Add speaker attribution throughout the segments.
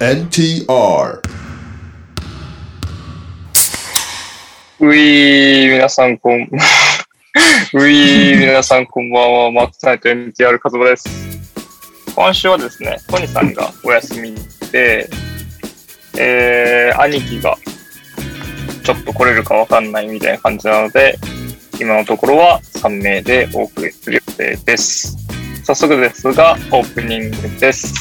Speaker 1: NTR
Speaker 2: ういー、皆さんこん、う いー、皆さんこんばんは、マックサイト MTR カズマです。今週はですね、トニさんがお休みで、えー、兄貴がちょっと来れるかわかんないみたいな感じなので、今のところは3名でお送りする予定です。早速ですが、オープニングです。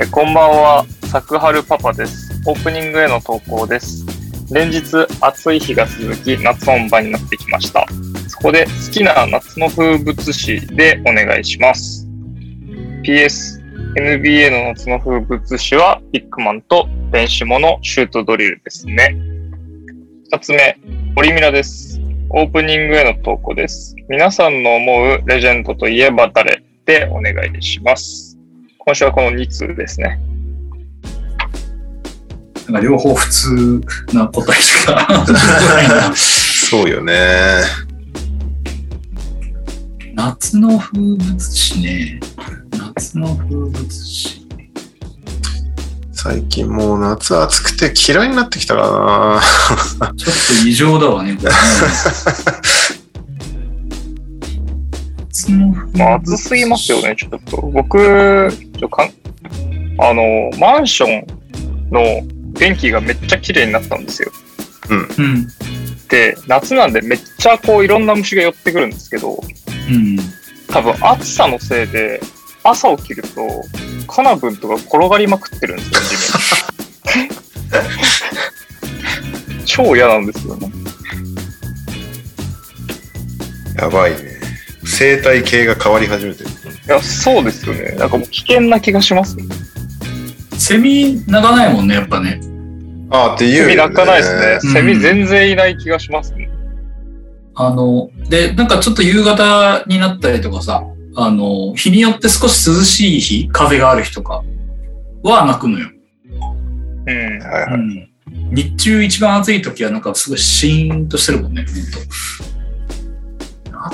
Speaker 2: えーこんばんは、サクハルパパです。オープニングへの投稿です。連日暑い日が続き夏本番になってきましたそこで好きな夏の風物詩でお願いします PSNBA の夏の風物詩はビッグマンと電子モのシュートドリルですね2つ目堀ミラですオープニングへの投稿です皆さんの思うレジェンドといえば誰でお願いします今週はこの2通ですね
Speaker 3: なんか両方普通な答えし かないな。
Speaker 1: そうよね
Speaker 3: 夏の風物詩ね。夏の風物詩。
Speaker 1: 最近もう夏暑くて嫌いになってきたからな
Speaker 3: ちょっと異常だわね、これね夏の風物詩。
Speaker 2: まあ、暑すぎますよね、ちょっと。僕、ちょかんあの、マンションの電気がめっちゃ綺麗になったんですよ。
Speaker 3: うん。
Speaker 2: で、夏なんでめっちゃこういろんな虫が寄ってくるんですけど、
Speaker 3: うん。
Speaker 2: 多分暑さのせいで、朝起きると、カナブンとか転がりまくってるんですよ、地面に。超嫌なんですよね。
Speaker 1: やばいね生態系が変わり始めてる
Speaker 2: いや、そうですよね。なんかもう危険な気がしますね。
Speaker 3: セミ鳴かないもんね、やっぱね。
Speaker 1: ああっていう
Speaker 2: セ
Speaker 1: よね
Speaker 2: ミ鳴かないですね。セミ
Speaker 3: うん
Speaker 2: 全然いない気がしますね。
Speaker 3: あの、で、なんかちょっと夕方になったりとかさ、あの、日によって少し涼しい日、風がある日とかは鳴くのよ。
Speaker 2: うん。
Speaker 1: はいは
Speaker 3: う
Speaker 1: い
Speaker 3: ん。日中一番暑い時はなんかすごいシーンとしてるもんね、ほんと。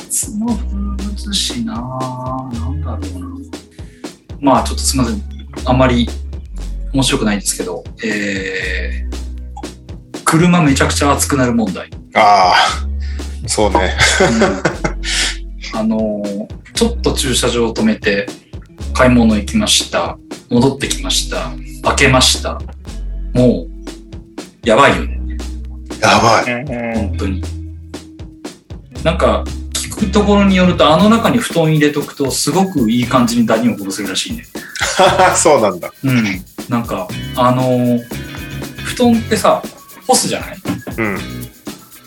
Speaker 3: 夏の風物詩なぁ、なんだろうなまあちょっとすみません。あんまり面白くないんですけど、えー、車めちゃくちゃ熱くなる問題。
Speaker 1: ああそうね
Speaker 3: あのーちょっと駐車場を止めて買い物行きました戻ってきました開けましたもうやばいよね
Speaker 1: やばい
Speaker 2: うんうん
Speaker 3: 本当になんか聞くところによるとあの中に布団入れとくとすごくいい感じにダニを殺せるらしいね
Speaker 1: そうなんだ
Speaker 3: うんなんかあのー布団ってさ干すじゃない
Speaker 1: うん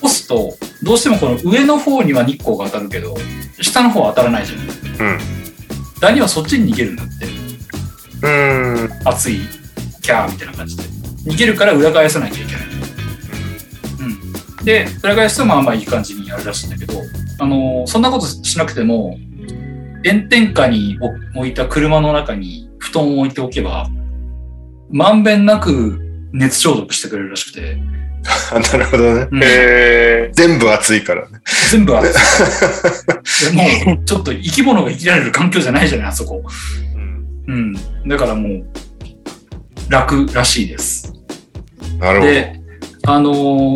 Speaker 3: 干すとどうしてもこの上の方には日光が当たるけど下の方は当たらないじゃん
Speaker 1: うん
Speaker 3: ダニはそっちに逃げるんだって
Speaker 1: うーん
Speaker 3: 暑いキャーみたいな感じで逃げるから裏返さなきゃいけない、うん、で裏返すとまあまあいい感じにやるらしいんだけど、あのーそんなことしなくても炎天下に置いた車の中に布団を置いておけばまんべんなく熱消毒してくれるらしくて、
Speaker 1: あなるほどね
Speaker 3: うん
Speaker 2: え
Speaker 1: 全部暑いからね
Speaker 3: 全部あるでもうちょっと生き物が生きられる環境じゃないじゃないあそこうんだからもう楽らしいです
Speaker 1: なるほど
Speaker 3: で、あの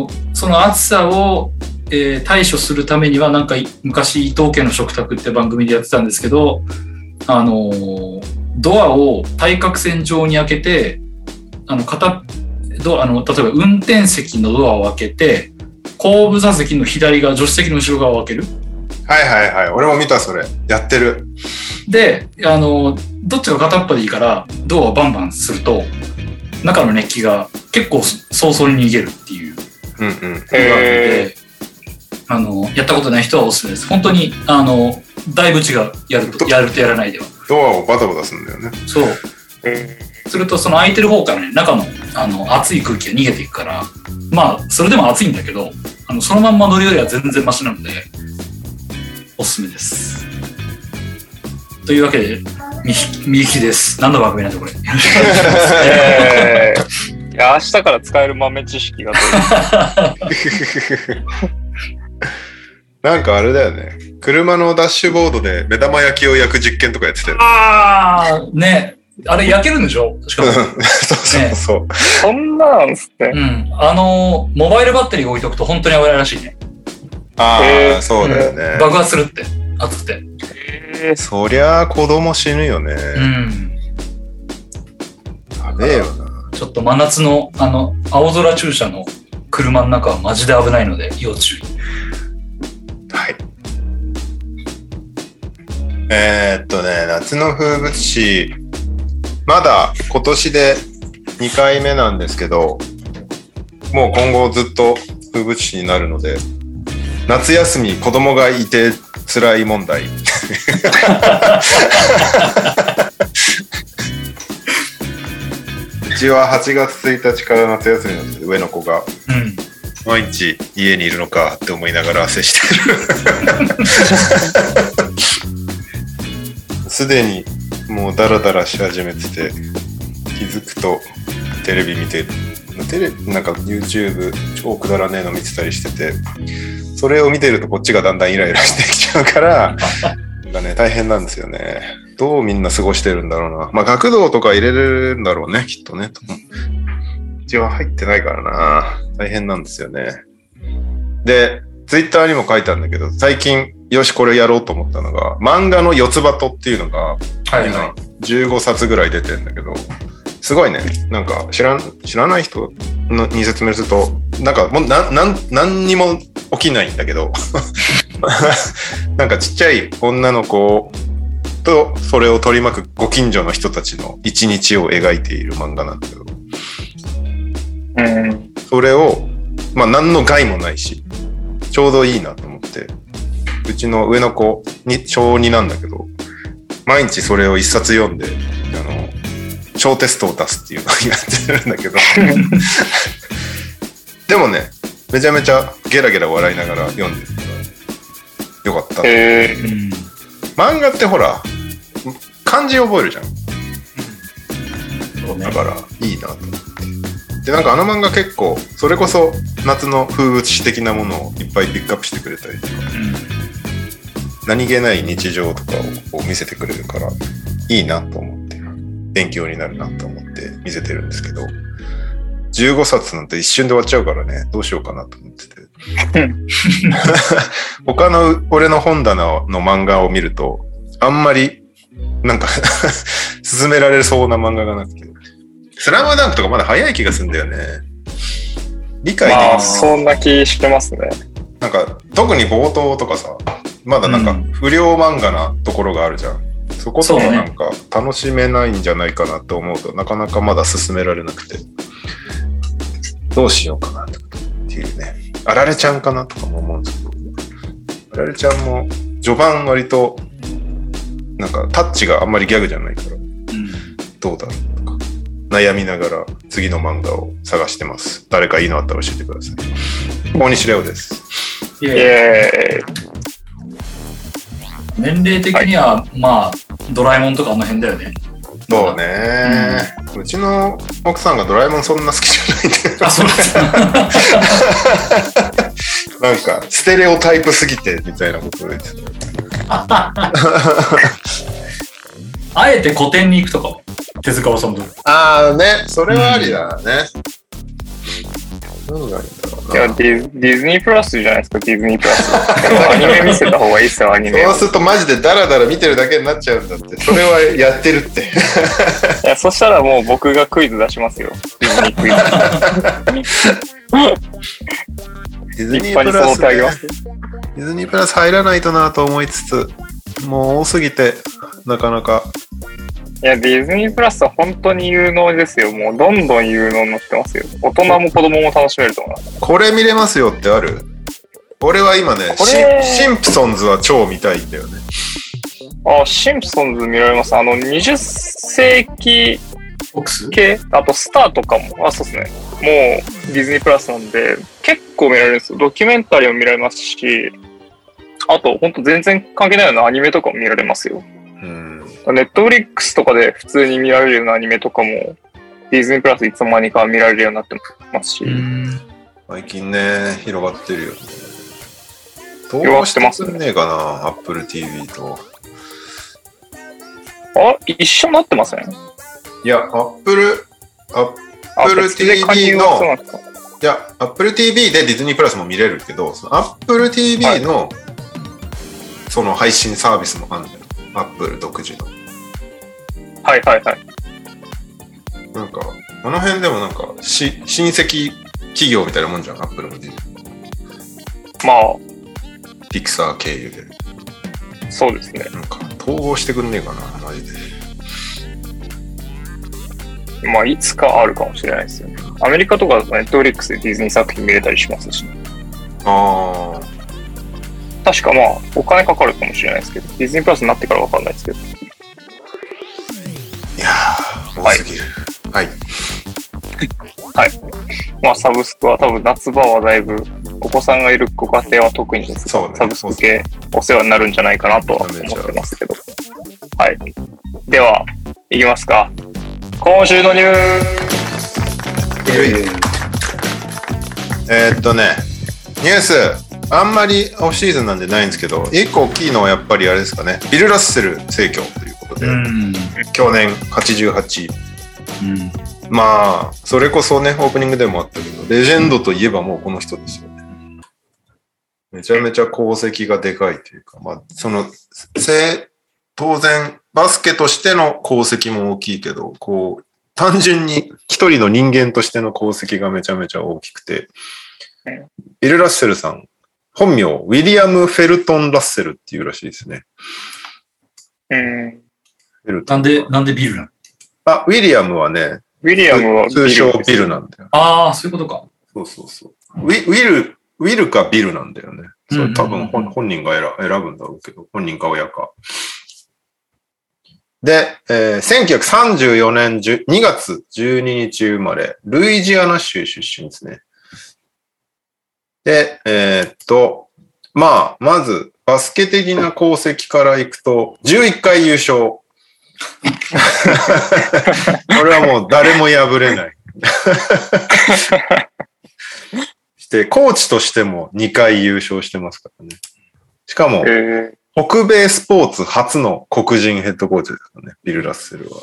Speaker 3: ーその暑さを、えー対処するためにはなんかい昔伊藤家の食卓って番組でやってたんですけど、あのードアを対角線上に開けてあの片ドアあの例えば運転席のドアを開けて後部座席の左側助手席の後ろ側を開ける
Speaker 1: はいはいはい俺も見たそれやってる
Speaker 3: で、あのーどっちが片っぽでいいからドアをバンバンすると中の熱気が結構早々に逃げるっていう。
Speaker 1: うんうん
Speaker 2: ー、え
Speaker 3: あのやったことない人はおすすめです本当にあのだいぶ違うやるとやるとやらないでは
Speaker 1: ドアをバタバタするんだよ ね
Speaker 3: そう
Speaker 2: ー、え
Speaker 3: するとその空いてる方からね中のあの熱い空気が逃げていくからまあそれでも熱いんだけどあのそのまんま乗るよりは全然マシなのでおすすめですというわけでみみゆきです何の番組なんでこれ
Speaker 2: ー、えー、いや明日から使える豆知識が
Speaker 1: なんかあれだよね。車のダッシュボードで目玉焼きを焼く実験とかやってたよ。
Speaker 3: ああねあれ焼けるんでしょしか も。
Speaker 1: そうそうそう。
Speaker 2: そんなんすね。
Speaker 3: うん。あの、モバイルバッテリー置いとくと本当に危ないらしいね。
Speaker 1: ああ、
Speaker 2: えー
Speaker 1: そうだよね。
Speaker 3: 爆発するって。熱くて。
Speaker 2: えー
Speaker 1: そりゃ子供死ぬよね。
Speaker 3: うん。
Speaker 1: やべえよな。
Speaker 3: ちょっと真夏の、あの、青空駐車の車の中はマジで危ないので、要注意。
Speaker 1: はい。えー、っとね、夏の風物詩、まだ今年で2回目なんですけど、もう今後ずっと風物詩になるので、夏休み子供がいて辛い問題。 うちは8月1日から夏休みなんですけど上の子が
Speaker 3: うん。
Speaker 1: 毎日家にいるのかって思いながら汗してるすでにもうダラダラし始めてて気づくとテレビ見てテレビなんか YouTube 超くだらねえの見てたりしててそれを見てるとこっちがだんだんイライラしてきちゃうから なんかね大変なんですよねどうみんな過ごしてるんだろうなまあ学童とか入れれるんだろうねきっとねうちは入ってないからな大変なんですよねでツイッターにも書いたんだけど最近よしこれやろうと思ったのが漫画の四つ葉とっていうのが
Speaker 3: はいは
Speaker 1: 今15冊ぐらい出てんだけどすごいねなんか知らん知らない人のに説明するとなんかもうななん何にも起きないんだけど なんかちっちゃい女の子とそれを取り巻くご近所の人たちの一日を描いている漫画なんだけど
Speaker 2: うん。
Speaker 1: それを、まあ、何の害もないし、ちょうどいいなと思って、うちの上の子に、小2なんだけど、毎日それを一冊読んで、あの、小テストを出すっていうのをやってるんだけど、 でもね、めちゃめちゃゲラゲラ笑いながら読んでるから、よかった。
Speaker 2: え
Speaker 3: い。うん。
Speaker 1: 漫画ってほら、漢字覚えるじゃん。
Speaker 3: そうね
Speaker 1: だ。からいいなと思って。で、なんかあの漫画結構、それこそ夏の風物詩的なものをいっぱいピックアップしてくれたりとか、
Speaker 3: うん。
Speaker 1: 何気ない日常とかをこう見せてくれるから、いいなと思って、勉強になるなと思って見せてるんですけど、15冊なんて一瞬で終わっちゃうからね、どうしようかなと思ってて。他の俺の本棚の漫画を見ると、あんまり、なんか、 勧められそうな漫画がなくて。スラムダンクとかまだ早い気がするんだよね。理
Speaker 2: ー、
Speaker 1: 解でき
Speaker 2: ま
Speaker 1: ない
Speaker 2: あ、そんな気してますね。
Speaker 1: なんか、特に冒頭とかさ、まだなんか
Speaker 3: うん
Speaker 1: 不良漫画なところがあるじゃん。そこと
Speaker 3: そう
Speaker 1: か
Speaker 3: ね
Speaker 1: なんか楽しめないんじゃないかなと思うと、なかなかまだ進められなくて、どうしようかなとかっていうね。あられちゃんかなとかも思うんですけど、あられちゃんも序盤割と、なんかタッチがあんまりギャグじゃないから、
Speaker 3: うん
Speaker 1: どうだろうとか、悩みながら次の漫画を探してます。誰かいいのあったら教えてください。大西レオです。
Speaker 3: いや
Speaker 2: イ
Speaker 3: いや
Speaker 2: エーイ。
Speaker 3: 年齢的には、まあ、ドラえもんとかあの辺だよね。
Speaker 1: そうね、うちの奥さんがドラえもんそんな好きじゃないん だよ
Speaker 3: あ、そうなんですか。
Speaker 1: なんかステレオタイプすぎてみたいなこと言ってた
Speaker 3: あえて古典に行くとかも。手塚治虫とか。
Speaker 1: ああねそれはありだね、何があるんだろ
Speaker 2: いや
Speaker 1: う
Speaker 2: ディズ、ディズニープラスじゃないですか、ディズニープラス。アニメ見せた方がいいっすよ、アニメ
Speaker 1: な
Speaker 2: を。
Speaker 1: そうするとマジでダラダラ見てるだけになっちゃうんだってそれはやってるって
Speaker 2: いや、そしたらもう僕がクイズ出しますよ。ディズニークイズ。
Speaker 1: ディズ
Speaker 2: 立
Speaker 1: ニー
Speaker 2: 派
Speaker 1: プ
Speaker 2: に
Speaker 1: ラ
Speaker 2: そう
Speaker 1: ス、
Speaker 2: てあげます。
Speaker 1: ディズニープラス入らないとなと思いつつもう多すぎてなかなか
Speaker 2: いや、ディズニープラスは本当に有能ですよ。もうどんどん有能になってますよ。大人も子供も楽しめると思います。
Speaker 1: これ見れますよってある俺は今ね
Speaker 2: こ
Speaker 1: シ
Speaker 2: れ
Speaker 1: ンシンプソンズは超見たいんだよね
Speaker 2: あ、シンプソンズ見られます。あの、20世紀
Speaker 3: フォックス
Speaker 2: 系、あとスターとかも、あ、そうですね。もうディズニープラスなんで、結構見られるんですよ。ドキュメンタリーも見られますし、あと、本当全然関係ないようなアニメとかも見られますよ。
Speaker 1: うん
Speaker 2: ネットフリックスとかで普通に見られるようなアニメとかも、ディズニープラスいつの間にか見られるようになってますし、
Speaker 3: うん。
Speaker 1: 最近ね、広がってるよね。ど
Speaker 2: 広が
Speaker 1: う
Speaker 2: っ
Speaker 1: してて
Speaker 2: ますす
Speaker 1: んねえかな、Apple TV と。
Speaker 2: あ、一緒になってません
Speaker 1: いや、Apple、Apple
Speaker 2: あ、別で加入はそうなんですか
Speaker 1: いや、Apple TV でディズニープラスも見れるけど、その Apple TV の、その配信サービスもあるんだよ。Apple 独自の。
Speaker 2: はいはいはい。
Speaker 1: なんか、あの辺でもなんか、し親戚企業みたいなもんじゃん、Apple もディズニー。
Speaker 2: ま
Speaker 1: Pixar 経由で。
Speaker 2: あ、そうですね。
Speaker 1: なんか、統合してくんねえかな、マジで。
Speaker 2: まあ、いつかあるかもしれないですよね。アメリカとかだとネットフリックスでディズニー作品見れたりしますし、
Speaker 1: あー
Speaker 2: 確かまあ、お金かかるかもしれないですけど、ディズニープラスになってからわかんないですけど。
Speaker 1: いやー、多すぎる。はい。
Speaker 2: まあ、サブスクは多分夏場はだいぶ、お子さんがいるご家庭は特にです
Speaker 1: そうね
Speaker 2: サブスク系お世話になるんじゃないかなとは思ってますけど。はい。では、いきますか。今週のニュー
Speaker 1: ええーっとね、ニュース、あんまりオフシーズンなんでないんですけど、一個大きいのはやっぱりあれですかね、ビル・ラッセル政教ということで、
Speaker 3: うん。
Speaker 1: 去年88、
Speaker 3: うん。
Speaker 1: まあ、それこそね、オープニングでもあったけど、レジェンドといえばもうこの人ですよね。めちゃめちゃ功績がでかいというか、まあ、その、せ当然、バスケとしての功績も大きいけど、こう、単純に一人の人間としての功績がめちゃめちゃ大きくて
Speaker 2: うん、
Speaker 1: ビル・ラッセルさん、本名、ウィリアム・フェルトン・ラッセルっていうらしいですね。
Speaker 2: うん。
Speaker 1: フェルトン
Speaker 3: なんで、なんでビールなの
Speaker 1: あ、ウィリアムはね、
Speaker 2: ウィリアムは
Speaker 1: 通称ビルな
Speaker 2: な。
Speaker 1: んだよ。
Speaker 3: ああ、そういうことか。
Speaker 1: そうそうそう。ウィウィル、ウィルかビルなんだよね。そ
Speaker 3: うんうんう
Speaker 1: れ
Speaker 3: ん
Speaker 1: 多分本,、本人が選選ぶんだろうけど、本人か親か。で、えー1934年10 2月12日生まれ、ルイジアナ州出身ですね。で、えーっと、まあ、まず、バスケ的な功績からいくと、11回優勝。 これはもう誰も破れない。 して、コーチとしても2回優勝してますからね。しかも
Speaker 2: え、ー、
Speaker 1: 北米スポーツ初の黒人ヘッドコーチですからね、ビル・ラッセルは。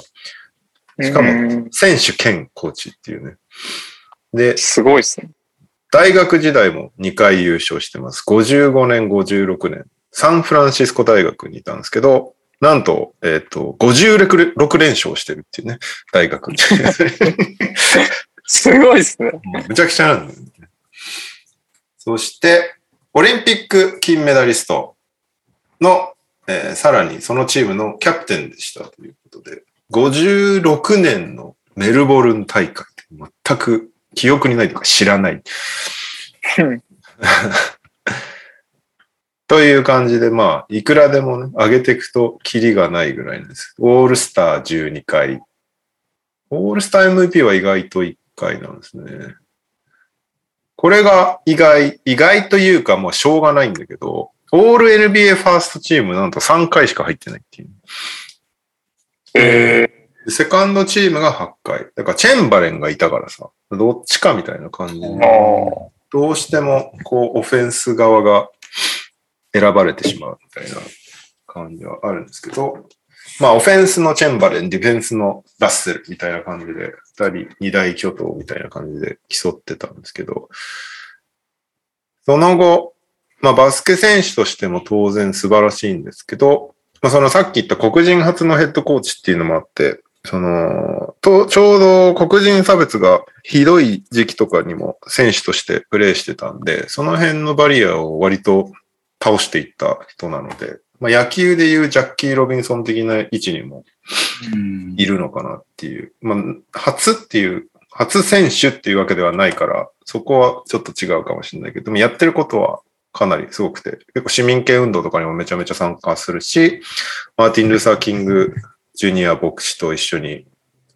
Speaker 1: しかも
Speaker 2: うん
Speaker 1: 選手兼コーチっていうね。で、
Speaker 2: すごいですね。
Speaker 1: 大学時代も2回優勝してます。55年、56年。サンフランシスコ大学にいたんですけど、なんと、えっ、と、56連勝してるっていうね、大学。
Speaker 2: すごいですね。
Speaker 1: むちゃくちゃなんだよね。そして、オリンピック金メダリストの、えーさらにそのチームのキャプテンでしたということで、56年のメルボルン大会、全く記憶にないというか知らない。
Speaker 2: うん
Speaker 1: という感じで、まあ、いくらでもね、上げていくと、キリがないぐらいなんです。オールスター12回。オールスター MVP は意外と1回なんですね。これが意外、意外というか、もうしょうがないんだけど、オール NBA ファーストチームなんと3回しか入ってないっていう。
Speaker 2: え
Speaker 1: でセカンドチームが8回。だからチェンバレンがいたからさ、どっちかみたいな感じで、
Speaker 2: ー、あ
Speaker 1: どうしてもこうオフェンス側が選ばれてしまうみたいな感じはあるんですけど、まあオフェンスのチェンバレン、ディフェンスのラッセルみたいな感じで、二人、二大巨頭みたいな感じで競ってたんですけど、その後、まあバスケ選手としても当然素晴らしいんですけど、まあそのさっき言った黒人初のヘッドコーチっていうのもあって、その、と、ちょうど黒人差別がひどい時期とかにも選手としてプレーしてたんで、その辺のバリアを割と倒していった人なので、まあ、野球でいうジャッキー・ロビンソン的な位置にも
Speaker 3: うん。
Speaker 1: いるのかなっていう。まあ、初っていう、初選手っていうわけではないから、そこはちょっと違うかもしれないけど、でもやってることはかなりすごくて、結構市民権運動とかにもめちゃめちゃ参加するし、マーティン・ルーサー・キング・ジュニア牧師と一緒に、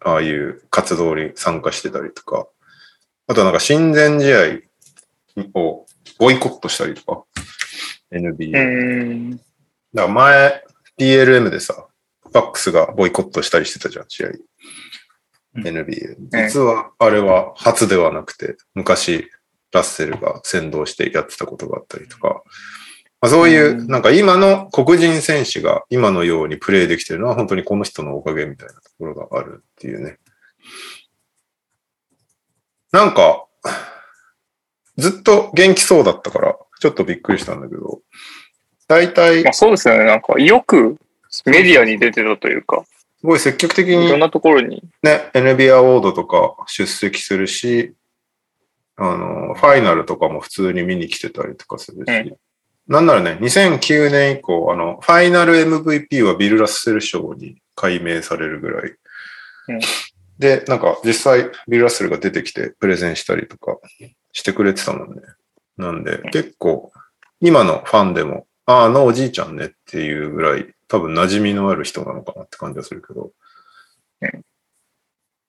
Speaker 1: ああいう活動に参加してたりとか、あとなんか親善試合をボイコットしたりとか、NBA
Speaker 2: ーうん。
Speaker 1: だから前、PLM でさ、バックスがボイコットしたりしてたじゃん、試合。
Speaker 3: うん
Speaker 1: NBA。
Speaker 2: ええ
Speaker 1: 実は、あれは初ではなくて、昔、ラッセルが先導してやってたことがあったりとか、まあ、そういうう、
Speaker 2: ん
Speaker 1: なんか今の黒人選手が今のようにプレーできてるのは本当にこの人のおかげみたいなところがあるっていうね。なんか、ずっと元気そうだったから、ちょっとびっくりしたんだけど、大体
Speaker 2: まあ、、そうですよね。なんか、よくメディアに出てたというか、
Speaker 1: すごい積極的
Speaker 2: いろん
Speaker 1: に
Speaker 2: なところに。
Speaker 1: ね、NBA アワードとか出席するし、あの、ファイナルとかも普通に見に来てたりとかするし、
Speaker 2: うん
Speaker 1: なんならね、2009年以降、あの、ファイナル MVP はビル・ラッセル賞に改名されるぐらい。
Speaker 2: うん
Speaker 1: で、なんか実際ビル・ラッセルが出てきてプレゼンしたりとかしてくれてたもんね。なんで、結構、今のファンでも、ああ、あのおじいちゃんねっていうぐらい、多分馴染みのある人なのかなって感じはするけど
Speaker 2: うん。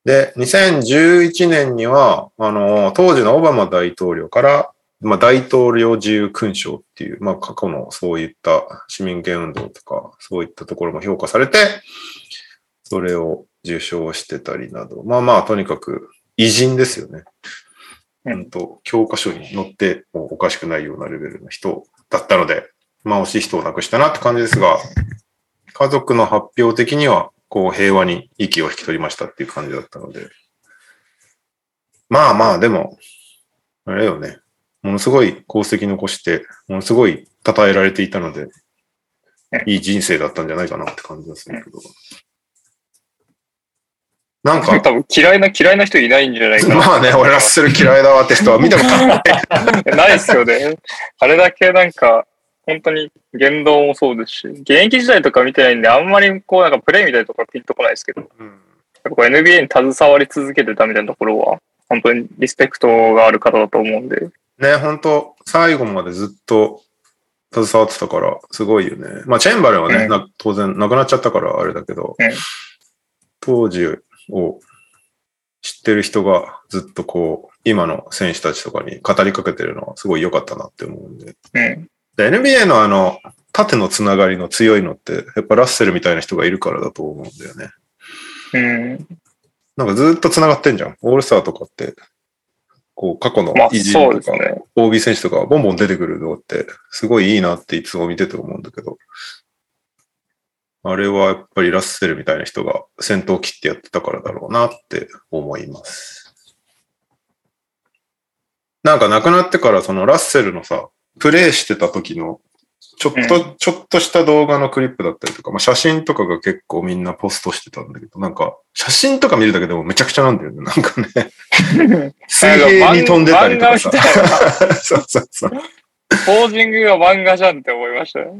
Speaker 1: で、2011年には、あの、当時のオバマ大統領から、まあ、大統領自由勲章っていう、まあ、過去のそういった市民権運動とか、そういったところも評価されて、それを受賞してたりなど、まあまあ、とにかく偉人ですよね。
Speaker 2: うん
Speaker 1: うんと、教科書に載ってもおかしくないようなレベルの人だったので、まあ、惜しい人を亡くしたなって感じですが、家族の発表的には、こう、平和に息を引き取りましたっていう感じだったので、まあまあ、でも、あれよね。ものすごい功績残して、ものすごい称えられていたので、いい人生だったんじゃないかなって感じがするけど。なん
Speaker 2: 多
Speaker 1: か、
Speaker 2: 分嫌いな、嫌いな人いないんじゃないか な。
Speaker 1: まあね、俺ラッセル嫌いだわって人は見たことない。
Speaker 2: ないですよね。あれだけなんか、本当に言動もそうですし、現役時代とか見てないんで、あんまりこうなんかプレイみたいなとかピンとこないですけど、やっ
Speaker 1: うん
Speaker 2: ぱこう NBA に携わり続けてたみたいなところは、本当にリスペクトがある方だと思うんで、
Speaker 1: ね、本当最後までずっと携わってたから、すごいよね。まあ、チェンバレンはね、
Speaker 2: うん
Speaker 1: な当然なくなっちゃったからあれだけど、
Speaker 2: うん
Speaker 1: 当時を知ってる人がずっとこう、今の選手たちとかに語りかけてるのはすごい良かったなって思うんで。
Speaker 2: うん。
Speaker 1: で NBA のあの、縦のつながりの強いのって、やっぱラッセルみたいな人がいるからだと思うんだよね。
Speaker 2: うん。
Speaker 1: なんかずっとつながってんじゃん。オールスターとかって、こう、過去の
Speaker 2: まあ
Speaker 1: 偉人
Speaker 2: そう
Speaker 1: と
Speaker 2: です
Speaker 1: か、
Speaker 2: ね。
Speaker 1: OB 選手とかボンボン出てくるのって、すごいいいなっていつも見てて思うんだけど、あれはやっぱりラッセルみたいな人が先頭を切ってやってたからだろうなって思います。なんか亡くなってからそのラッセルのさ、プレイしてた時のちょっと、ちょっとした動画のクリップだったりとか、まあ、写真とかが結構みんなポストしてたんだけど、なんか写真とか見るだけでもめちゃくちゃなんだよね。なんかね、水平に飛んでたりとかさ
Speaker 2: 漫。画みたい な
Speaker 1: そうそうそう。
Speaker 2: ポージングが漫画じゃんって思いましたよ。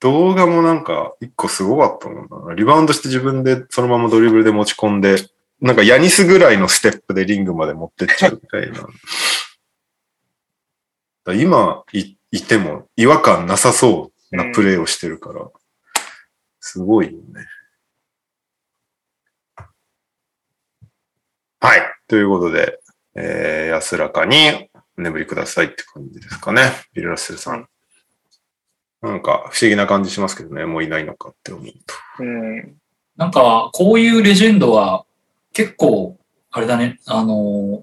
Speaker 1: 動画もなんか一個すごかったもんな。リバウンドして自分でそのままドリブルで持ち込んで、なんかヤニスぐらいのステップでリングまで持ってっちゃうみたいな。だから今いいても違和感なさそうなプレーをしてるから、すごいよね。はい。ということで、えー安らかにお眠りくださいって感じですかね。ビル・ラッセルさん。なんか不思議な感じしますけどね、もういないのかって思うと。
Speaker 2: うん。
Speaker 3: なんか、こういうレジェンドは、結構、あれだね、あのー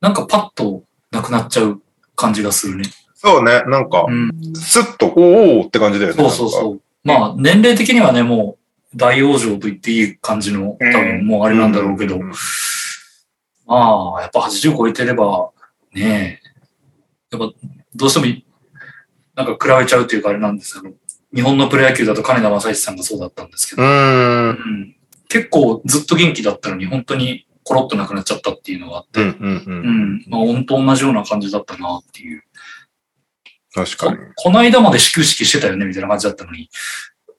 Speaker 3: なんかパッとなくなっちゃう感じがするね。
Speaker 1: そうね、なんか
Speaker 3: う、ん。
Speaker 1: スッと、おおって感じだよね。。
Speaker 3: そうそうそうう。まあ、年齢的にはね、もう、大往生と言っていい感じの、多
Speaker 2: う
Speaker 3: 分
Speaker 2: ん
Speaker 3: もうあれなんだろうけど、
Speaker 1: うん
Speaker 3: まあ、やっぱ80超えてれば、ねえ、やっぱ、どうしてもい、なんか比べちゃうというかあれなんですけど、日本のプロ野球だと金田正一さんがそうだったんですけど、
Speaker 1: ー。
Speaker 3: うんん結構ずっと元気だったのに、本当にコロッとなくなっちゃったっていうのがあって、
Speaker 1: う
Speaker 3: うん
Speaker 1: んうんうん。
Speaker 3: んまあ、本当同じような感じだったなっていう。
Speaker 1: 確か
Speaker 3: こ
Speaker 1: に。
Speaker 3: この間まで始球式してたよねみたいな感じだったのに。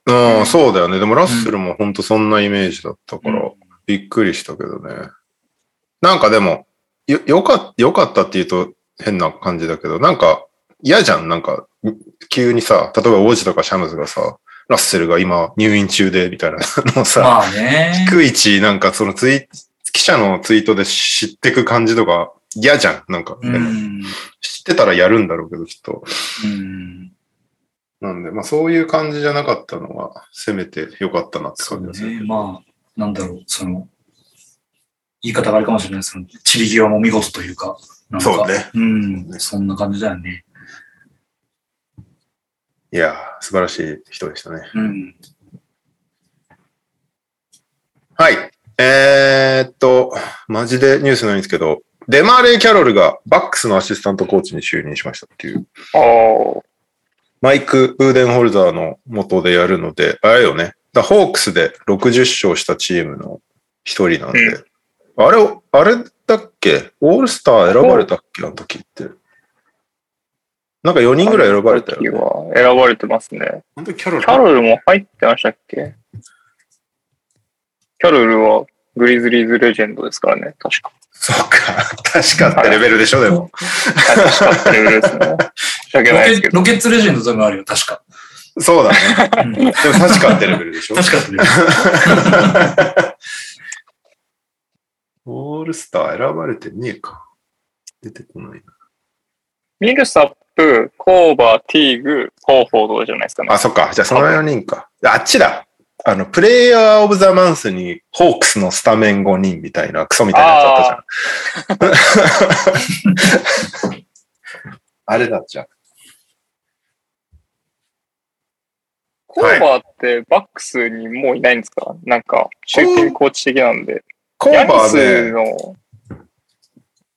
Speaker 1: うん、そうだよね。でもラッセルもほんとそんなイメージだったから、びっくりしたけどね。なんかでも、よ、よかった、よかったって言うと変な感じだけど、なんか嫌じゃん。なんか、急にさ、例えば王子とかシャムズがさ、ラッセルが今入院中で、みたいなのをさ、
Speaker 3: まあね。
Speaker 1: 逐一なんかそのツイ、記者のツイートで知ってく感じとか嫌じゃん。なんか、
Speaker 3: う
Speaker 1: でも
Speaker 3: ん。
Speaker 1: 知ってたらやるんだろうけど、きっと。
Speaker 3: うん。
Speaker 1: なんで、まあそういう感じじゃなかったのは、せめてよかったなって
Speaker 3: そ
Speaker 1: 感じ
Speaker 3: う
Speaker 1: が
Speaker 3: ですすね。
Speaker 1: る。
Speaker 3: まあ、なんだろう、その、言い方があるかもしれないですけど、散り際も見事というか、なんか
Speaker 1: そうね。
Speaker 3: うん、そんな感じだよね。
Speaker 1: いやー、素晴らしい人でしたね。
Speaker 3: うん。
Speaker 1: はい。えー、っと、マジでニュースないんですけど、デマーレイ・キャロルがバックスのアシスタントコーチに就任しましたっていう、
Speaker 2: ああ。
Speaker 1: マイク・ウーデンホルザーの元でやるので、あれよね、だホークスで60勝したチームの一人なんで、
Speaker 2: う
Speaker 1: あれを、あれだっけオールスター選ばれたっけあの時って。なんか4人ぐらい選ばれたよね。
Speaker 2: 時は選ばれてますね。
Speaker 1: 本当にキャロ
Speaker 2: キャロルも入ってましたっけキャロルはグリズリーズレジェンドですからね、確か。
Speaker 1: そっか。確かってレベルでしょ、でも。
Speaker 2: 確かっていうで すね。申し訳
Speaker 3: ロ
Speaker 2: ないで
Speaker 3: ケ
Speaker 2: すけど。
Speaker 3: ロケッツレジェンドとかあるよ、確か。
Speaker 1: そうだね。
Speaker 3: うん
Speaker 1: でも確かってレベルでしょ。
Speaker 3: 確かってね。
Speaker 1: オールスター選ばれてねえか。出てこないな。
Speaker 2: ミルサップ、コーバー、ティーグ、ホーフォードじゃないですかね
Speaker 1: あ、。そっか。じゃあその4人か。あっちだ。あの、プレイヤーオブザマンスにホークスのスタメン5人みたいな、クソみたいなやつあったじゃん。あれだじゃん。
Speaker 2: コーバーってバックスにもういないんですかなんか、中堅コーチ的なんで。
Speaker 1: コ
Speaker 2: ヤ
Speaker 1: ー
Speaker 2: ニ
Speaker 1: バ
Speaker 2: ス
Speaker 1: ーね、
Speaker 2: の、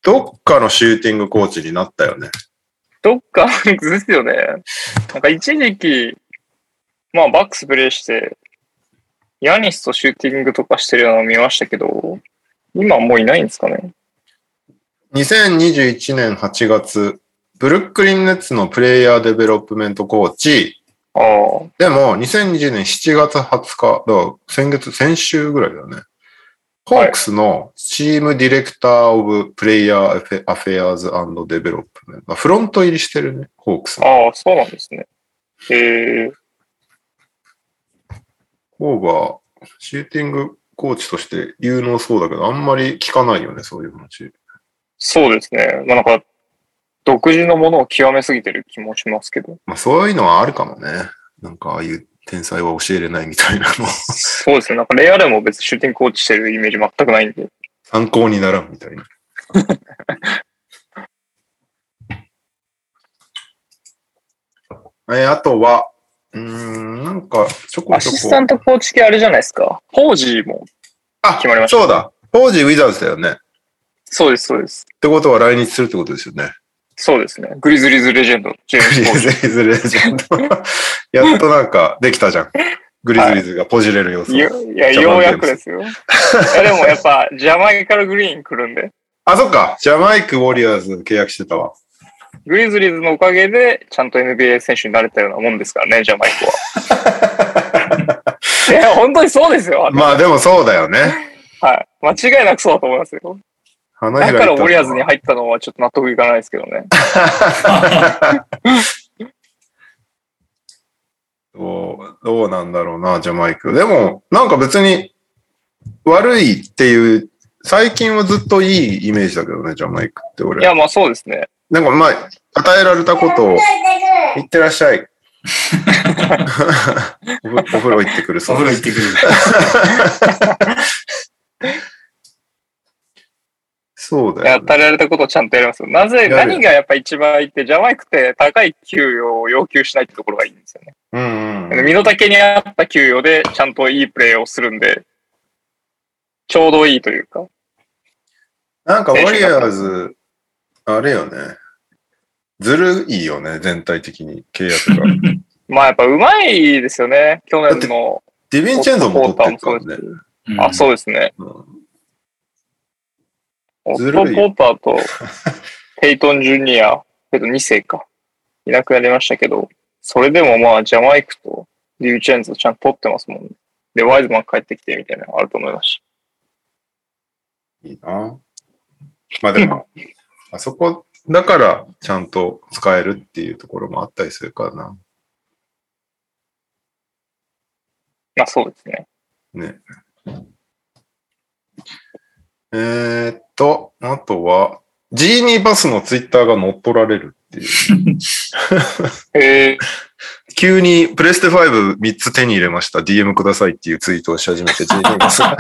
Speaker 1: どっかのシューティングコーチになったよね。
Speaker 2: どっか ですよね。なんか一時期、まあバックスプレイして、ヤニスとシューティングとかしてるようなの見ましたけど、今もういないんですかね
Speaker 1: 2021年8月、ブルックリンネッツのプレイヤーデベロップメントコーチ、
Speaker 2: ああ、
Speaker 1: でも、2020年7月20日、だから先月、先週ぐらいだよね。ホークスのチームディレクターオブプレイヤーアフェアーズデベロップメント。フロント入りしてるね、ホークスの。
Speaker 2: ああ、そうなんですね。ええ
Speaker 1: ホーバー、シューティングコーチとして有能そうだけど、あんまり聞かないよね、そういう話。
Speaker 2: そうですね。まあなんか、独自のものを極めすぎてる気もしますけど。
Speaker 1: まあそういうのはあるかもね。なんかああいう天才は教えれないみたいなの。
Speaker 2: そうですね。なんかレイアルも別にシューティングコーチしてるイメージ全くないんで。
Speaker 1: 参考にならんみたいな。 えーあとは、うーん、なんか、ちょこ
Speaker 2: ア
Speaker 1: ちょ
Speaker 2: シスタ
Speaker 1: こ。
Speaker 2: ントコーチ系あれじゃないですか。ホージーも。
Speaker 1: あ、
Speaker 2: 決まりました
Speaker 1: そうだ。当時ウィザーズだよね。っ
Speaker 2: そうです、そうです。
Speaker 1: てことは来日するってことですよね。
Speaker 2: そうですね。グリズリーズレジェンド、ジェーム
Speaker 1: グ
Speaker 2: ズ・
Speaker 1: リ
Speaker 2: ホージ
Speaker 1: ズ
Speaker 2: ー。
Speaker 1: リーズレジェンド。 やっとなんかできたじゃん。グリズリーズがポジれる様子。
Speaker 2: よいや、
Speaker 1: ジャ
Speaker 2: よ
Speaker 1: マ
Speaker 2: う
Speaker 1: イカ
Speaker 2: やくです よ。いやでもやっぱ、ジャマイカルグリーン来るんで、
Speaker 1: あ、そっか。ジャマイク・ウォリアーズ契約してたわ。
Speaker 2: グリズリーズのおかげで、ちゃんと NBA 選手になれたようなもんですからね、ジャマイコ は。いや、本当にそうですよ。
Speaker 1: まあでもそうだよね。
Speaker 2: はい。間違いなくそうだと思いますよ。
Speaker 1: 花開
Speaker 2: だ
Speaker 1: いた
Speaker 2: からウォリアーズに入ったのはちょっと納得いかないですけどね。
Speaker 1: どう、どうなんだろうな、ジャマイク。でも、なんか別に、悪いっていう、最近はずっといいイメージだけどね、ジャマイクって
Speaker 2: い
Speaker 1: 俺。
Speaker 2: や、まあそうですね。
Speaker 1: なんかまあ、与えられたことを、いってらっしゃい。お風お風呂行ってくる
Speaker 3: お
Speaker 1: そう
Speaker 3: 風呂
Speaker 1: で
Speaker 3: 行っ
Speaker 1: す。
Speaker 3: てくる。
Speaker 1: そうだ
Speaker 2: や
Speaker 1: よ、
Speaker 2: 与
Speaker 1: ね。
Speaker 2: えられたことをちゃんとやりますよ。なぜ、
Speaker 1: やる
Speaker 2: 何がやっぱ一番いいって、ジャマイクって高い給与を要求しないってところがいいんですよね。
Speaker 1: うんうん。
Speaker 2: 身の丈に合った給与で、ちゃんといいプレーをするんで、ちょうどいいというか。
Speaker 1: なんか、ウォリアーズ、あれよね。ずるいよね、全体的に契約が。
Speaker 2: まあやっぱうまいですよね。去年の。
Speaker 1: ディヴィンチェンゾも取ってる
Speaker 2: ポータ
Speaker 1: から
Speaker 2: ー
Speaker 1: ね。
Speaker 2: もあ、そうですね。
Speaker 1: うん
Speaker 2: オ
Speaker 1: ず
Speaker 2: ッ
Speaker 1: るい
Speaker 2: トー・ポーターと、 ペイトン・ジュニア、けど2世か。いなくなりましたけど、それでもまあ、ジャマイクとリュー・チェンズちゃんと取ってますもんね。で、ワイズマン帰ってきてみたいなのあると思いまし
Speaker 1: いいな。まあで も、あそこだからちゃんと使えるっていうところもあったりするからな。
Speaker 2: た。まあそうですね。
Speaker 1: ね。えーっと、あとは、ジーニーバスのツイッターが乗っ取られるっていう。
Speaker 2: へえ
Speaker 1: 急にプレステ53つ手に入れました。DM くださいっていうツイートをし始め て、ジーニーバスが。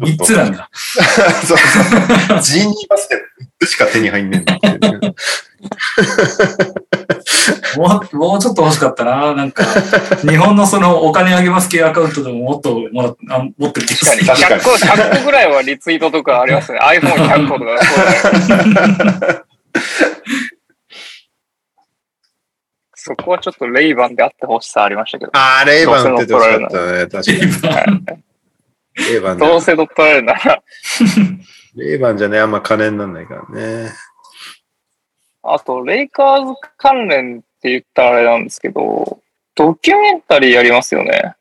Speaker 3: 3つなんだ。
Speaker 1: そうそう。ジーニーバスで3つしか手に入んねえんだっていう。
Speaker 3: もうもうちょっと欲しかったな。なんか、日本のそのお金あげます系アカウントでももっともらあ持ってる気がする。
Speaker 1: 確かに
Speaker 2: 100個、100個ぐらいはリツイートとかありますね。iPhone100 個 とかそうだよね。そこはちょっとレイバンであってほしさありましたけど。
Speaker 1: ああ、レイバンって確かったね。確かに。 レイバンじ
Speaker 2: どう
Speaker 1: ゃ、
Speaker 2: せ乗っ取られるなら、
Speaker 1: レイバンじゃね、あんま金になんないからね。
Speaker 2: あと、レイカーズ関連って言ったらあれなんですけど、ドキュメンタリーやりますよね。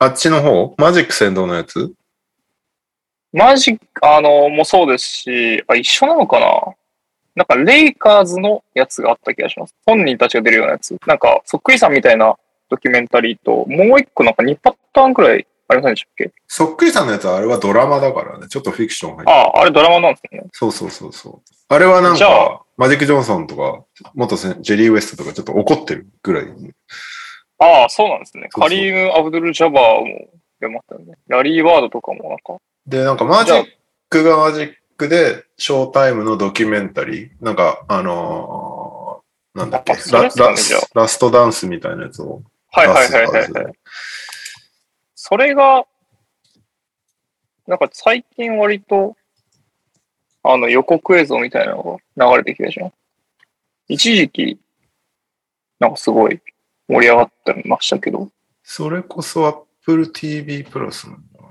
Speaker 1: あっちの方マジック先導のやつ
Speaker 2: マジ、あの、もうそうですし、あ、一緒なのかななんか、レイカーズのやつがあった気がします。本人たちが出るようなやつ。なんか、そっくりさんみたいなドキュメンタリーと、もう一個なんか2パターンくらいありませんでしたっけ
Speaker 1: そっくりさんのやつはあれはドラマだからね。ちょっとフィクション入って
Speaker 2: ああ、あれドラマなんですよね。
Speaker 1: そうそうそうそう。あれはなん
Speaker 2: じゃあ
Speaker 1: か、マジック・ジョンソンとか、元せジェリー・ウエストとかちょっと怒ってるぐらい。
Speaker 2: ああ、そうなんですね。
Speaker 1: そうそう
Speaker 2: カリーム・アブドゥル・ジャバーも出ましたよね。ラリー・ワードとかもなんか、
Speaker 1: で、なんかマジックがマジックで、ショータイムのドキュメンタリー。なんか、あのーなんだっけ
Speaker 2: あそれ
Speaker 1: ラ
Speaker 2: っすかね
Speaker 1: ラ
Speaker 2: じゃあ
Speaker 1: ラストダンスみたいなやつを。
Speaker 2: はいはいはいはい、はい。それが、なんか最近割と、あの予告映像みたいなのが流れてきたじゃん。一時期、なんかすごい盛り上がってましたけど。
Speaker 1: それこそ Apple TV プラスなんだな。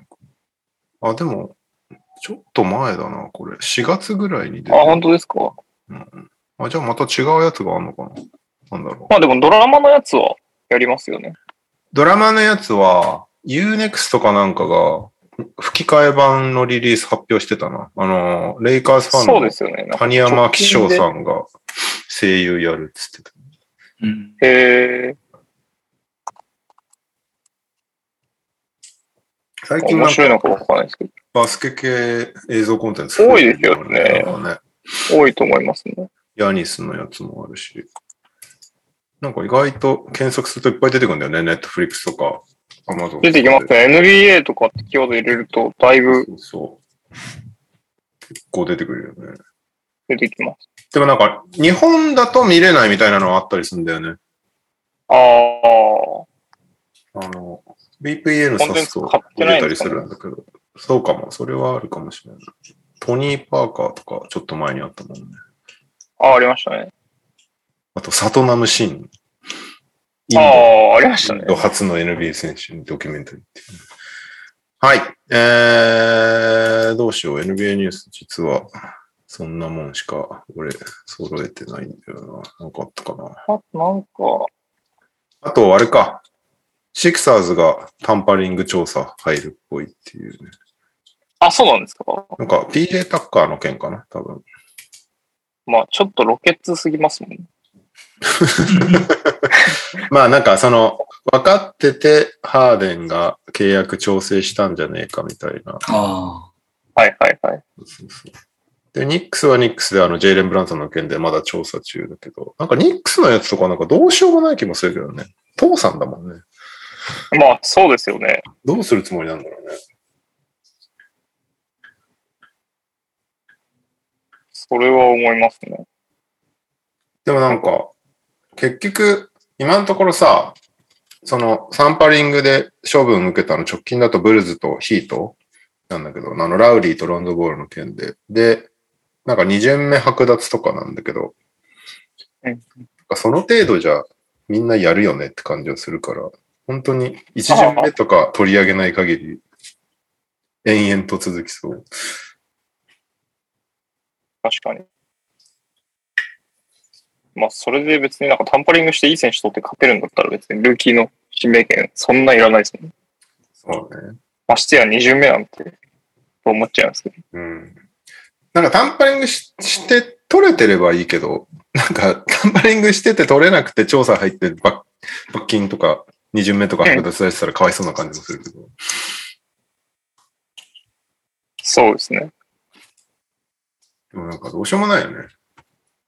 Speaker 1: あ、でも、ちょっと前だな、これ。4月ぐらいに出
Speaker 2: あ、本当ですか。
Speaker 1: あ、じゃあまた違うやつがあるのかななんだろう。
Speaker 2: まあでもドラマのやつはやりますよね。
Speaker 1: ドラマのやつは、Unext かなんかが、吹き替え版のリリース発表してたな。あの、レイカーズファンの。
Speaker 2: そうですよね。なんか
Speaker 1: 谷山紀章さんが声優やるっつってた。
Speaker 3: うん
Speaker 2: へえ、
Speaker 1: 最近な
Speaker 2: 面
Speaker 1: んか
Speaker 2: 白いのかわかんないですけ
Speaker 1: バスケ系映像コンテンツ
Speaker 2: 多いですよね
Speaker 1: なんかね
Speaker 2: ど、多いと思いますね。
Speaker 1: ヤニスのやつもあるし。なんか意外と検索するといっぱい出てくるんだよね。ネットフリックスとか、アマゾン。
Speaker 2: 出てきますね。NBA とかってキーワード入れると、だいぶ
Speaker 1: そうそう。結構出てくるよね。
Speaker 2: 出てきます。
Speaker 1: でもなんか、日本だと見れないみたいなのはあったりするんだよね。
Speaker 2: ああ、
Speaker 1: あの、VPN
Speaker 2: コン
Speaker 1: 挿
Speaker 2: テン
Speaker 1: す
Speaker 2: ツ
Speaker 1: と
Speaker 2: 買って
Speaker 1: 見
Speaker 2: な
Speaker 1: れ
Speaker 2: い
Speaker 1: た
Speaker 2: んで
Speaker 1: り
Speaker 2: す
Speaker 1: す
Speaker 2: かね
Speaker 1: るんだけど、そうかも、それはあるかもしれない。トニー・パーカーとか、ちょっと前にあったもんね。
Speaker 2: ああ、ありましたね。
Speaker 1: あと、サトナム・シン。インド
Speaker 2: ああ、ありました
Speaker 1: イ
Speaker 2: ね
Speaker 1: ン。ド初の NBA 選手のドキュメンタリーっていう。はい。えー、どうしよう。NBA ニュース、実は、そんなもんしか、俺、揃えてないんだよな。なんかあったかな。
Speaker 2: あなんか、
Speaker 1: あと、あれか。シクサーズがタンパリング調査入るっぽいっていうね。
Speaker 2: あ、そうなんですか。
Speaker 1: なんか、PJ タッカーの件かな多分。
Speaker 2: まあ、ちょっとロケッツすぎますもんね。
Speaker 1: まあ、なんか、その、分かってて、ハーデンが契約調整したんじゃねえかみたいな。
Speaker 3: あ
Speaker 2: はいはいはい。
Speaker 1: そうそうそうで、ニックスはニックスで、あの、ジェイレン・ブランソンの件でまだ調査中だけど、なんかニックスのやつとかなんかどうしようもない気もするけどね。父さんだもんね。
Speaker 2: まあ、そうですよね。
Speaker 1: どうするつもりなんだろうね。
Speaker 2: それは思いますね。
Speaker 1: でもなんか、結局、今のところさ、そのサンパリングで処分受けたの直近だとブルズとヒートなんだけど、あのラウリーとロンドボールの件で、で、なんか2巡目剥奪とかなんだけど、
Speaker 2: う
Speaker 1: な
Speaker 2: ん
Speaker 1: んかその程度じゃみんなやるよねって感じがするから、本当に1巡目とか取り上げない限り、延々と続きそう。
Speaker 2: 確かに。まあ、それで別になんかタンパリングしていい選手取って勝てるんだったら別にルーキーの指名権そんないらないですもんね。
Speaker 1: そうね。
Speaker 2: ましてや2巡目なんて、と思っちゃいますけど。
Speaker 1: うんなんかタンパリングしして取れてればいいけど、なんかタンパリングしてて取れなくて調査入って罰罰金とか2巡目とか剥奪されてたらかわいそうな感じもするけど。
Speaker 2: そうですね。
Speaker 1: でもなんかどうしようもないよね。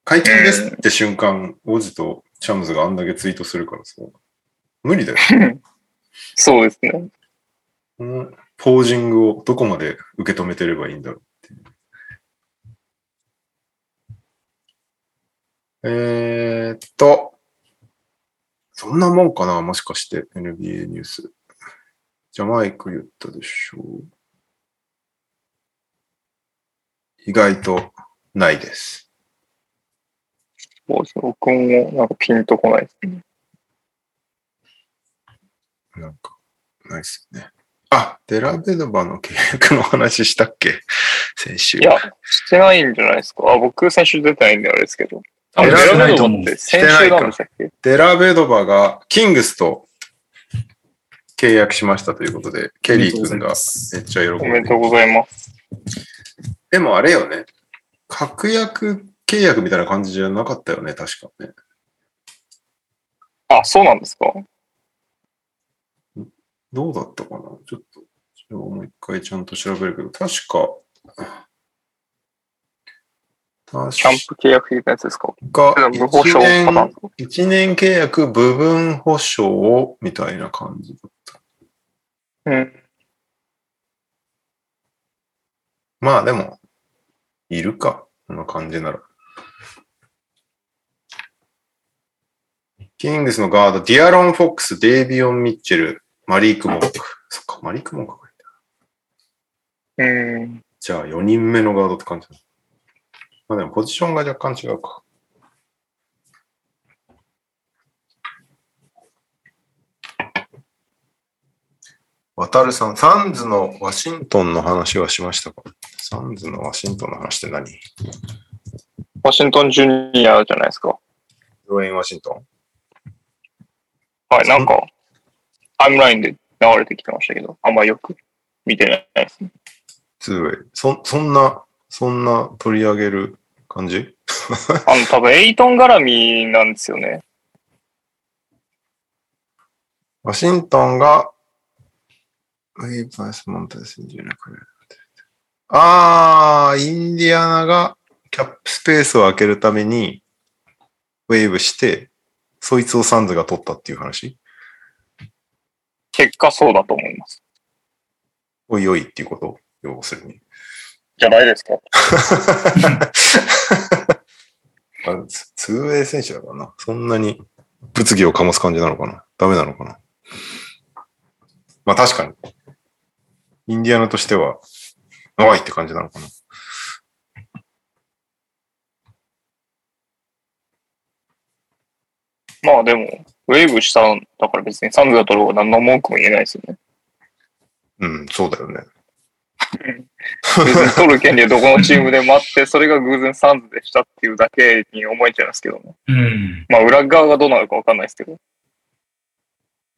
Speaker 1: 解禁ですって瞬間、王子とシャムズがあんだけツイートするからさ。無理だよ。
Speaker 2: そうですね。
Speaker 1: このポージングをどこまで受け止めてればいいんだろうっていう。えー、っと、そんなもんかなもしかして NBA ニュース。ジャマイク言ったでしょう。意外とないです。
Speaker 2: そうですね僕もなんかピンとこないですね。
Speaker 1: なんか、ないっすね。あ、デラベドバの契約の話したっけ先週。
Speaker 2: いや、してないんじゃないですか。あ、僕先週出てないんであれですけど。
Speaker 3: 多
Speaker 1: 選
Speaker 3: 分
Speaker 1: べ
Speaker 3: 出て
Speaker 1: な
Speaker 3: ないいと思う
Speaker 2: 選。手なんでしたっけ
Speaker 1: デラベドバがキングスと契約しましたということで、ケリー君がめっちゃ喜ん
Speaker 2: お
Speaker 1: で
Speaker 2: め
Speaker 1: い
Speaker 2: で
Speaker 1: て
Speaker 2: とうございます。
Speaker 1: でもあれよね。確約契約みたいな感じじゃなかったよね、確かね。
Speaker 2: あ、そうなんですか
Speaker 1: どうだったかなちょっと、それをもう一回ちゃんと調べるけど、確か、確
Speaker 2: キャンプ契約的なやつですか
Speaker 1: か、
Speaker 2: 無報
Speaker 1: 1
Speaker 2: 奨パターン
Speaker 1: 年
Speaker 2: です、か
Speaker 1: 一年契約部分保証みたいな感じだった。
Speaker 2: うん。
Speaker 1: まあでも、いるか、この感じなら。キングスのガード、ディアロン・フォックス、デイビオン・ミッチェル、マリーク・モンク。そっか、マリーク・モンクか。
Speaker 2: うん。
Speaker 1: じゃあ4人目のガードって感じだ。まあでもポジションが若干違うか。渡るさん、サンズのワシントンの話はしましたかサンズのワシントンの話って何
Speaker 2: ワシントンジュニアじゃないですか。
Speaker 1: ロエン・ワシントン。
Speaker 2: はい、なんか、タイムラインで流れてきてましたけど、あんまよく見てないですね。
Speaker 1: ツーウェイ。そ、そんな、そんな取り上げる感じ
Speaker 2: あの、多分エイトン絡みなんですよね。
Speaker 1: ワシントンが、ウェイパースモンタス20のこれ。あー、インディアナがキャップスペースを開けるために、ウェーブして、そいつをサンズが取ったっていう話
Speaker 2: 結果そうだと思います。
Speaker 1: おいおいっていうこと要するに。
Speaker 2: じゃないですか。
Speaker 1: あれツツーウェイ選手だからな。そんなに物議を醸す感じなのかなダメなのかなまあ確かに。インディアナとしては、おいって感じなのかな
Speaker 2: まあでも、ウェーブしたんだから別にサンズが取ろうが何の文句も言えないですよね。
Speaker 1: うん、そうだよね。
Speaker 2: 別に取る権利はどこのチームでもあって、それが偶然サンズでしたっていうだけに思えちゃいますけどね。
Speaker 3: うん。
Speaker 2: まあ裏側がどうなるかわかんないですけど。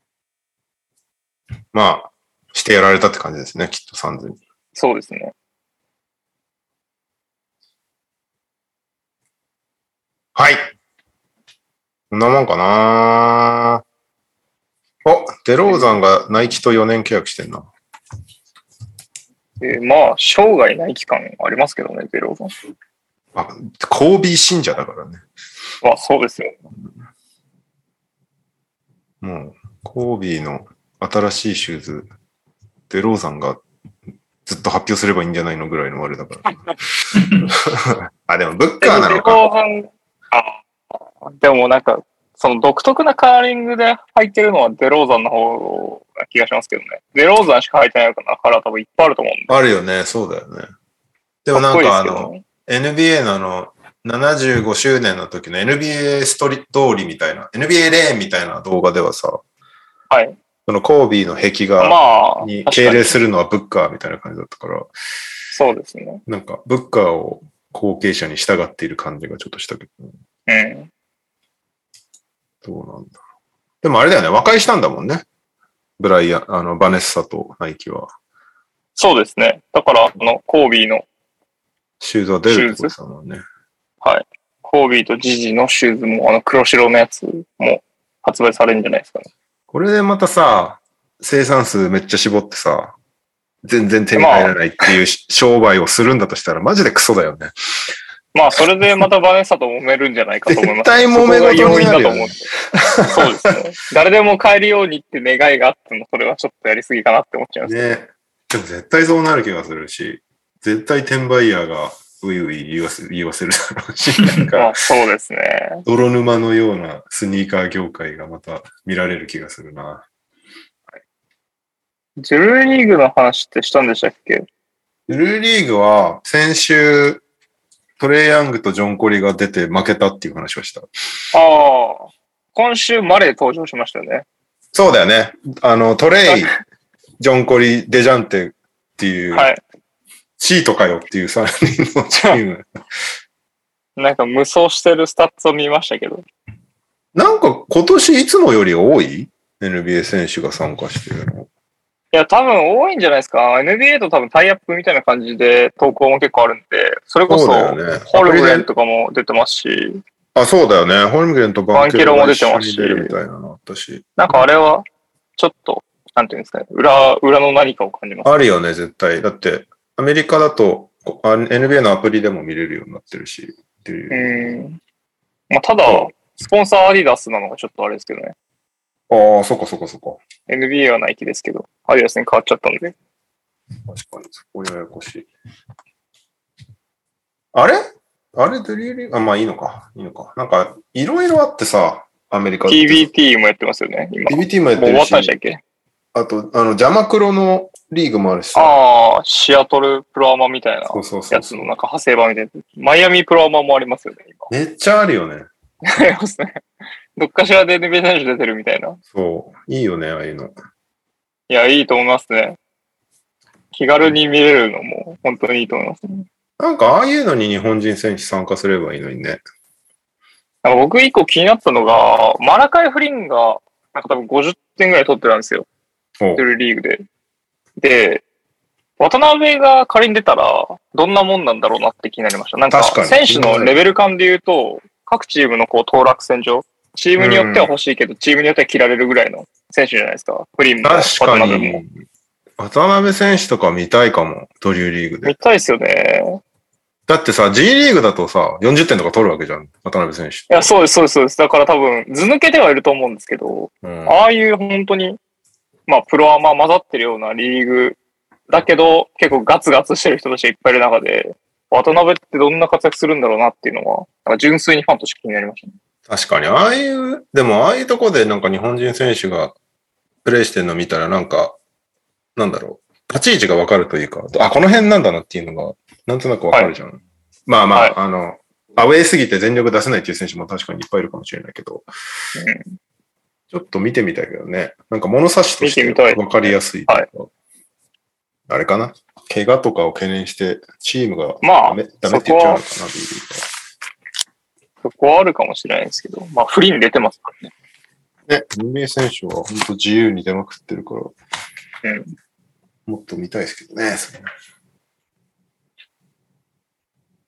Speaker 1: まあ、してやられたって感じですね、きっとサンズに。
Speaker 2: そうですね。
Speaker 1: はい。こんなもんかなお、デローザンがナイキと4年契約してんな。
Speaker 2: えーまあ、生涯ない期間ありますけどね、ゼロが。
Speaker 1: あ、コービー信者だからね。
Speaker 2: まあそうですよ。
Speaker 1: もう、コービーの新しいシューズ、デローザンがずっと発表すればいいんじゃないのぐらいのあれだから。 あ、でも、ブッカーなのか。
Speaker 2: 後半、あでもなんか、その独特なカーリングで履いてるのはデローザンの方な気がしますけどね。デローザンしか履いてないから、カラー多分いっぱいあると思うんで。
Speaker 1: あるよね、そうだよね。でも
Speaker 2: か
Speaker 1: な
Speaker 2: っ
Speaker 1: ん
Speaker 2: こいいで
Speaker 1: かあ
Speaker 2: すけ
Speaker 1: の
Speaker 2: ど、ね。
Speaker 1: NBA のあの、75周年の時の NBA ストリ通りみたいな、NBA レーンみたいな動画ではさ、
Speaker 2: はい。
Speaker 1: そのコービーの壁
Speaker 2: ま
Speaker 1: 画
Speaker 2: あ、
Speaker 1: に
Speaker 2: 確
Speaker 1: 敬
Speaker 2: かに
Speaker 1: 礼するのはブッカーみたいな感じだったから、
Speaker 2: そうですね。
Speaker 1: なんかブッカーを後継者に従っている感じがちょっとしたけど、
Speaker 2: うん。
Speaker 1: どうなんだろう。でもあれだよね、和解したんだもんね。ブライアン、あの、バネッサとナイキは。
Speaker 2: そうですね。だから、あの、コービーの、
Speaker 1: シューズは出るってことだもんね。
Speaker 2: はい。コービーとジジのシューズも、あの、黒白のやつも発売されるんじゃないですかね。
Speaker 1: これでまたさ、生産数めっちゃ絞ってさ、全然手に入らないっていうし商売をするんだとしたら、マジでクソだよね。
Speaker 2: まあ、それでまたバネッサと揉めるんじゃないかと思い
Speaker 1: 絶
Speaker 2: ます。
Speaker 1: 対揉め事になるよね
Speaker 2: そ こが要因だと思うんでそうですね。誰でも買えるようにって願いがあっても、それはちょっとやりすぎかなって思っちゃいます。
Speaker 1: ね。でも絶対そうなる気がするし、絶対転売ヤーがういうい言わせ言わせるだろうし、なん
Speaker 2: ま
Speaker 1: か
Speaker 2: あ、そうですね。
Speaker 1: 泥沼のようなスニーカー業界がまた見られる気がするな。
Speaker 2: ジュルーリーグの話ってしたんでしたっけ
Speaker 1: ルーリーグは先週、トレイヤングとジョン・コリが出て負けたっていう話をした。
Speaker 2: ああ、今週マレー登場しましたよね。
Speaker 1: そうだよね。あの、トレイ、ジョン・コリ、デジャンテっていう、
Speaker 2: はい。
Speaker 1: シートかよっていう3人のチーム。
Speaker 2: なんか無双してるスタッツを見ましたけど。
Speaker 1: なんか今年いつもより多い ?NBA 選手が参加してるの。
Speaker 2: いや、多分多いんじゃないですか。NBA と多分タイアップみたいな感じで投稿も結構あるんで、それこ
Speaker 1: そう
Speaker 2: そ、
Speaker 1: だよね。
Speaker 2: ホルブレンとかも出てますし、
Speaker 1: あ、そうだよね。ホルムゲンとバンケロ
Speaker 2: バンケロ
Speaker 1: も出てま
Speaker 2: も出てますす
Speaker 1: し。
Speaker 2: し
Speaker 1: みたいなのあったし。
Speaker 2: なんかあれは、ちょっと、なんていうんですかね、裏、裏の何かを感じます。
Speaker 1: あるよね、絶対。だって、アメリカだと、こあ NBA のアプリでも見れるようになってるし、っていうう。
Speaker 2: ん。まあ、ただ、スポンサーアディダスなのがちょっとあれですけどね。
Speaker 1: ああ、そっかそっかそっか。
Speaker 2: NBA はナイキですけど、アディダスに変わっちゃったんで。
Speaker 1: 確かに、そこややこしい。あれあれ、ドリーリーあ、まあいいのか。いいのか。なんか、いろいろあってさ、アメリカって。
Speaker 2: TBT もやってますよね、今。も
Speaker 1: TBT もや
Speaker 2: う
Speaker 1: って
Speaker 2: 終
Speaker 1: る
Speaker 2: わったんでし
Speaker 1: し、
Speaker 2: たっけ
Speaker 1: あと、あの、邪魔黒のリーグもあるしさ。
Speaker 2: ああ、シアトルプロアマみたいな
Speaker 1: そうそうそ
Speaker 2: や
Speaker 1: う
Speaker 2: つ
Speaker 1: そ
Speaker 2: の
Speaker 1: う。
Speaker 2: なんか派生版みたいな。マイアミプロアマもありますよね、今。
Speaker 1: めっち ゃあるよね。
Speaker 2: ありますね。どっかしらで NBA 選手出てるみたいな。
Speaker 1: そう。いいよね、ああいうの。
Speaker 2: いや、いいと思いますね。気軽に見れるのも本当にいいと思いますね。
Speaker 1: なんか、ああいうのに日本人選手参加すればいいのにね。
Speaker 2: なんか僕一個気になったのが、マラカイ・フリンが、なんか多分50点ぐらい取ってたんですよ。
Speaker 1: おう
Speaker 2: ドルリーグで。で、渡辺が仮に出たら、どんなもんなんだろうなって気になりました。なんか、
Speaker 1: 確か
Speaker 2: 選
Speaker 1: に
Speaker 2: 手のレベル感で言うと、各チームのこう、当落戦上、チームによっては欲しいけど、チームによっては切られるぐらいの選手じゃないですか。フリンも、
Speaker 1: 確
Speaker 2: 渡
Speaker 1: か
Speaker 2: 辺も。
Speaker 1: に、渡辺選手とか見たいかも、ドリューリーグで。
Speaker 2: 見たいですよね。
Speaker 1: だってさ、G リーグだとさ、40点とか取るわけじゃん、渡辺選手って。
Speaker 2: いや、そうです、そうです、そうです。だから多分、図抜けてはいると思うんですけど、
Speaker 1: うん、
Speaker 2: ああいう本当に、まあ、プロアマ混ざってるようなリーグだけど、結構ガツガツしてる人たちがいっぱいいる中で、渡辺ってどんな活躍するんだろうなっていうのは、なんか純粋にファンとして気になりましたね。
Speaker 1: 確かに、ああいう、でもああいうとこでなんか日本人選手がプレイしてるの見たらなんか、なんだろう、立ち位置がわかるというか、あ、この辺なんだなっていうのが、なんとなくわかるじゃん。まあまあ、
Speaker 2: はい
Speaker 1: あの、アウェイすぎて全力出せないっていう選手も確かにいっぱいいるかもしれないけど、
Speaker 2: うん
Speaker 1: ちょっと見てみたいけどね、なんか物差しとし
Speaker 2: 見てみ
Speaker 1: て
Speaker 2: たい
Speaker 1: わかりやすいというかあれかな怪我とかを懸念して、チームが
Speaker 2: ま
Speaker 1: ダ
Speaker 2: あ、
Speaker 1: メダメって言っちゃうのかな、リーグみたいな
Speaker 2: そこはあるかもしれないですけど、まあ、フリーに出てますからね。
Speaker 1: ね、NBA 選手は本当自由に出まくってるから、
Speaker 2: うん
Speaker 1: もっと見たいですけどね、それ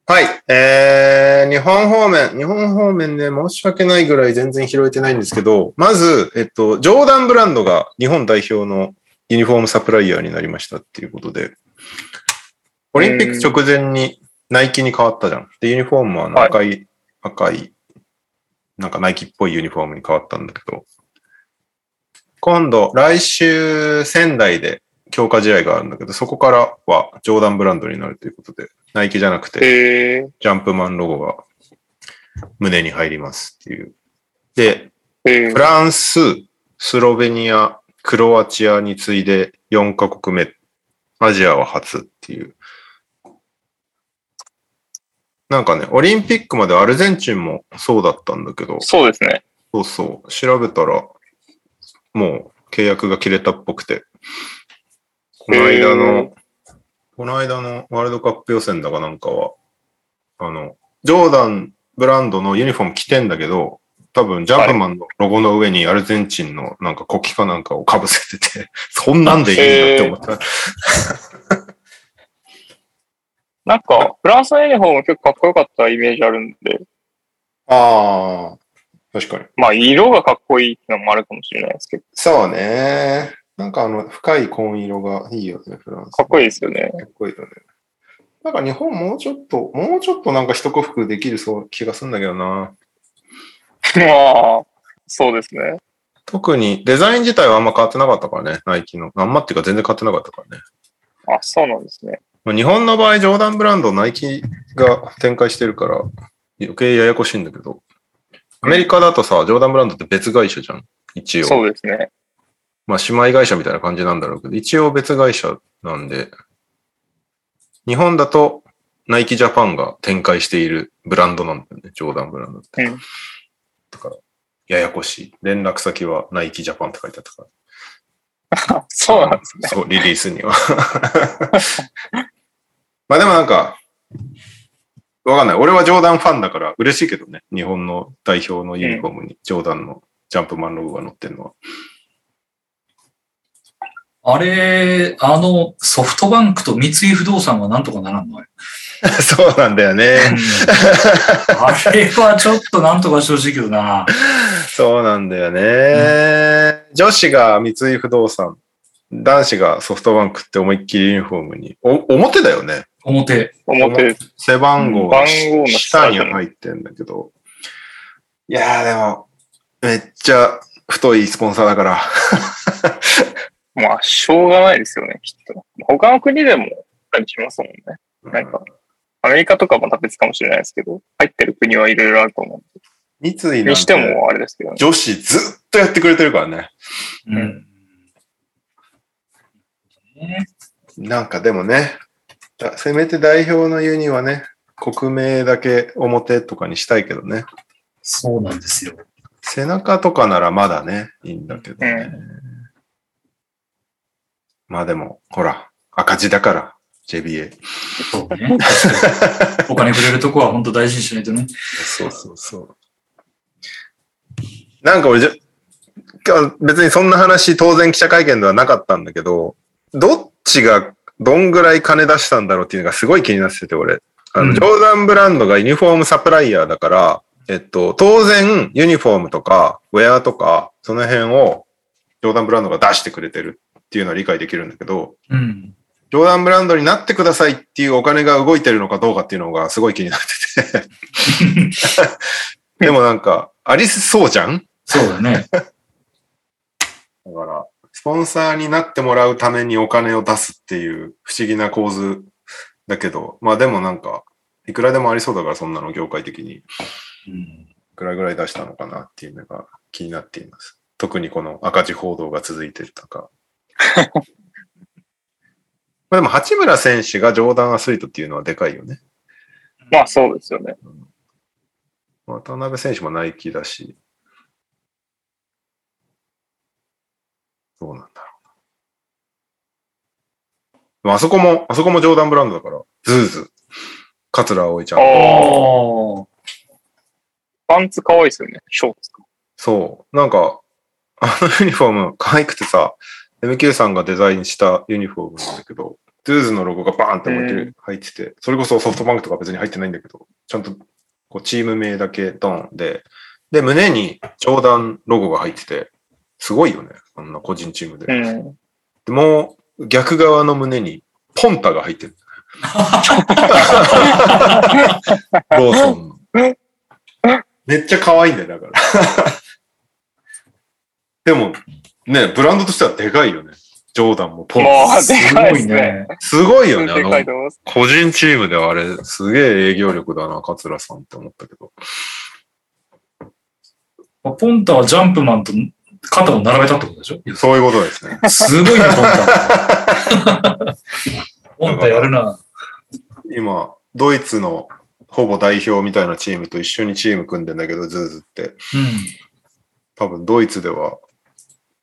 Speaker 1: はい、えー、日本方面、日本方面ね、申し訳ないぐらい全然拾えてないんですけど、まず、えっと、ジョーダンブランドが日本代表のユニフォームサプライヤーになりましたっていうことで、オリンピック直前にナイキに変わったじゃん。で、ユニフォームはあの赤い、赤い、なんかナイキっぽいユニフォームに変わったんだけど、今度、来週、仙台で強化試合があるんだけど、そこからはジョーダンブランドになるということで、ナイキじゃなくて、
Speaker 2: へー
Speaker 1: ジャンプマンロゴが胸に入りますっていう。で、
Speaker 2: へ
Speaker 1: フ
Speaker 2: ー
Speaker 1: ランス、スロベニア、クロアチアに次いで4カ国目、アジアは初っていう。なんかね、オリンピックまでアルゼンチンもそうだったんだけど、
Speaker 2: そうですね。
Speaker 1: そうそう。調べたら、もう契約が切れたっぽくて。この間
Speaker 2: へ
Speaker 1: の、この間のワールドカップ予選だかなんかは、あの、ジョーダンブランドのユニフォーム着てんだけど、多分ジャンプマンのロゴの上にアルゼンチンのなんか国旗かなんかをかぶせてて、 そんなんでいいんだって思った。
Speaker 2: なんか、フランスのユニフォーム結構かっこよかったイメージあるんで、
Speaker 1: ああ、確かに。
Speaker 2: まあ、色がかっこいいってのもあるかもしれないですけど、
Speaker 1: そうね。なんかあの、深い紺色がいいよね、フランス。
Speaker 2: かっこいいですよね。
Speaker 1: かっこいいよね。なんか日本もうちょっと、もうちょっとなんか一克服できるそう気がするんだけどな。
Speaker 2: まあ、そうですね。
Speaker 1: 特にデザイン自体はあんま変わってなかったからね、ナイキの。あんまっていうか全然変わってなかったからね。
Speaker 2: あ、そうなんですね。
Speaker 1: まあ日本の場合、ジョーダンブランド、ナイキが展開してるから、余計ややこしいんだけど、アメリカだとさ、ジョーダンブランドって別会社じゃん。一応。
Speaker 2: そうですね。
Speaker 1: まあ、姉妹会社みたいな感じなんだろうけど、一応別会社なんで、日本だと、ナイキジャパンが展開しているブランドなんだよね、ジョーダンブランドって。
Speaker 2: うん
Speaker 1: だから、ややこしい。連絡先はナイキジャパンって書いてあったから。
Speaker 2: あそうなんですね。
Speaker 1: そう、リリースには。 まあでもなんか、わかんない。俺はジョーダンファンだから嬉しいけどね。日本の代表のユニフォームにジョーダンのジャンプマンロゴが載ってるのは。
Speaker 3: あれ、あの、ソフトバンクと三井不動産はなんとかな らんのあれ
Speaker 1: そうなんだよね。
Speaker 3: あれはちょっとなんとかしてほしいけどな。
Speaker 1: そうなんだよね。女子が三井不動産、男子がソフトバンクって思いっきりユニフォームに、お表だよね。
Speaker 3: 表。
Speaker 2: 表です。
Speaker 1: 背番号
Speaker 2: 番
Speaker 1: の
Speaker 2: 号の
Speaker 1: 下
Speaker 2: 下
Speaker 1: に
Speaker 2: に
Speaker 1: は入ってんだけど。いやーでも、めっちゃ太いスポンサーだから。
Speaker 2: まあ、しょうがないですよね、きっと。他の国でもあったりしますもんね。なんか、アメリカとかはまた別かもしれないですけど、入ってる国はいろいろあると思
Speaker 1: 三井
Speaker 2: う。
Speaker 1: な
Speaker 2: に
Speaker 1: ん
Speaker 2: して
Speaker 1: て
Speaker 2: も、あれですけどね。
Speaker 1: 女子ずっとやってくれてるからね。
Speaker 3: うん。
Speaker 1: なんかでもね、だせめて代表のユニはね、国名だけ表とかにしたいけどね。
Speaker 3: そうなんですよ。
Speaker 1: 背中とかならまだね、いいんだけどね。まあでも、ほら、赤字だから、JBA。
Speaker 3: そうね。お金くれるとこは本当大事にしないとね。
Speaker 1: そうそうそう。なんか俺じゃ、か別にそんな話当然記者会見ではなかったんだけど、どっちがどんぐらい金出したんだろうっていうのがすごい気になってて俺。あの、
Speaker 3: うん
Speaker 1: ジョーダンブランドがユニフォームサプライヤーだから、えっと、当然ユニフォームとかウェアとかその辺をジョーダンブランドが出してくれてるっていうのは理解できるんだけど、
Speaker 3: うん。
Speaker 1: ジョーダンブランドになってくださいっていうお金が動いてるのかどうかっていうのがすごい気になってて。でもなんか、ありそうじゃん
Speaker 3: そうだね。
Speaker 1: だから、スポンサーになってもらうためにお金を出すっていう不思議な構図だけど、まあでもなんか、いくらでもありそうだから、そんなの業界的に。い
Speaker 3: うん
Speaker 1: くらぐらい出したのかなっていうのが気になっています。特にこの赤字報道が続いてると か。まあでも、八村選手がジョーダンアスリートっていうのはでかいよね。
Speaker 2: まあ、そうですよね。
Speaker 1: 渡辺選手もナイキだし。どうなんだろうな。でもあそこも、あそこもジョーダンブランドだから、ズーズ、桂葵ちゃ
Speaker 2: あ
Speaker 1: ん。
Speaker 2: あ、
Speaker 3: ああ。
Speaker 2: パンツ可愛いですよね。ショーツか。
Speaker 1: そう。なんか、あのユニフォーム可愛くてさ、MQ さんがデザインしたユニフォームなんだけど、ズーズのロゴがバーンって思いっきり入ってて、それこそソフトバンクとか別に入ってないんだけど、ちゃんとこうチーム名だけドンで、で、胸にジョーダンロゴが入ってて、すごいよね。あんな個人チームで。
Speaker 2: うん。
Speaker 1: でもう逆側の胸にポンタが入 ってる。ローソンの。めっちゃ可愛いんだよ、だから。でも、ね、ブランドとしてはでかいよね。ジョーダンもポン
Speaker 2: ま
Speaker 1: タ。
Speaker 2: あ、ですかい
Speaker 3: ご
Speaker 2: で
Speaker 3: い
Speaker 2: すね。
Speaker 3: ね。
Speaker 1: すごいよね、あ
Speaker 2: でかいと
Speaker 1: の、
Speaker 2: 思います。
Speaker 1: 個人チームではあれ、すげえ営業力だな、桂さんって思ったけど。
Speaker 3: ポンタはジャンプマンと肩を並べたってことでしょ
Speaker 1: そういうことですね。
Speaker 3: すごいね、ポン タ。ポンタやるな。
Speaker 1: 今、ドイツのほぼ代表みたいなチームと一緒にチーム組んでんだけど、ズーズって。
Speaker 3: うん。
Speaker 1: 多分ドイツでは、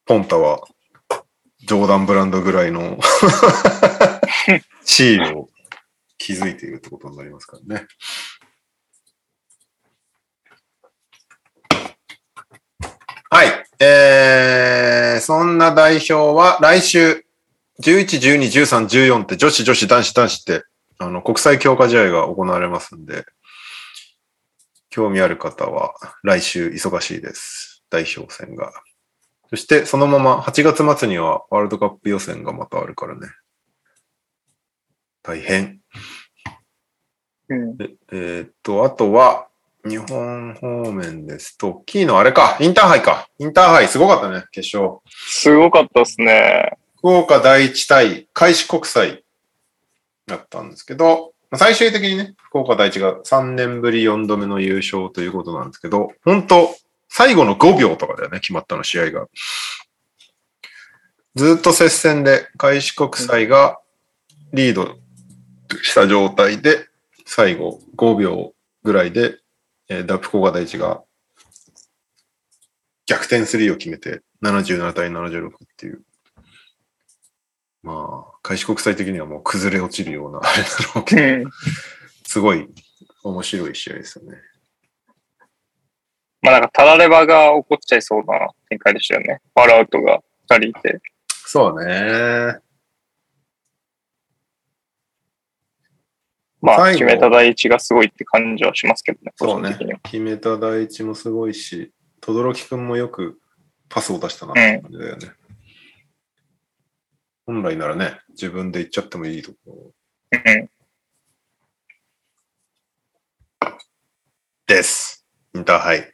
Speaker 1: ポンタは、ジョーダンブランドぐらいの 地位を築いているってことになりますからね。はい。えー、そんな代表は来週、11、12、13、14って女子、女子、男子、男子って、あの、国際強化試合が行われますんで、興味ある方は来週忙しいです。代表戦が。そしてそのまま8月末にはワールドカップ予選がまたあるからね。大変。
Speaker 2: うん。
Speaker 1: でえーっと、あとは日本方面ですと、キーのあれか、インターハイか。インターハイすごかったね、決勝。
Speaker 2: すごかったですね。
Speaker 1: 福岡第一対開志国際。だったんですけど、まあ最終的にね、福岡第一が3年ぶり4度目の優勝ということなんですけど、本当最後の5秒とかだよね、決まったの試合が。ずっと接戦で、開志国際がリードした状態で、最後5秒ぐらいで、えーダプコガ大地が逆転スリーを決めて、77対76っていう。まあ、開志国際的にはもう崩れ落ちるような、あれだろうけど、
Speaker 2: うん。
Speaker 1: すごい面白い試合ですよね。
Speaker 2: まあなんか、タラレバが起こっちゃいそうな展開でしたよね。ファールアウトが2人いて。
Speaker 1: そうね。
Speaker 2: まあ、
Speaker 1: 最後
Speaker 2: 決めた第一がすごいって感じはしますけどね、
Speaker 1: そう
Speaker 2: 個人
Speaker 1: ね
Speaker 2: 的には。。
Speaker 1: 決めた第一もすごいし、轟くんもよくパスを出したなっ
Speaker 2: うん
Speaker 1: て感じだよね。本来ならね、自分で行っちゃってもいいとこ
Speaker 2: うん。
Speaker 1: です。インターハイ。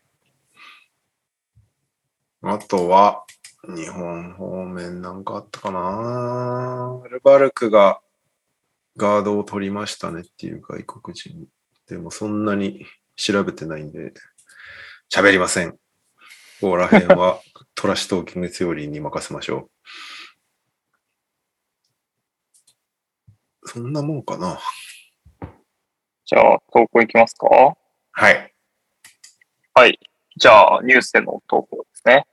Speaker 1: あとは、日本方面なんかあったかなアルバルクがガードを取りましたねっていう外国人。でもそんなに調べてないんで、喋りません。ここら辺は トラッシュトーキングセオリーに任せましょう。そんなもんかな
Speaker 2: じゃあ、投稿いきますか
Speaker 1: はい。
Speaker 2: はい。じゃあ、ニュースでの投稿ですね。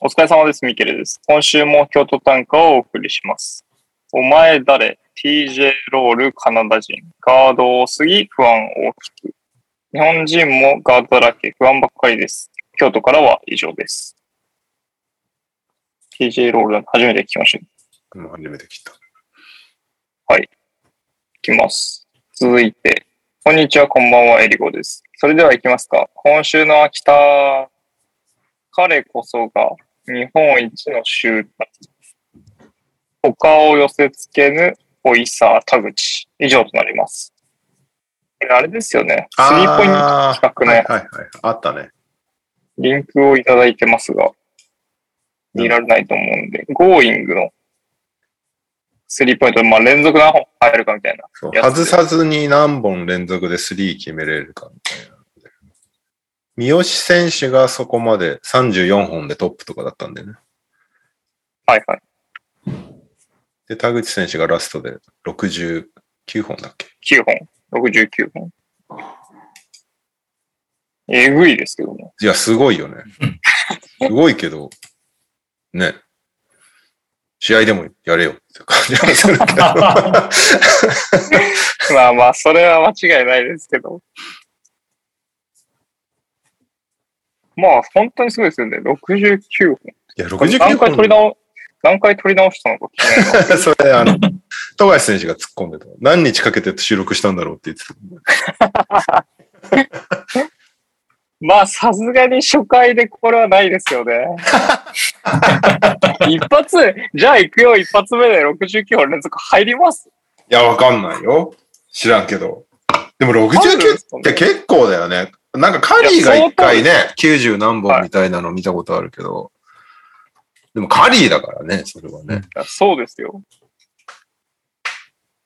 Speaker 2: お疲れ様です、ミケルです。今週も京都短歌をお送りします。お前誰 ?TJ ロールカナダ人。ガード多すぎ、不安大きく。日本人もガードだらけ、不安ばっかりです。京都からは以上です。TJ ロール、初めて聞きました。
Speaker 1: もう初めて聞いた。
Speaker 2: いきます。続いて、こんにちは、こんばんは、えりごです。それでは行きますか。今週の秋田、彼こそが日本一の集団。他を寄せ付けぬ、おいさ、田口。以上となります。これあれですよね。スリーポイント
Speaker 1: あー
Speaker 2: 企画ね
Speaker 1: はいはいはい。あったね。
Speaker 2: リンクをいただいてますが、見られないと思うんで、Going のスリーポイント、まあ連続何本入るかみたいな。
Speaker 1: そう
Speaker 2: やつ
Speaker 1: 外さずに何本連続で3決めれるかみたいな。三好選手がそこまで34本でトップとかだったんでね。
Speaker 2: はいはい。
Speaker 1: で、田口選手がラストで69本だっけ。
Speaker 2: 9本、69本。えぐいですけども。
Speaker 1: いや、すごいよ ね。すごいけど、ね。試合でもや れよって感じがするけど。
Speaker 2: まあまあ、それは間違いないですけど。まあ、本当にすごいですよね。69
Speaker 1: いや、
Speaker 2: 本。
Speaker 1: 69
Speaker 2: 何回取り
Speaker 1: 本。
Speaker 2: 直、何回取り直したのか気にな る
Speaker 1: それ、あの、富樫選手が突っ込んでた。何日かけて収録したんだろうって言ってた。
Speaker 2: まあ、さすがに初回でこれはないです よね。一発、じゃあ行くよ、一発目で69本連続入ります。
Speaker 1: いや、わかんないよ。知らんけど。でも
Speaker 2: 入るん
Speaker 1: 69
Speaker 2: ですかね
Speaker 1: って結構だよね。なんかカリーが一回ね、90何本みたいなの見たことあるけど。でもカリーだからね、それはね。
Speaker 2: いやそうですよ。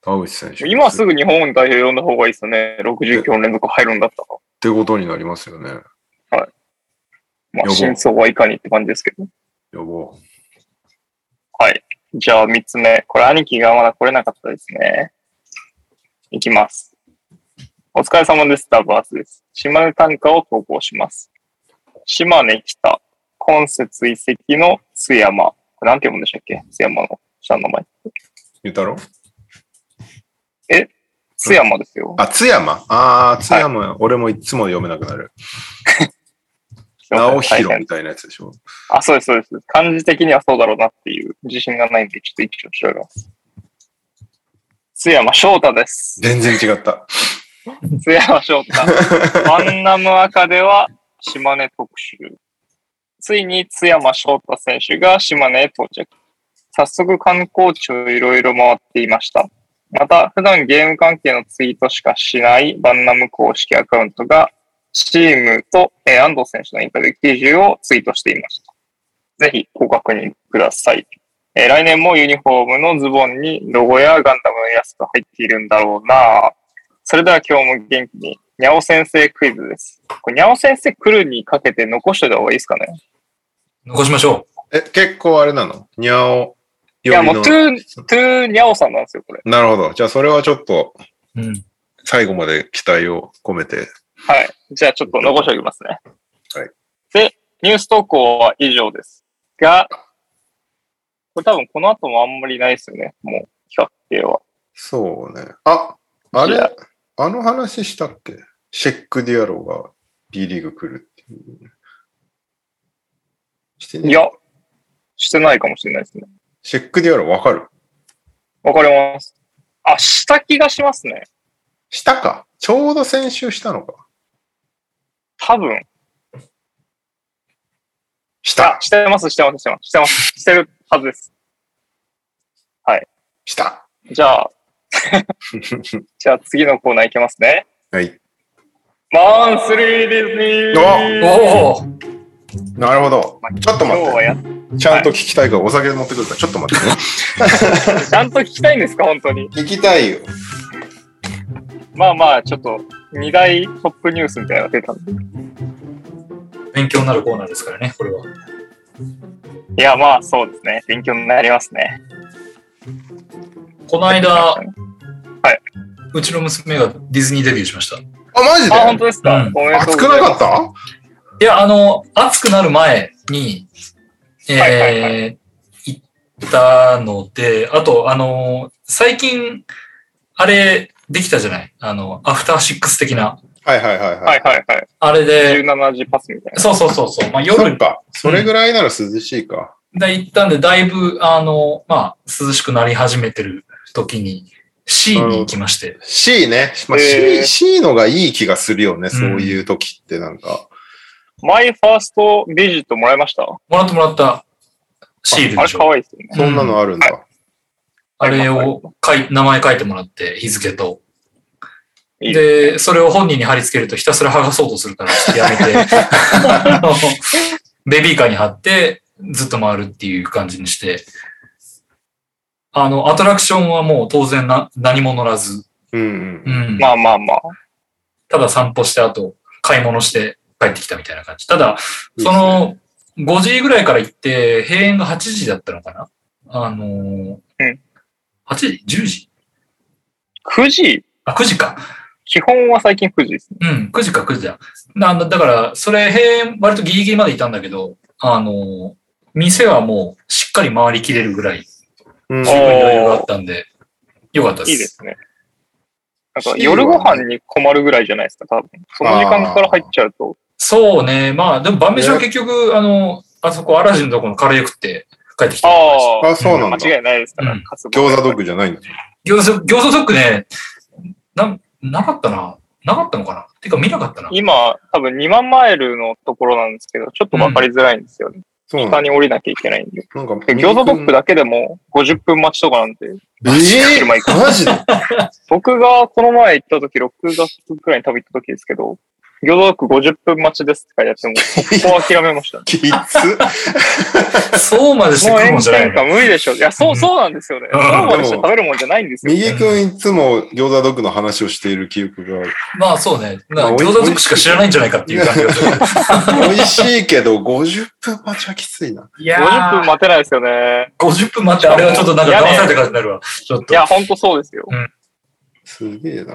Speaker 1: 田口選手。
Speaker 2: 今す
Speaker 1: っ
Speaker 2: ぐ日本代表呼んだ方がいいですよね。69本連続入るんだったら。
Speaker 1: てことになりますよね。
Speaker 2: ま
Speaker 1: 呼ぼ
Speaker 2: あ、
Speaker 1: う
Speaker 2: 真相はいかにって感じですけど。
Speaker 1: 予防。
Speaker 2: はい。じゃあ、三つ目。これ、兄貴がまだ来れなかったですね。いきます。お疲れ様です。ダブアツです。島根短歌を投稿します。島根北、今節遺跡の津山。これ、なんて読むんでしたっけ津山の下の名前。
Speaker 1: 言ったろ
Speaker 2: 津山ですよ。
Speaker 1: あ、津山。あー、津山、俺もいつも読めなくなる。直
Speaker 2: すいませ
Speaker 1: 弘
Speaker 2: ん
Speaker 1: みたいなやつでしょ。
Speaker 2: あ、そうです、そうです。漢字的にはそうだろうなっていう自信がないんで、ちょっと一応調べます。津山翔太です。
Speaker 1: 全然違った。
Speaker 2: 津山翔太。マンナム赤では島根特集。ついに津山翔太選手が島根へ到着。早速観光地をいろいろ回っていました。また、普段ゲーム関係のツイートしかしないバンナム公式アカウントが、チームと、えー安藤選手のインタビュー記事をツイートしていました。ぜひご確認ください。えー来年もユニフォームのズボンにロゴやガンダムのイラスト入っているんだろうなそれでは今日も元気に、にゃお先生クイズです。これ、にゃお先生来るにかけて残しといた方がいいですかね
Speaker 3: 残しましょ
Speaker 1: え、結構あれなのにゃお
Speaker 2: いや、
Speaker 1: より
Speaker 2: もう、
Speaker 1: の
Speaker 2: トゥー、トゥーにゃおさんなんですよ、これ。
Speaker 1: なるほど。じゃあそれはちょっと
Speaker 3: う。うん。
Speaker 1: 最後まで期待を込めて。
Speaker 2: はい。じゃあちょっと残しておきますね。
Speaker 1: はい。
Speaker 2: で、ニュース投稿は以上ですが、これ多分この後もあんまりないですよね。もう、企画系は。
Speaker 1: そうね。あ、あ
Speaker 2: い
Speaker 1: れ
Speaker 2: や
Speaker 1: あの話したっけシェック・ディアロが B リーグ来るっていう。してね
Speaker 2: いや、してないかもしれないですね。
Speaker 1: シェック・ディアロわかる
Speaker 2: わかります。あ、した気がしますね。
Speaker 1: したかちょうど先週したのか
Speaker 2: 多分。
Speaker 1: した
Speaker 2: あ、してます、してます、してます、してます、してるはずです。
Speaker 1: した
Speaker 2: じ ゃあ、じゃあ次のコーナーいきますね。
Speaker 1: はい。
Speaker 2: マンスリーディズニー
Speaker 3: おお
Speaker 1: なるほど。ちょっと待
Speaker 2: 今日
Speaker 1: っ。
Speaker 2: はやって
Speaker 1: ちゃんと聞きたいからお酒持ってくるから、ちょっと待 ってね。
Speaker 2: て、ちゃんと聞きたいんですか、本当に。
Speaker 1: 聞きたいよ。
Speaker 2: まあまあ、ちょっと、二大トップニュースみたいなのが出たんで。
Speaker 3: 勉強になるコーナーですからね、これは。
Speaker 2: いや、まあそうですね。勉強になりますね。
Speaker 3: この間、
Speaker 2: はいう
Speaker 3: ちの娘がディズニーデビューしました。い
Speaker 1: あ、マジ
Speaker 2: あ、本
Speaker 1: で
Speaker 2: 当ですか、
Speaker 3: うん
Speaker 2: おめでとう
Speaker 1: 熱
Speaker 2: ご
Speaker 1: く
Speaker 2: ざ
Speaker 1: ない
Speaker 2: ます。
Speaker 1: かった
Speaker 3: や、あの、暑くなる前に、えー
Speaker 2: はいはいは
Speaker 3: 行ったので、あと、あの、最近、あれ、できたじゃないあの、アフターシックス的な。
Speaker 1: はいはいはいは。
Speaker 2: はいいはいはい。
Speaker 3: あれで、
Speaker 2: 17時パスみたいな。
Speaker 3: そうそうそうそう、まあ、
Speaker 1: そ
Speaker 3: 夜
Speaker 1: っか。それぐらいなら涼しいか。
Speaker 3: で行ったんで、だいぶ、あの、まあ、涼しくなり始めてる時に、C に行きまして。
Speaker 1: C ね。まあ、
Speaker 2: えー
Speaker 1: C, C のがいい気がするよね。そういう時ってなんか。
Speaker 2: マイファーストビジットもらいましたあ
Speaker 3: もらってもらったシール
Speaker 2: れ
Speaker 3: でし
Speaker 2: 可
Speaker 3: ょ。
Speaker 2: 愛いですよね。
Speaker 1: そんなのあるんだ。
Speaker 3: あれを書い、名前書いてもらって、日付と。
Speaker 2: いい
Speaker 3: で、それを本人に貼り付けるとひたすら剥がそうとするから、ちょっとやめ て、あのベビーカーに貼って、ずっと回るっていう感じにして、あの、アトラクションはもう当然な何も乗らず、
Speaker 1: うんう。
Speaker 3: うんん。
Speaker 2: まあまあまあ。
Speaker 3: ただ散歩して、あと買い物して帰ってきたみたいな感じ。ただ、
Speaker 1: いいっすね
Speaker 3: その5時ぐらいから行って、閉園が8時だったのかなあのー、
Speaker 2: うん
Speaker 3: 8時 ?10 時
Speaker 2: 9時
Speaker 3: あ、9時か。
Speaker 2: 基本は最近9時ですね。
Speaker 3: うん、9時か9時だ。なんだ、だから、それ閉園、割とギリギリまでいたんだけど、あのー、店はもうしっかり回りきれるぐらい、
Speaker 1: うん
Speaker 3: 十分余裕があったんで、よかったです。
Speaker 2: いいですね。なんか夜ご飯に困るぐらいじゃないですか、多分。その時間から入っちゃうと。
Speaker 3: そうね。まあ、でも晩飯は結局、あの、あそこ、アラジンのとこのカレー食って帰ってきた。
Speaker 2: ああ
Speaker 1: あ、そうなんだ。
Speaker 2: 間違いないですから、
Speaker 3: うん
Speaker 2: カス
Speaker 1: 餃子ドッグじゃないんだ。
Speaker 3: 餃子、餃子ドッグね、な、なかったな。なかったのかなてか見なかったな。
Speaker 2: 今、多分2万マイルのところなんですけど、ちょっと分かりづらいんですよね。
Speaker 1: そうなん
Speaker 2: 下
Speaker 1: だ。
Speaker 2: に降りなきゃいけないんで。
Speaker 1: なんか
Speaker 2: で餃子ドッグだけでも50分待ちとかなんで、
Speaker 1: えー
Speaker 2: 車行く。
Speaker 1: マジで。
Speaker 2: 僕がこの前行った時、6月くらいに旅行った時ですけど、餃子ドッグ50分待ちですって書いてあっても、 そこは諦めました、ね
Speaker 1: きつ。
Speaker 3: そうまでして
Speaker 2: もう
Speaker 3: くる
Speaker 2: 炎
Speaker 3: もんじゃない
Speaker 2: 天
Speaker 3: の
Speaker 2: 下無理でしょ。いや、そうう、
Speaker 3: ん
Speaker 2: そうなんですよね。
Speaker 3: うん
Speaker 2: そうまでして食べるもんじゃないんですよ。
Speaker 1: 右くんいつも餃子ドッグの話をしている記憶がある。
Speaker 3: まあそうね。
Speaker 1: まあ
Speaker 3: な餃子ドッグしか知らないんじゃないかっていう感じがする。
Speaker 1: 美味しいけど、50分待ちはきついな。
Speaker 3: い
Speaker 2: 50分待てないですよね。
Speaker 3: 50分待って、あれはちょっとなんか騙された感じになるわ。ちょっ
Speaker 2: い
Speaker 3: と。
Speaker 2: や、ほんとそうですよ。
Speaker 1: すげえな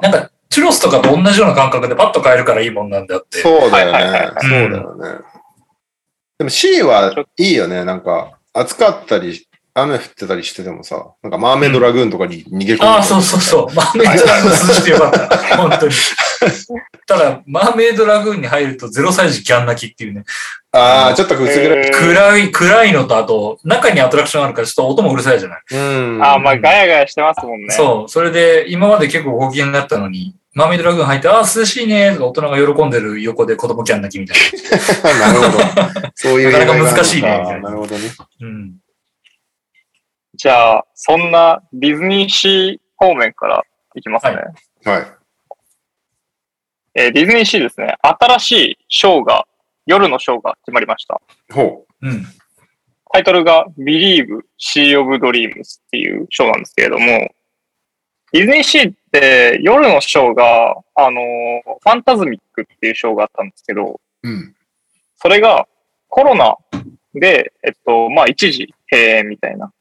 Speaker 3: なんか、チュロスとかと同じような感覚でパッと買えるからいいもんなんだって。
Speaker 1: そうだよ
Speaker 2: はいはいは
Speaker 1: ね。
Speaker 2: い
Speaker 1: そうだよね。でも C はいいよね。なんか、暑かったり、雨降ってたりしててもさ、なんかマーメイドラグーンとかに逃げ込んで
Speaker 3: ああ、そうそうそう。マーメイドラグーン涼しくてよかった。本当に。ただ、マーメイドラグーンに入るとゼロ歳児ギャン泣きっていうね。
Speaker 1: ああ、ちょっと薄暗い。
Speaker 2: えー
Speaker 3: 暗い、暗いのと、あと、中にアトラクションあるからちょっと音もうるさいじゃない
Speaker 1: うん。
Speaker 2: あ、まあ、ガヤガヤしてますもんね。
Speaker 3: そう。それで、今まで結構ご機嫌だったのに、マーメイドラグーン入って、ああ、涼しいね、とか大人が喜んでる横で子供キャン泣きみたい
Speaker 1: なるほど。そういう
Speaker 3: なかなか難しいね
Speaker 1: 意外なのかなるほどね。
Speaker 3: な。うん。
Speaker 2: じゃあ、そんなディズニーシー方面からいきますね。
Speaker 3: は
Speaker 1: はい。
Speaker 2: えーディズニーシーですね。新しいショーが、夜のショーが決まりました。
Speaker 1: ほ
Speaker 3: うん。
Speaker 2: タイトルが Believe Sea of Dreams っていうショーなんですけれども、ディズニーシーって夜のショーが、あのー、ファンタズミックっていうショーがあったんですけど、
Speaker 1: うん。
Speaker 2: それがコロナで、えっと、まあ、一時閉園みたいな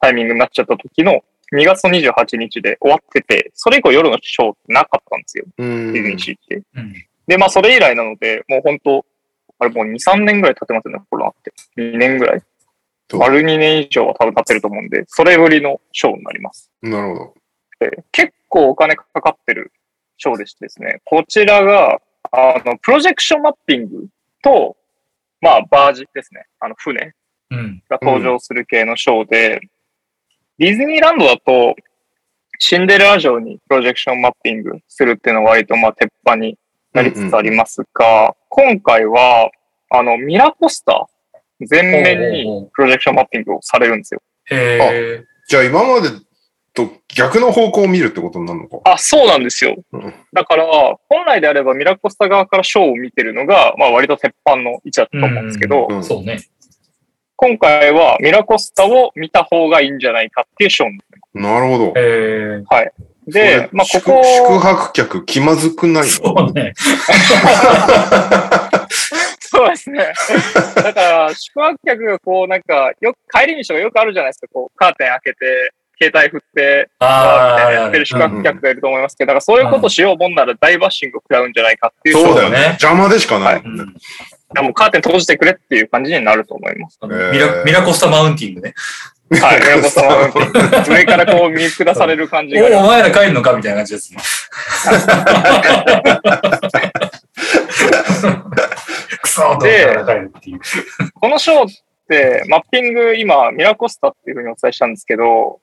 Speaker 2: タイミングになっちゃった時の2月28日で終わってて、それ以降夜のショーってなかったんですよ、
Speaker 1: う
Speaker 2: ディズニ
Speaker 1: ん
Speaker 2: ー。シーって。
Speaker 3: うん。
Speaker 2: で、まあ、それ以来なので、もう本当あれもう2、3年ぐらい経ってますよね、コロナって。2年ぐらい。
Speaker 1: と
Speaker 2: 丸2年以上は多分経ってると思うんで、それぶりのショーになります。
Speaker 1: なるほど。
Speaker 2: で結構お金かかってるショーでしてですね、こちらが、あの、プロジェクションマッピングと、まあ、バージですね。あの、船
Speaker 3: うん。
Speaker 2: が登場する系のショーで、ディズニーランドだと、シンデレラ城にプロジェクションマッピングするっていうのは割とまあ鉄板になりつつありますが、今回は、あの、ミラポスター全面
Speaker 3: おうおうお
Speaker 2: に
Speaker 3: う
Speaker 2: プロジェクションマッピングをされるんですよ。
Speaker 3: へえ。
Speaker 1: じゃあ今までと逆の方向を見るってことになるのか。
Speaker 2: あ、そうなんですよ
Speaker 1: うん。
Speaker 2: だから、本来であればミラポスター側からショーを見てるのが、まあ割と鉄板の位置だったと思うんですけど、
Speaker 1: うん。
Speaker 3: そうね。
Speaker 2: 今回はミラコスタを見た方がいいんじゃないかっていうショーになりま
Speaker 1: なるほど。
Speaker 3: へえ。
Speaker 2: すで、まあこ
Speaker 1: 宿
Speaker 2: こ、
Speaker 1: 宿泊客気まずくない
Speaker 3: そうね。
Speaker 2: そうで すね。だから、宿泊客がこう、なんか、よく、帰り道がよくあるじゃないですか。こう、カーテン開けて、携帯振って、わーみたいなやってる宿
Speaker 1: 間
Speaker 2: 泊客がいると思いますけど、だからそういうことしようもんなら大バッシングを食らうんじゃないかっていう。
Speaker 1: そうだよ
Speaker 3: そうだね
Speaker 1: ね。邪魔でしかないもんね。
Speaker 3: うん
Speaker 2: だからもうカーテン閉じてくれっていう感じになると思います。
Speaker 3: あのミラミラコスタマウンティングね。
Speaker 2: はい、宮本さんは上からこう見下される感じ
Speaker 3: お
Speaker 2: が。
Speaker 3: お前ら帰るのかみたいな感 じですね。クソーと思いながら帰るっていう。
Speaker 2: このショーって、マッピング、今、ミラコスタっていうふうにお伝えしたんですけど、も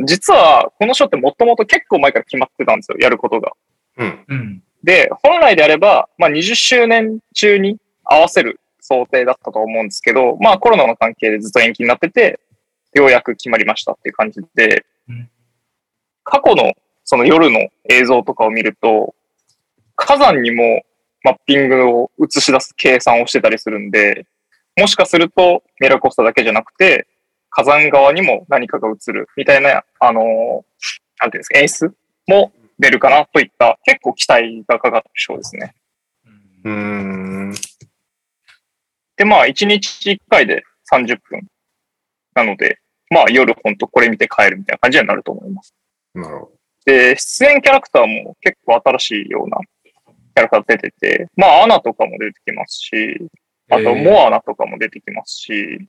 Speaker 2: う実は、このショーってもともと結構前から決まってたんですよ、やることが。
Speaker 1: うん。
Speaker 3: うん。
Speaker 2: で、本来であれば、まあ、20周年中に合わせる想定だったと思うんですけど、まあ、コロナの関係でずっと延期になってて、ようやく決まりましたっていう感じで
Speaker 3: うん、
Speaker 2: 過去のその夜の映像とかを見ると、火山にもマッピングを映し出す計算をしてたりするんで、もしかするとミラコスタだけじゃなくて、火山側にも何かが映るみたいな、あのなんていうんですか、演出も出るかなといった結構期待がかかる賞ですね。
Speaker 1: うーん。
Speaker 2: で、まあ1日1回で30分なので、まあ夜ほんとこれ見て帰るみたいな感じになると思います。
Speaker 1: なるほ
Speaker 2: で、出演キャラクターも結構新しいようなキャラクター出てて、まあアナとかも出てきますし、あとモアナとかも出てきますし、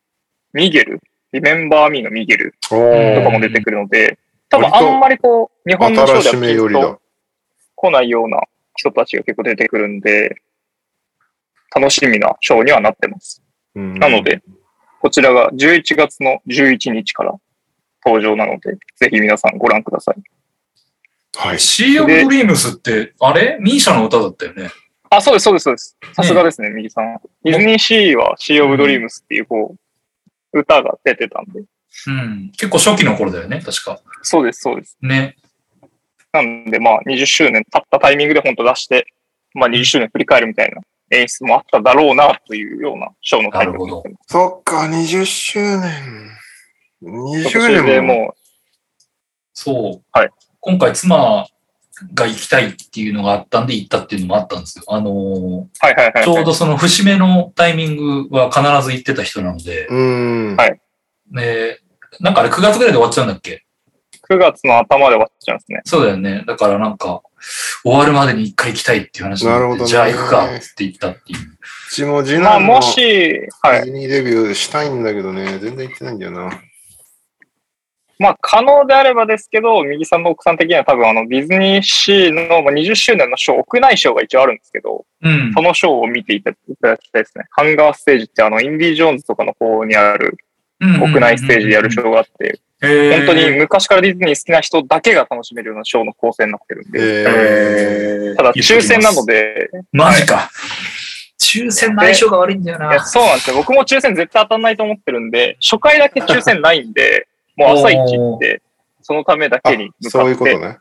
Speaker 2: ミゲル、リメンバーミーのミゲル
Speaker 1: ど。お
Speaker 2: とか
Speaker 1: ー
Speaker 2: も出てくるので、多分あんまりこう、日本のショー
Speaker 1: 新
Speaker 2: では
Speaker 1: しめより
Speaker 2: きっと
Speaker 1: だ。
Speaker 2: 来ないような人たちが結構出てくるんで、楽しみなショーにはなってます。
Speaker 1: な
Speaker 2: なの。で、こちらが11月の11日から登場なので、ぜひ皆さんご覧ください。
Speaker 1: はい。
Speaker 3: シー・オブ・ドリームスって、あれミーシャの歌だったよね。
Speaker 2: あ、そうです、そうです、そうです。さすがですね、右さん。ディズニーシーは Sea of Dreams っていうこう、歌が出てたんで。
Speaker 3: うん。結構初期の頃だよね、確か。
Speaker 2: そうです、そうです。
Speaker 3: ね。
Speaker 2: なんで、まあ、20周年経ったタイミングで本当出して、まあ、20周年振り返るみたいな演出もあっただろうな、というようなショーのタイトルになってます
Speaker 1: そっか、20周年。20
Speaker 2: 今年で
Speaker 1: 年も。
Speaker 2: もう
Speaker 3: そう。
Speaker 2: はい
Speaker 3: 今回、妻が行きたいっていうのがあったんで行ったっていうのもあったんですよ。あのー
Speaker 2: はいはいはいはい。
Speaker 3: ちょうどその節目のタイミングは必ず行ってた人なので、
Speaker 1: うーん。
Speaker 2: はい
Speaker 3: ね、なんかあれ9月ぐらいで終わっちゃうんだっけ
Speaker 2: 9月の頭で終わっちゃいますね。
Speaker 3: そうだよね。だからなんか、終わるまでに一回行きたいっていう話になって
Speaker 1: なるほどね
Speaker 3: じゃあ行くかって言ったっていう。
Speaker 1: うちも次
Speaker 2: まあ、
Speaker 1: 男の
Speaker 2: も
Speaker 1: デ
Speaker 2: し、は
Speaker 1: ィ
Speaker 2: い。
Speaker 1: ズニーレビューしたいんだけどね、全然行ってないんだよな。
Speaker 2: まあ、可能であればですけど、右さんの奥さん的には多分、あの、ディズニーシーのまあ20周年のショー、屋内ショーが一応あるんですけど、
Speaker 3: うん
Speaker 2: そ。のショーを見ていただきたいですね。ハンガーステージって、あの、インディ・ジョーンズとかの方にある、屋内ステージでやるショーがあって、
Speaker 3: へー
Speaker 2: 本当に昔からディズニー好きな人だけが楽しめるようなショーの構成になってるんで、
Speaker 1: えー
Speaker 2: ただ、抽選なので、
Speaker 3: マジか。抽選の相性が悪いんだよ
Speaker 2: いや、
Speaker 3: な。
Speaker 2: そうなんですよ。僕も抽選絶対当たんないと思ってるんで、初回だけ抽選ない んで、もう朝一行って、そのためだけに
Speaker 1: あ、そういうこと
Speaker 2: て、
Speaker 1: ね。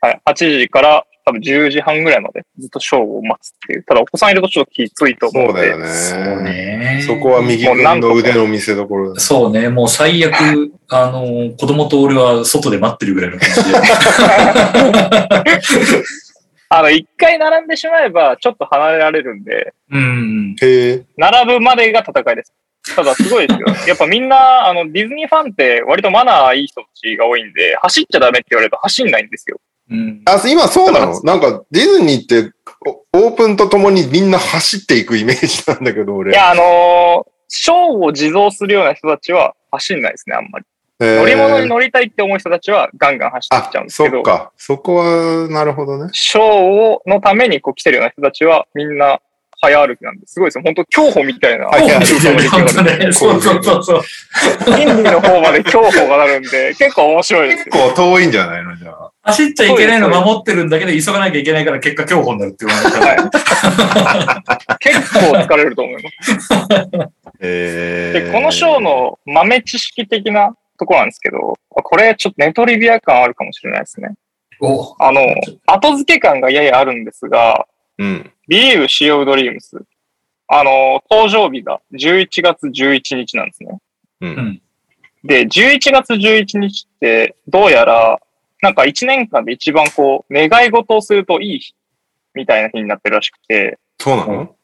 Speaker 2: はい、8時から多分10時半ぐらいまでずっと正午を待つっていう。ただお子さんいるとちょっときついと思う
Speaker 1: そ
Speaker 2: の
Speaker 1: うだ
Speaker 2: で、
Speaker 1: よね。
Speaker 3: そうね。
Speaker 1: そこは右軍の腕の見せ所だ。
Speaker 3: そうね、もう最悪、あの、子供と俺は外で待ってるぐらいの感じで。
Speaker 2: あの、一回並んでしまえばちょっと離れられるんで、
Speaker 3: うん。
Speaker 1: へえ。
Speaker 2: 並ぶまでが戦いです。ただすごいで すよ。やっぱみんな、あの、ディズニーファンって割とマナーいい人たちが多いんで、走っちゃダメって言われると走んないんですよ。
Speaker 3: うん。
Speaker 1: あ、今そうなのなんかディズニーっておオープンとともにみんな走っていくイメージなんだけど、俺。
Speaker 2: いや、あのーショーを自動するような人たちは走んないですね、あんまり。
Speaker 1: へー
Speaker 2: 乗り物に乗りたいって思う人たちはガンガン走って
Speaker 1: あ
Speaker 2: きちゃうん、です
Speaker 1: そ
Speaker 2: けど
Speaker 1: っ、か。そこは、なるほどね。
Speaker 2: ショーをのためにこう来てるような人たちはみんな早歩きなんです。すごいですよ。本当競歩みたいな。
Speaker 1: はいはい
Speaker 2: 競 歩みたい
Speaker 3: 本
Speaker 2: な
Speaker 3: 当ね。そうそうそうそう。
Speaker 2: インディの方まで競歩がなるんで、結構面白いです
Speaker 1: 結
Speaker 2: よ。
Speaker 1: 構遠いんじゃないのじゃあ。
Speaker 3: 走っちゃいけないの守ってるんだけど、急がなきゃいけないから結果競歩になるって言われた。
Speaker 2: 結構疲れると思います。
Speaker 1: へ
Speaker 2: で、このショー、の豆知識的なところなんですけど、これちょっとネトリビア感あるかもしれないですね。
Speaker 3: お
Speaker 2: あの、後付け感がややあるんですが、
Speaker 1: うん。
Speaker 2: Believe She of Dreams。あの、登場日が11月11日なんですね。
Speaker 1: う。
Speaker 3: うんん。
Speaker 2: で、11月11日って、どうやら、なんか1年間で一番こう、願い事をするといい日、みたいな日になってるらしくて、
Speaker 1: そうな
Speaker 3: う
Speaker 1: の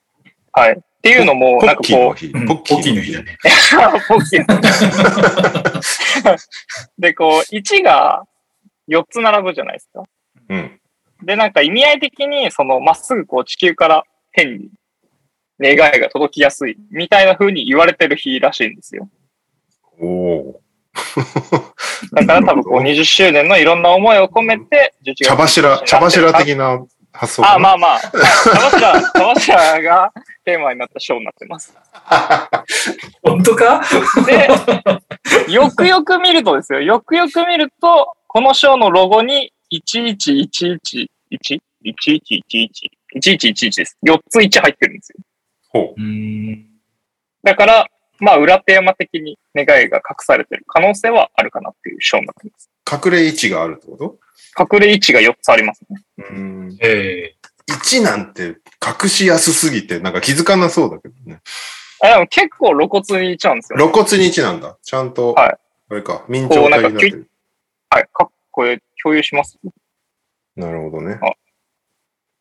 Speaker 2: はい。っていうのも、
Speaker 1: ポ
Speaker 2: なん
Speaker 1: ッ
Speaker 2: か
Speaker 1: キー
Speaker 2: こ
Speaker 1: の
Speaker 2: う、
Speaker 1: 日。
Speaker 3: うんポッキーの日だね。
Speaker 2: ポッキー で、こう、1が4つ並ぶじゃないですか。
Speaker 1: うん。
Speaker 2: で、なんか意味合い的に、その、まっすぐこう地球から天に願いが届きやすい、みたいな風に言われてる日らしいんですよ。
Speaker 1: おおー。
Speaker 2: だから多分こう20周年のいろんな思いを込めて、11月
Speaker 1: 茶柱、茶柱的な発想かな。
Speaker 2: あ、まあまあ、はい茶柱、茶柱がテーマになったショーになってます。
Speaker 3: 本当か
Speaker 2: で、よくよく見るとですよ、よくよく見ると、このショーのロゴに、111111111です。4つ1入ってるんですよ。
Speaker 1: ほ
Speaker 3: うーん。
Speaker 2: だから、まあ、裏テーマ的に願いが隠されてる可能性はあるかなっていうショーになってます。
Speaker 1: う。隠れ位置があるってこと
Speaker 2: 隠れ位置が4つありますね。
Speaker 1: うん。
Speaker 3: ええ
Speaker 1: 1なんて隠しやすすぎて、なんか気づかなそうだけどね。
Speaker 2: あでも結構露骨にいっちゃうんですよ。
Speaker 1: 露骨に1なんだ。ちゃんと、
Speaker 2: はい
Speaker 1: あれか、明朝体になってる。
Speaker 2: はい。かっこいい。共有します。
Speaker 1: なるほどね。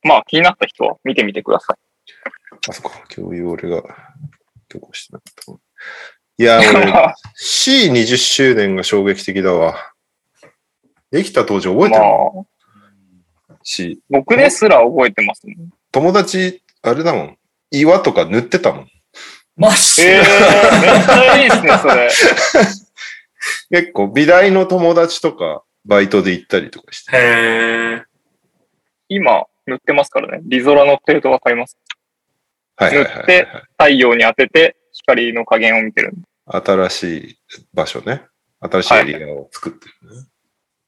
Speaker 2: まあ、気になった人は見てみてください。
Speaker 1: あ、そっか。共有俺が、どこしてなかった。い や、俺、C20 周年が衝撃的だわ。できた当時覚えて
Speaker 2: ま
Speaker 1: る
Speaker 2: あ、
Speaker 1: し、
Speaker 2: 僕ですら覚えてますね。
Speaker 1: 友達、あれだもん。岩とか塗ってたもん。
Speaker 3: マジ
Speaker 2: ええ
Speaker 3: で
Speaker 2: ー、めっちゃいいですね、それ。
Speaker 1: 結構、美大の友達とか、バイトで行ったりとかして。
Speaker 3: へえ。
Speaker 2: 今、塗ってますからね。リゾラのってるとわかります。
Speaker 1: はいはいはいはい、
Speaker 2: 塗太陽に当てて、光の加減を見てる。
Speaker 1: 新しい場所ね。新しいエリアを作ってるね。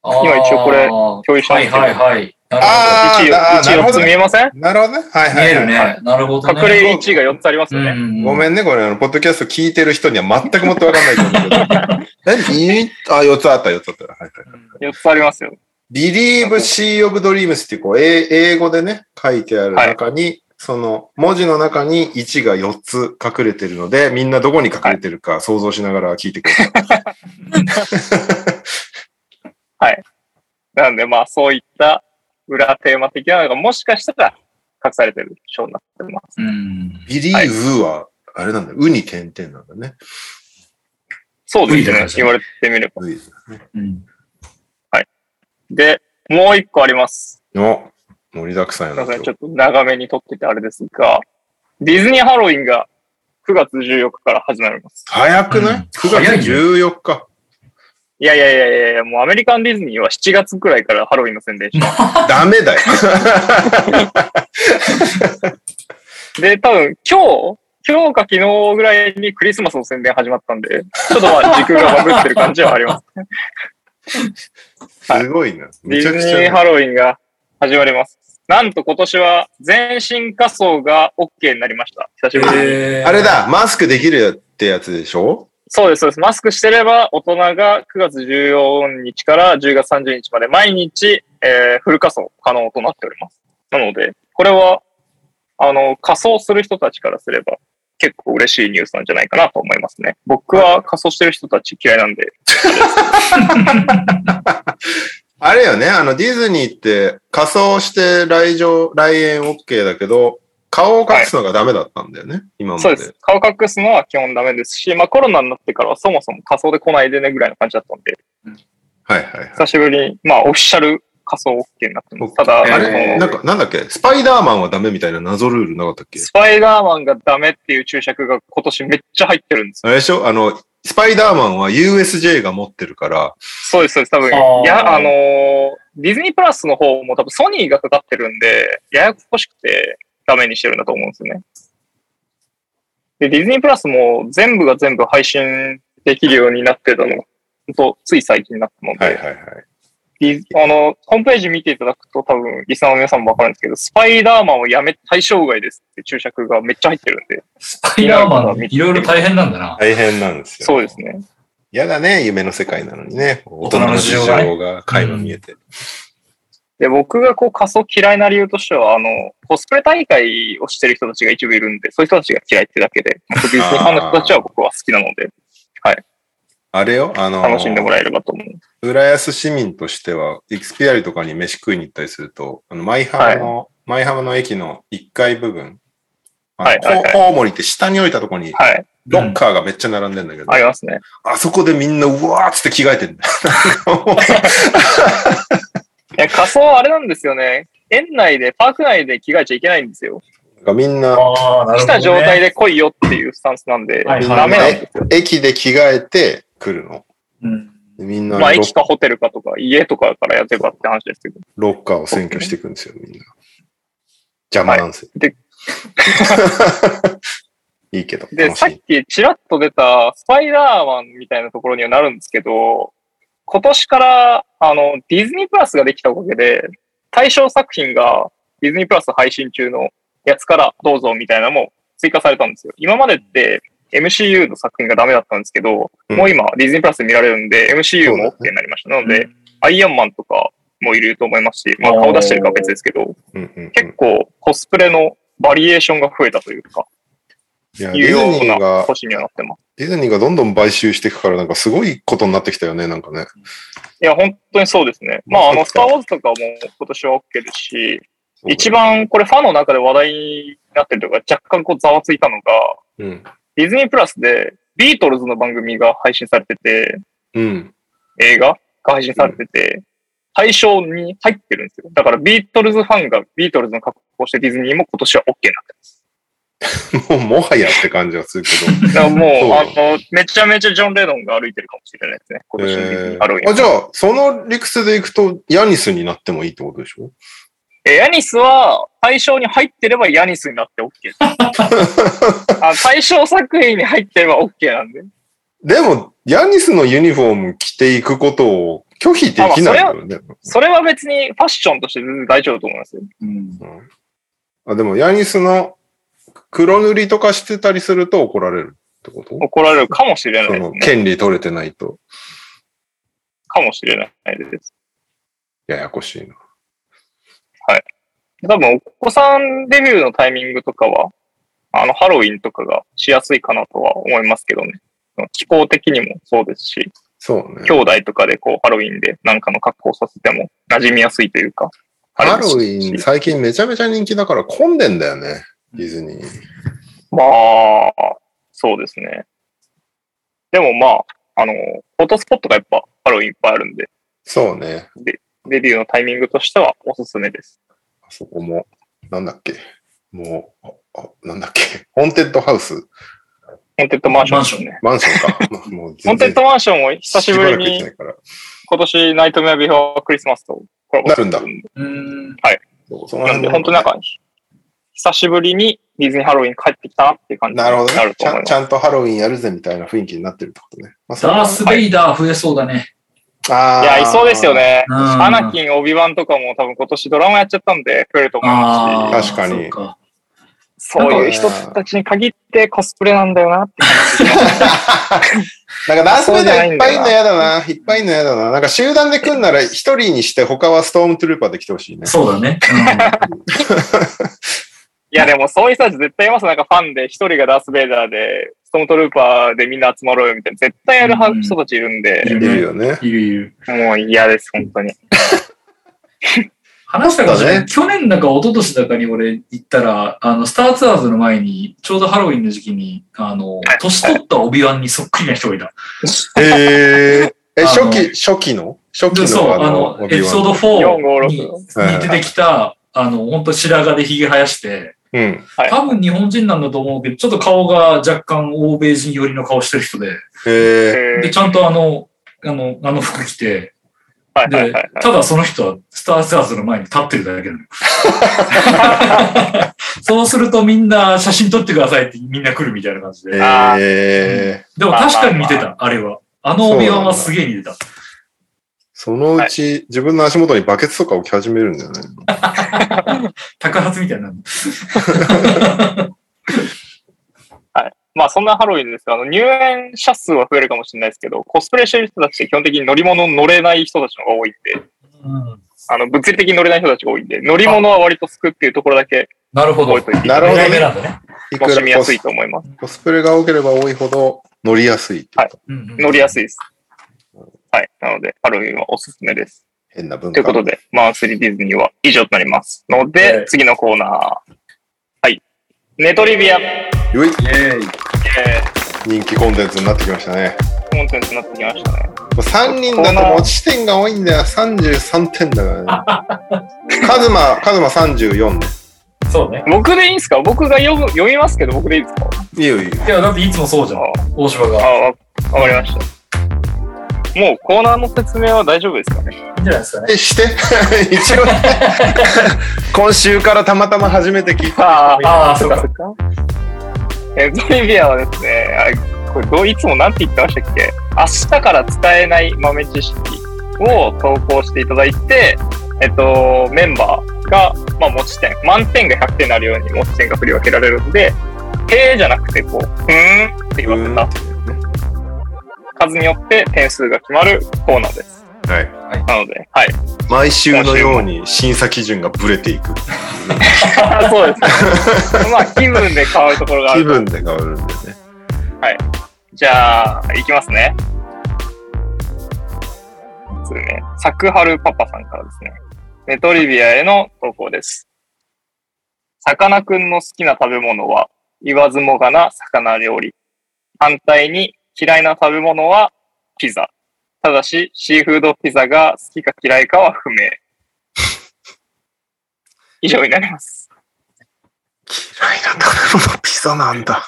Speaker 2: 今一応これ共有しま
Speaker 3: は
Speaker 2: す
Speaker 3: い
Speaker 2: けど
Speaker 3: はいはい。なる
Speaker 1: あー
Speaker 2: 1、
Speaker 1: あーなるほ
Speaker 2: 4
Speaker 1: ど
Speaker 2: つ見えません
Speaker 1: なるほどね。はい
Speaker 3: ほど。見
Speaker 1: はい、は
Speaker 3: える
Speaker 1: い。
Speaker 3: ね。なるほどね。
Speaker 2: 隠れ1が4つありますよね。
Speaker 3: ね
Speaker 1: ごめ
Speaker 3: ん。
Speaker 1: んね、これ、あの、ポッドキャスト聞いてる人には全くもっとわかんないと思うけ ど。何あ、4つあった、4つあった。はいはい。
Speaker 2: 4つありますよ。
Speaker 1: Believe Sea of Dreams っていうこう、英英語でね、書いてある中に、その文字の中に1が4つ隠れてるので、みんなどこに隠れてるか想像しながら聞いてください。
Speaker 2: なんで、まあ、そういった裏テーマ的なのが、もしかしたら隠されてる章になってます。
Speaker 3: うん。
Speaker 1: Believe は、あれなんだ、うに点々なんだね。
Speaker 2: そうで
Speaker 3: いいじ
Speaker 2: す
Speaker 3: ゃない
Speaker 2: ね
Speaker 3: で。すか
Speaker 2: 言われてみれば。
Speaker 3: うん。
Speaker 2: で、もう1個あります。
Speaker 1: の盛りだくさんや
Speaker 2: すいま
Speaker 1: な。
Speaker 2: せん、ちょ
Speaker 1: 今
Speaker 2: っと長めに撮っててあれですが、ディズニーハロウィンが9月14日から始まります
Speaker 1: 日。早くない、
Speaker 3: うん
Speaker 1: ?9 月14日。
Speaker 2: いやいやいやいやいや、もうアメリカンディズニーは7月くらいからハロウィンの宣伝してま
Speaker 1: ダメだよ。
Speaker 2: す。で、多分今日、今日か昨日ぐらいにクリスマスの宣伝始まったんで、ちょっとまあ時空がバグってる感じはあります。はい
Speaker 1: すごいな。
Speaker 2: デ
Speaker 1: め
Speaker 2: ィ
Speaker 1: ち
Speaker 2: ズ
Speaker 1: ゃ
Speaker 2: ニ
Speaker 1: くち
Speaker 2: ー
Speaker 1: ゃな。
Speaker 2: ハロウィンが始まります。なんと今年は全身仮装が OK になりました。久しぶりに。
Speaker 3: えー
Speaker 1: あれ。だ、マスクできるってやつでしょ
Speaker 2: そうです、そうです。マスクしてれば、大人が9月14日から10月30日まで毎日えーフル仮想可能となっております。なので、これは、あの、仮想する人たちからすれば、結構嬉しいニュースなんじゃないかなと思いますね。僕は仮想してる人たち嫌いなんで、
Speaker 1: あれよね、あの、ディズニーって仮装して来場、来園 OK だけど、顔を隠すのがダメだったんだよね、今まで。
Speaker 2: そうです。顔隠すのは基本ダメですし、まあコロナになってからはそもそも仮想で来ないでねぐらいの感じだったんで、
Speaker 1: はいはいはい。
Speaker 2: 久しぶりに、まあオフィシャル仮想 OK になってます。ただ、なんかその
Speaker 1: えーなんか、なんだっけスパイダーマンはダメみたいな謎ルールなかったっけ
Speaker 2: スパイダーマンがダメっていう注釈が今年めっちゃ入ってるんです
Speaker 1: あ
Speaker 2: よ。
Speaker 1: れでしょあの、スパイダーマンは USJ が持ってるから、
Speaker 2: そうです、そうです。多分、
Speaker 3: あー
Speaker 2: いや、あのーディズニープラスの方も多分ソニーがかかってるんで、ややこしくてダメにしてるんだと思うんですよね。で、ディズニープラスも全部が全部配信できるようになってたの、ほんと、つい最近になったので、
Speaker 1: はいはいはい。
Speaker 2: ディズあの、ホームページ見ていただくと多分、リスナーの皆さんもわかるんですけど、スパイダーマンをやめ、対象外ですって注釈がめっちゃ入ってるんで、
Speaker 3: スパイダーマン、いろいろ大変なんだな。
Speaker 1: 大変なんですよ。
Speaker 2: そうですね。
Speaker 1: 嫌だね、夢の世界なのにね。大人の事情
Speaker 3: 大人
Speaker 1: が垣間見えて。
Speaker 2: で、僕がこう仮想嫌いな理由としては、あの、コスプレ大会をしてる人たちが一部いるんで、そういう人たちが嫌いってだけで、特にファンの人たちは僕は好きなので、
Speaker 1: あれよ、あのー、
Speaker 2: 楽しんでもらえればと思う。
Speaker 1: 浦安市民としては、エキスピアリとかに飯食いに行ったりすると、あの、舞浜の、舞浜の駅の1階部分、あの
Speaker 2: はいはいはい
Speaker 1: コウモリって下に降りたとこに、
Speaker 2: はい、
Speaker 1: ロッカーがめっちゃ並んでんだけど、
Speaker 2: ありますね。
Speaker 1: あそこでみんな、うわーっつって着替えてんだ よ。
Speaker 2: いや仮想はあれなんですよね。園内で、パーク内で着替えちゃいけないんですよ。
Speaker 1: なんかみんな、
Speaker 3: ああ、な
Speaker 2: 来た状態で来いよっていうスタンスなんで、
Speaker 3: はい
Speaker 2: ダメなんで
Speaker 1: え駅で着替えて来るの。
Speaker 3: うん。
Speaker 1: でみんな
Speaker 2: まあ、
Speaker 1: ロ
Speaker 2: 駅
Speaker 1: ッ
Speaker 2: かホテルかとか、家とかからやってばって話ですけど。
Speaker 1: ロッカーを占拠していくんですよ、みんな。邪魔なんですよ。
Speaker 2: はいで
Speaker 1: いいけど。
Speaker 2: で、
Speaker 1: 楽し
Speaker 2: さっ
Speaker 1: い
Speaker 2: きちらっと出たスパイダーマンみたいなところにはなるんですけど、今年からあのディズニープラスができたおかげで、対象作品がディズニープラス配信中のやつからどうぞみたいなのも追加されたんですよ。今までって MCU の作品がダメだったんですけど、
Speaker 1: うん
Speaker 2: もう今ディズニープラスで見られるんで、MCU も OK になりました。なので、アイアンマンとかもいると思いますし、まあ顔出してるかは別ですけど、
Speaker 1: うんうんうん
Speaker 2: 結構コスプレのバリエーションが増えたというか、
Speaker 1: いや
Speaker 2: い
Speaker 1: ディ
Speaker 2: う
Speaker 1: ズ
Speaker 2: よ
Speaker 1: ニ
Speaker 2: う
Speaker 1: ー
Speaker 2: な
Speaker 1: が、
Speaker 2: 年にはなってます。
Speaker 1: ディズニーがどんどん買収していくから、なんかすごいことになってきたよね、なんかね。
Speaker 2: いや、本当にそうですね。まあ、あ
Speaker 1: そ
Speaker 2: の、
Speaker 1: う
Speaker 2: ス
Speaker 1: か
Speaker 2: ター・ウォーズとかも今年は OK ですし、一番これファンの中で話題になってるというか、若干こうざわついたのが、
Speaker 1: うん。
Speaker 2: ディズニープラスでビートルズの番組が配信されてて、
Speaker 1: うん。
Speaker 2: 映画が配信されてて、対象に入ってるんですよ。だからビートルズファンがビートルズの格好をしてディズニーも今年は OK になってます。
Speaker 1: もう、もはやって感じはするけど。
Speaker 2: だからも
Speaker 1: そう
Speaker 2: う、あの、めちゃめちゃジョン・レノンが歩いてるかもしれないですね。今年のディズニ
Speaker 1: え
Speaker 2: ーハロウィン
Speaker 1: ー、あじゃあ、その理屈でいくと、ヤニスになってもいいってことでしょ
Speaker 2: え、ヤニスは、対象に入ってればヤニスになって OK です。あ対象作品に入ってれば OK なんで。
Speaker 1: でも、ヤニスのユニフォーム着ていくことを拒否できないよね。
Speaker 2: それは別にファッションとして全然大丈夫だと思いますよ。
Speaker 3: うん。
Speaker 1: うんあでも、ヤニスの黒塗りとかしてたりすると怒られるってこと
Speaker 2: 怒られるかもしれな
Speaker 1: そ
Speaker 2: いです
Speaker 1: の
Speaker 2: ね。
Speaker 1: 権利取れてないと
Speaker 2: かもしれないです。
Speaker 1: ややこしいな。
Speaker 2: 多分、お子さんデビューのタイミングとかは、あの、ハロウィンとかがしやすいかなとは思いますけどね。気候的にもそうですし、
Speaker 1: そうね。
Speaker 2: 兄弟とかでこう、ハロウィンでなんかの格好をさせても馴染みやすいというか。あれ
Speaker 1: ハ
Speaker 2: で
Speaker 1: ロ
Speaker 2: す
Speaker 1: ウ
Speaker 2: し
Speaker 1: ィン最近めちゃめちゃ人気だから混んでんだよね。ディズニー。
Speaker 2: まあ、そうですね。でもまあ、あの、フォトスポットがやっぱハロウィンいっぱいあるんで、
Speaker 1: そうね。
Speaker 2: デビューのタイミングとしてはおすすめです。
Speaker 1: あそこも、なんだっけ。もう、ああなんだっけ。ホーンテッドハウス。
Speaker 2: ホーンテッドマンションですね。
Speaker 1: マンションか。 まもう
Speaker 2: ホーンテッドマンションを久しぶり
Speaker 1: しば
Speaker 2: に
Speaker 1: らく行ってないから
Speaker 2: 今年ナイトメアビフォークリスマスとコラボして
Speaker 1: なる
Speaker 2: んで。
Speaker 3: うん。
Speaker 1: そうその
Speaker 2: なん
Speaker 1: 辺
Speaker 2: で
Speaker 1: も
Speaker 2: 本当になんか、久しぶりにディズニーハロウィン帰ってきたなっていう感じに
Speaker 1: なるほど
Speaker 2: な
Speaker 1: ね
Speaker 2: ると
Speaker 1: ち
Speaker 2: 思い
Speaker 1: ゃん。
Speaker 2: ま
Speaker 1: ち
Speaker 2: す。
Speaker 1: ゃんとハロウィンやるぜみたいな雰囲気になってるってことね。まあ、
Speaker 3: ダース・ベイダー増えそうだね。
Speaker 1: あ
Speaker 2: いや、いそうですよ。ね。
Speaker 3: うん
Speaker 2: アナキン、オビワンとかも多分今年ドラマやっちゃったんで増えると思いますし
Speaker 3: あ
Speaker 1: 確
Speaker 3: あ。
Speaker 1: かに
Speaker 3: そうか。
Speaker 2: そういう人たちに限ってコスプレなんだよなって感じ。
Speaker 1: なんかダースベイダーいっぱいいんの嫌だな。いっぱいいんの嫌だな。なんか集団で来んなら一人にして他はストームトゥルーパーで来てほしいね。
Speaker 3: そうだね。
Speaker 2: いや、でもそういう人たち絶対います。なんかファンで一人がダース・ベイダーで、ストームトルーパーでみんな集まろうよみたいな。絶対やる派
Speaker 3: うん
Speaker 2: 人たちいるん
Speaker 3: い
Speaker 2: で、
Speaker 1: いるよね。
Speaker 3: うん、いるいる。
Speaker 2: もう嫌です、本当に。
Speaker 3: 話したかもしれない
Speaker 1: そうだね
Speaker 3: 去年だか一昨年だかに俺行ったら、あの、スターツアーズの前に、ちょうどハロウィンの時期に、あの、年取った帯ワンにそっくりな人がいた。
Speaker 1: えー、え、
Speaker 3: あの
Speaker 1: 初期、初期の初期
Speaker 3: そう、
Speaker 1: のあ
Speaker 3: あ
Speaker 1: の
Speaker 3: の、、エピソード
Speaker 2: 4、
Speaker 3: 4
Speaker 2: 5、
Speaker 3: に
Speaker 2: 6。
Speaker 1: はい
Speaker 3: に出てきた、あの、本当白髪で髭生やして、
Speaker 1: うん。
Speaker 2: はい
Speaker 3: 多分日本人なんだと思うけど、ちょっと顔が若干欧米人寄りの顔してる人で、
Speaker 1: えー、
Speaker 2: え
Speaker 3: で、
Speaker 2: ー
Speaker 3: ちゃんとあの、あの、あの服着て、
Speaker 2: はいはいはい
Speaker 3: で
Speaker 2: はい。、
Speaker 3: ただその人はスターツアーズの前に立ってるだけなのよ。 そうするとみんな写真撮ってくださいってみんな来るみたいな感じで。
Speaker 2: あ
Speaker 1: えー、
Speaker 3: でも確かに似てた、あれは。あの帯輪はすげえ似てた。
Speaker 1: そのうち自分の足元にバケツとか置き始めるんじゃないの
Speaker 3: 高発みたいになる。
Speaker 2: まあそんなハロウィンですが、あの入園者数は増えるかもしれないですけど、コスプレしてる人たちって基本的に乗り物に乗れない人たちの方が多いんで、
Speaker 3: うん
Speaker 2: あの物理的に乗れない人たちが多いんで、乗り物は割と救っていうところだけ
Speaker 3: なるほど。
Speaker 2: 覚えておいてい
Speaker 1: な
Speaker 2: た
Speaker 1: る
Speaker 2: だ
Speaker 1: ほどね
Speaker 2: い
Speaker 3: 狙い目なんだね。
Speaker 1: い
Speaker 2: て、楽しみや
Speaker 1: コ
Speaker 2: す
Speaker 1: ス
Speaker 2: いと思います。
Speaker 1: コスプレが多ければ多いほど乗りやすいってこと。
Speaker 3: うんうん
Speaker 2: 乗りやすいです。はい。なので、ハロウィンはおすすめです。
Speaker 1: 変な文
Speaker 2: というこ
Speaker 1: 化。
Speaker 2: とで、マンスリーディズニーは以上となります。ので、
Speaker 3: はい
Speaker 2: 次のコーナー。はい。ネトリビア、え
Speaker 1: よい
Speaker 3: イェーイ。
Speaker 2: ー、
Speaker 1: 人気コンテンツになってきましたね。
Speaker 2: コンテンツになってきましたね。
Speaker 1: 3人だと持ち点が多いんだよ。33点だから ね。カズマ、カズマ34ね。
Speaker 3: そうね。
Speaker 2: 僕でいいんですか僕が読む読みますけど、僕でいいですか
Speaker 1: いいよいいよ。
Speaker 3: いや、だっていつもそうじゃん。大島
Speaker 2: あ
Speaker 3: が。
Speaker 2: わわかりました。もうコーナーの説明は大丈夫ですかね
Speaker 3: いいんじゃないですかね。
Speaker 1: え、して。 一応、今週からたまたま初めて聞いた。
Speaker 2: あ
Speaker 3: ああ、そう
Speaker 2: そ
Speaker 3: か。
Speaker 2: っか。えー、トリビアはですね、あこれどういつもなんて言ってましたっけ明日から使えない豆知識を投稿していただいて、えっと、メンバーが、まあ、持ち点、満点が100点になるように持ち点が振り分けられるんで、へーじゃなくて、こう、ふーんって言わせた数によって点数が決まるコーナーです。
Speaker 1: はい。
Speaker 2: なので、はい。
Speaker 1: 毎週のように審査基準がブレていく。
Speaker 2: あ そうですね。 まあ、気分で変わるところがあ
Speaker 1: 気
Speaker 2: る。
Speaker 1: 分で変わるんだよね。
Speaker 2: じゃあ、いきますね。そうね。サクハルパパさんからですね。ネトリビアへの投稿です。さかなクンの好きな食べ物は、言わずもがな魚料理。反対に嫌いな食べ物はピザ。ただし、シーフードピザが好きか嫌いかは不明。 以上になります。
Speaker 1: 嫌いな食べ物ピザなんだ。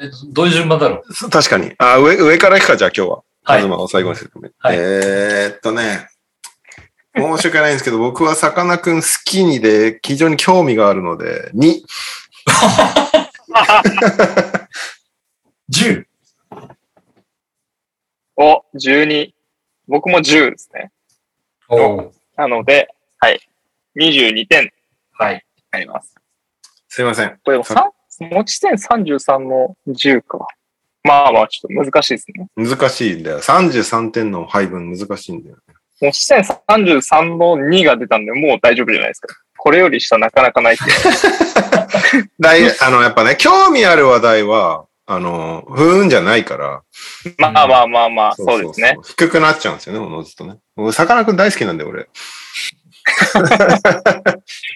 Speaker 3: えっとどういう順番だろう。
Speaker 1: そう確かに。あ、上、上から行くか、じゃあ今日は。
Speaker 3: はい
Speaker 1: カズマを最後にするため。
Speaker 3: はい
Speaker 1: えーっとね。申し訳ないんですけど、僕はさかなクン好きにで、非常に興味があるので、2。
Speaker 3: 10。
Speaker 2: お、12。僕も10ですね。
Speaker 3: おー
Speaker 2: なので、はい。22点に
Speaker 3: はい。
Speaker 2: なります。
Speaker 1: すいません。
Speaker 2: これでも
Speaker 1: さ
Speaker 2: さ持ち点33の10か。まあまあ、ちょっと難しいですね。
Speaker 1: 難しいんだよ。33点の配分難しいんだよ。
Speaker 2: 持ち点33の2が出たんで、もう大丈夫じゃないですか。これより下なかなかない って。
Speaker 1: だい、あの、やっぱね、興味ある話題は、あの、不運じゃないから。
Speaker 2: まあまあまあまあ、そうですね。。
Speaker 1: 低くなっちゃうんですよね、おのずとね。僕、さかなクン大好きなんで、俺。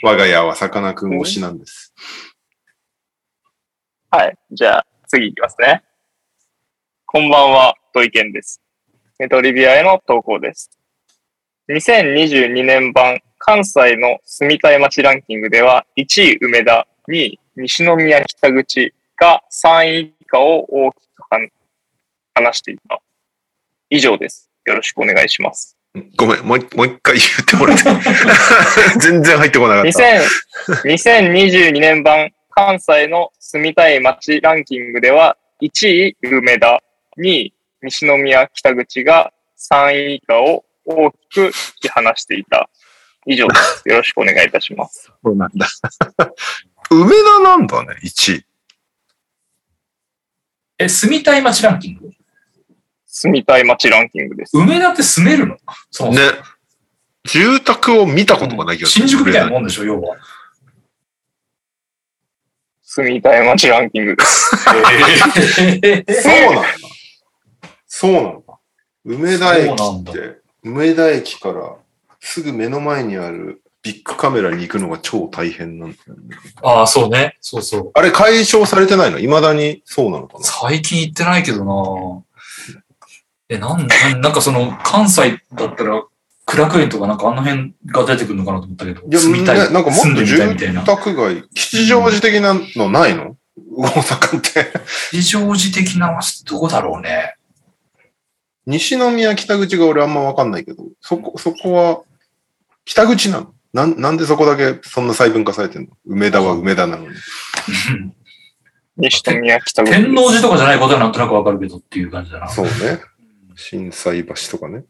Speaker 1: 我が家はさかなクン推しなんです。
Speaker 2: はい。じゃあ、次いきますね。こんばんは、土井健です。ネトリビアへの投稿です。2022年版関西の住みたい街ランキングでは、1位梅田、2位西宮北口が3位以下を大きくはん話していた。以上です。よろしくお願いします。
Speaker 1: ごめん、もう一もう一回言ってもらって。 全然入ってこなかった。
Speaker 2: 2000 2022年版関西の住みたい街ランキングでは1位梅田、2位西宮北口が3位以下を大きく引き離していた。以上です。よろしくお願いいたします。
Speaker 4: そうなんだ。梅田なんだね、1位。
Speaker 3: え、住みたい街ランキング
Speaker 2: 住みたい街ランキングです。
Speaker 3: 梅田って住めるのそも
Speaker 4: ね
Speaker 3: そも。
Speaker 4: 住宅を見たことがないけど、
Speaker 3: 新宿みたいなもんでしょ、要は。
Speaker 2: 住みたい街ランキングです。
Speaker 1: そうなんだ。そうなんだ。梅田駅
Speaker 3: そうなん
Speaker 1: っ
Speaker 3: だ
Speaker 1: て、梅田駅からすぐ目の前にあるビッグカメラに行くのが超大変なんだよね。
Speaker 3: ああ、そうね。そうそう。
Speaker 1: あれ解消されてないの未だにそうなのかな
Speaker 3: 最近行ってないけどなえ、なん、なんなんかその、関西だったら、苦楽園とかなんかあの辺が出てくるのかなと思ったけど、
Speaker 1: いや、
Speaker 3: 住みたい。
Speaker 1: ねなんかも
Speaker 3: 住
Speaker 1: っ
Speaker 3: ん
Speaker 1: と
Speaker 3: でみたいみたい
Speaker 1: 住
Speaker 3: な。
Speaker 1: 宅街、吉祥寺的なのないの大阪って。
Speaker 3: 非常時的な、どこだろうね。
Speaker 1: 西宮、北口が俺あんまわかんないけど、そこ、そこは、北口なのなんなんでそこだけそんな細分化されてんの梅田は梅田なのに。
Speaker 3: うん
Speaker 2: 西と宮北口。
Speaker 3: 天王寺とかじゃないことはなんとなくわかるけどっていう感じだな。
Speaker 1: そうね。震災橋とかね。こ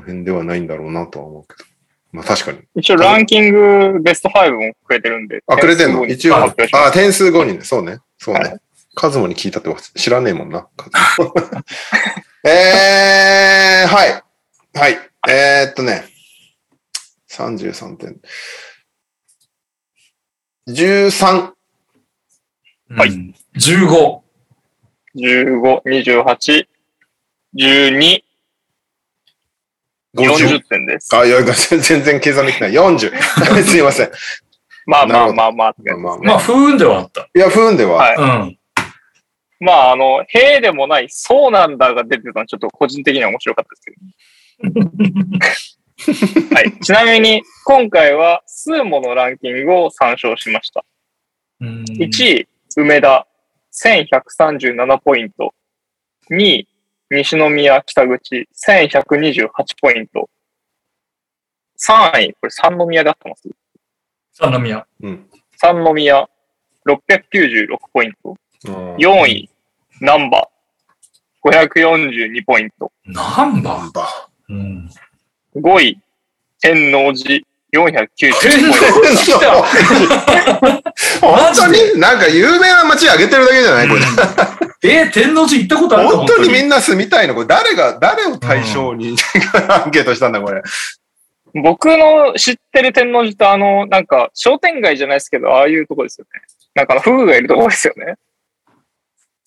Speaker 1: の辺ではないんだろうなとは思うけど。まあ確かに。
Speaker 2: 一応ランキングベスト5もくれてるんで。
Speaker 1: あ、くれてん
Speaker 2: 点数
Speaker 1: の
Speaker 2: 後に
Speaker 1: 一応。
Speaker 2: 発表しま
Speaker 1: あ、点数後にね。そうね。そう
Speaker 2: は
Speaker 1: ね。カズモに聞いたって知らねえもん な。カズモえー、はい。はい。えー、っとね。33点。13。
Speaker 3: うん
Speaker 2: はい
Speaker 3: 15。
Speaker 2: 15、28、12、
Speaker 1: 50
Speaker 2: 40点です。
Speaker 1: あ、いや、全然計算できない。40。すい ません。
Speaker 2: まあま
Speaker 1: なる
Speaker 2: あ
Speaker 1: ほど
Speaker 2: まあまあっ
Speaker 1: ま
Speaker 2: て
Speaker 1: あ
Speaker 2: 感じ。
Speaker 1: まあま
Speaker 3: ま
Speaker 1: あ
Speaker 3: あ、不運ではあった。
Speaker 1: いや、不運では。
Speaker 2: はい
Speaker 3: うん。
Speaker 2: まあ、あの、へーでもない、そうなんだが出てたのはちょっと個人的には面白かったですけど。 はい。ちなみに、今回は数ものランキングを参照しました。
Speaker 3: うん
Speaker 2: 1位、梅田、1137ポイント。2位、西宮北口、1128ポイント。3位、これ三宮で合ってます
Speaker 3: 三宮。
Speaker 1: うん。
Speaker 2: 三宮、696ポイント。
Speaker 1: うん
Speaker 2: 4位、ナンバー、542ポイント。
Speaker 3: ナン
Speaker 1: ナ
Speaker 3: バ
Speaker 1: ンバー。
Speaker 3: ー。うん。
Speaker 2: 5位、天王寺、490ポイント。
Speaker 1: 嘘本当になんか有名な街あげてるだけじゃないこれ。
Speaker 3: えー、天王寺行ったことあるの
Speaker 1: 本当にみんな住みたいのこれ誰が、誰を対象に アンケートしたんだこれ。
Speaker 2: 僕の知ってる天王寺ってあの、なんか、商店街じゃないですけど、ああいうとこですよね。なんかあの、フグがいるとこですよね。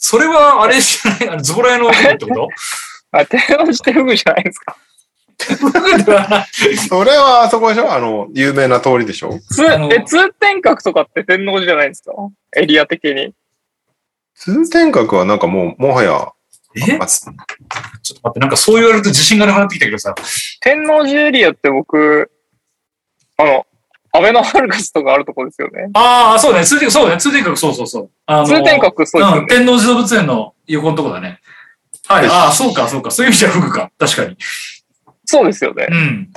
Speaker 3: それは、あれじゃない、あのズボラ屋の男ってこと
Speaker 2: あ、天王寺ってフグじゃないですか。
Speaker 1: それはあそこでしょあの、有名な通りでしょ
Speaker 2: 通、
Speaker 3: あの
Speaker 2: え、通天閣とかって天王寺じゃないですかエリア的に。
Speaker 1: 通天閣はなんかもう、もはや、
Speaker 3: えちょっと待って、なんかそう言われると自信がなくなってきたけどさ。
Speaker 2: 天王寺エリアって僕、あの、アベノハルカスとかあるとこですよね。
Speaker 3: ああ、そうね、通天閣、そうね、通天閣、そうそうそう。あの
Speaker 2: 通天閣そうですよ
Speaker 3: うん、
Speaker 2: ね。
Speaker 3: 天王寺動物園の横のとこだね。はい、ああ、そうか、そうか、そういう意味じゃ服か。確かに。
Speaker 2: そうですよね
Speaker 3: う。ん。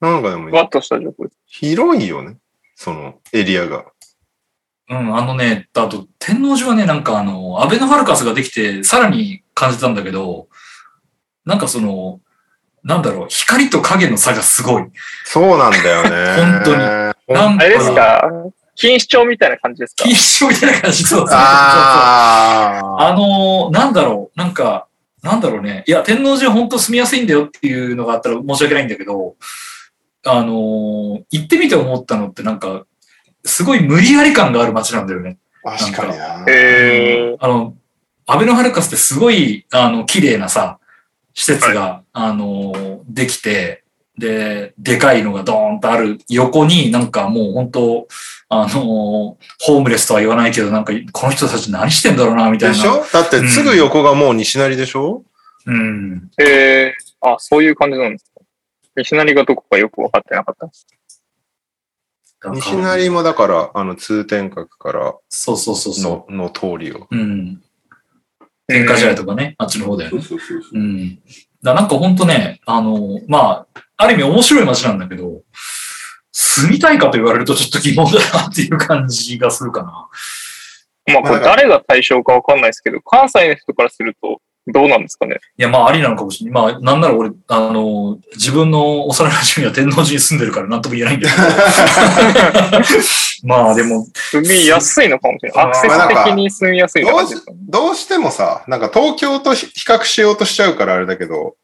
Speaker 1: なんかでも
Speaker 2: ふ、わっとした情報です。
Speaker 1: 広いよね。そのエリアが。
Speaker 3: うん、あのね、あと、天王寺はね、なんかあの、アベノハルカスができて、さらに感じたんだけど、なんかその、なんだろう、光と影の差がすごい。
Speaker 1: そうなんだよね。 本
Speaker 3: なん
Speaker 2: あれです
Speaker 3: か
Speaker 2: か錦糸町みたいな感じですか
Speaker 3: 禁止みたいな感じ。そうそうそうそう
Speaker 1: ああ。
Speaker 3: あのーなんだろう、なんか、なんだろうね。いや、天王寺は本当住みやすいんだよっていうのがあったら申し訳ないんだけど、あのー行ってみて思ったのってなんか、すごい無理やり感がある街なんだよね。
Speaker 1: 確かにな。
Speaker 2: へー
Speaker 3: あの、アベノハルカスってすごい、あの、綺麗なさ、施設が、あのーできて、で、でかいのがドーンとある横になんかもう本当あのーホームレスとは言わないけど、なんか、この人たち何してんだろうな、みたい
Speaker 1: で
Speaker 3: な。
Speaker 1: しょだってすぐ横がもう西成でしょ
Speaker 3: うん。
Speaker 2: えー、あ、そういう感じなんですか西成がどこかよく分かってなかったです。
Speaker 1: 西成もだから、あの、通天閣から
Speaker 3: そうそうそうそ
Speaker 1: の、の通りを。
Speaker 3: う。うん。天下試合とかね、あっちの方だよね。
Speaker 1: そうそうそう。
Speaker 3: うん。だなんかほんとね、あの、まあ、ある意味面白い街なんだけど、住みたいかと言われるとちょっと疑問だなっていう感じがするかな。
Speaker 2: まあこれ誰が対象か分かんないですけど、関西の人からすると、どうなんですかね。
Speaker 3: いや、まあ、ありなのかもしれない。まあ、なんなら俺、あの、自分の幼馴染は天王寺に住んでるからなんとも言えないんだ けど。まあ、でも、
Speaker 2: 住みやすいのかもしれない。
Speaker 3: あー
Speaker 2: アクセス的に住みやすい
Speaker 1: ど
Speaker 2: 感
Speaker 1: う
Speaker 2: じ
Speaker 1: し
Speaker 2: ですかね。
Speaker 1: どうしてもさ、なんか東京とひ比較しようとしちゃうからあれだけど、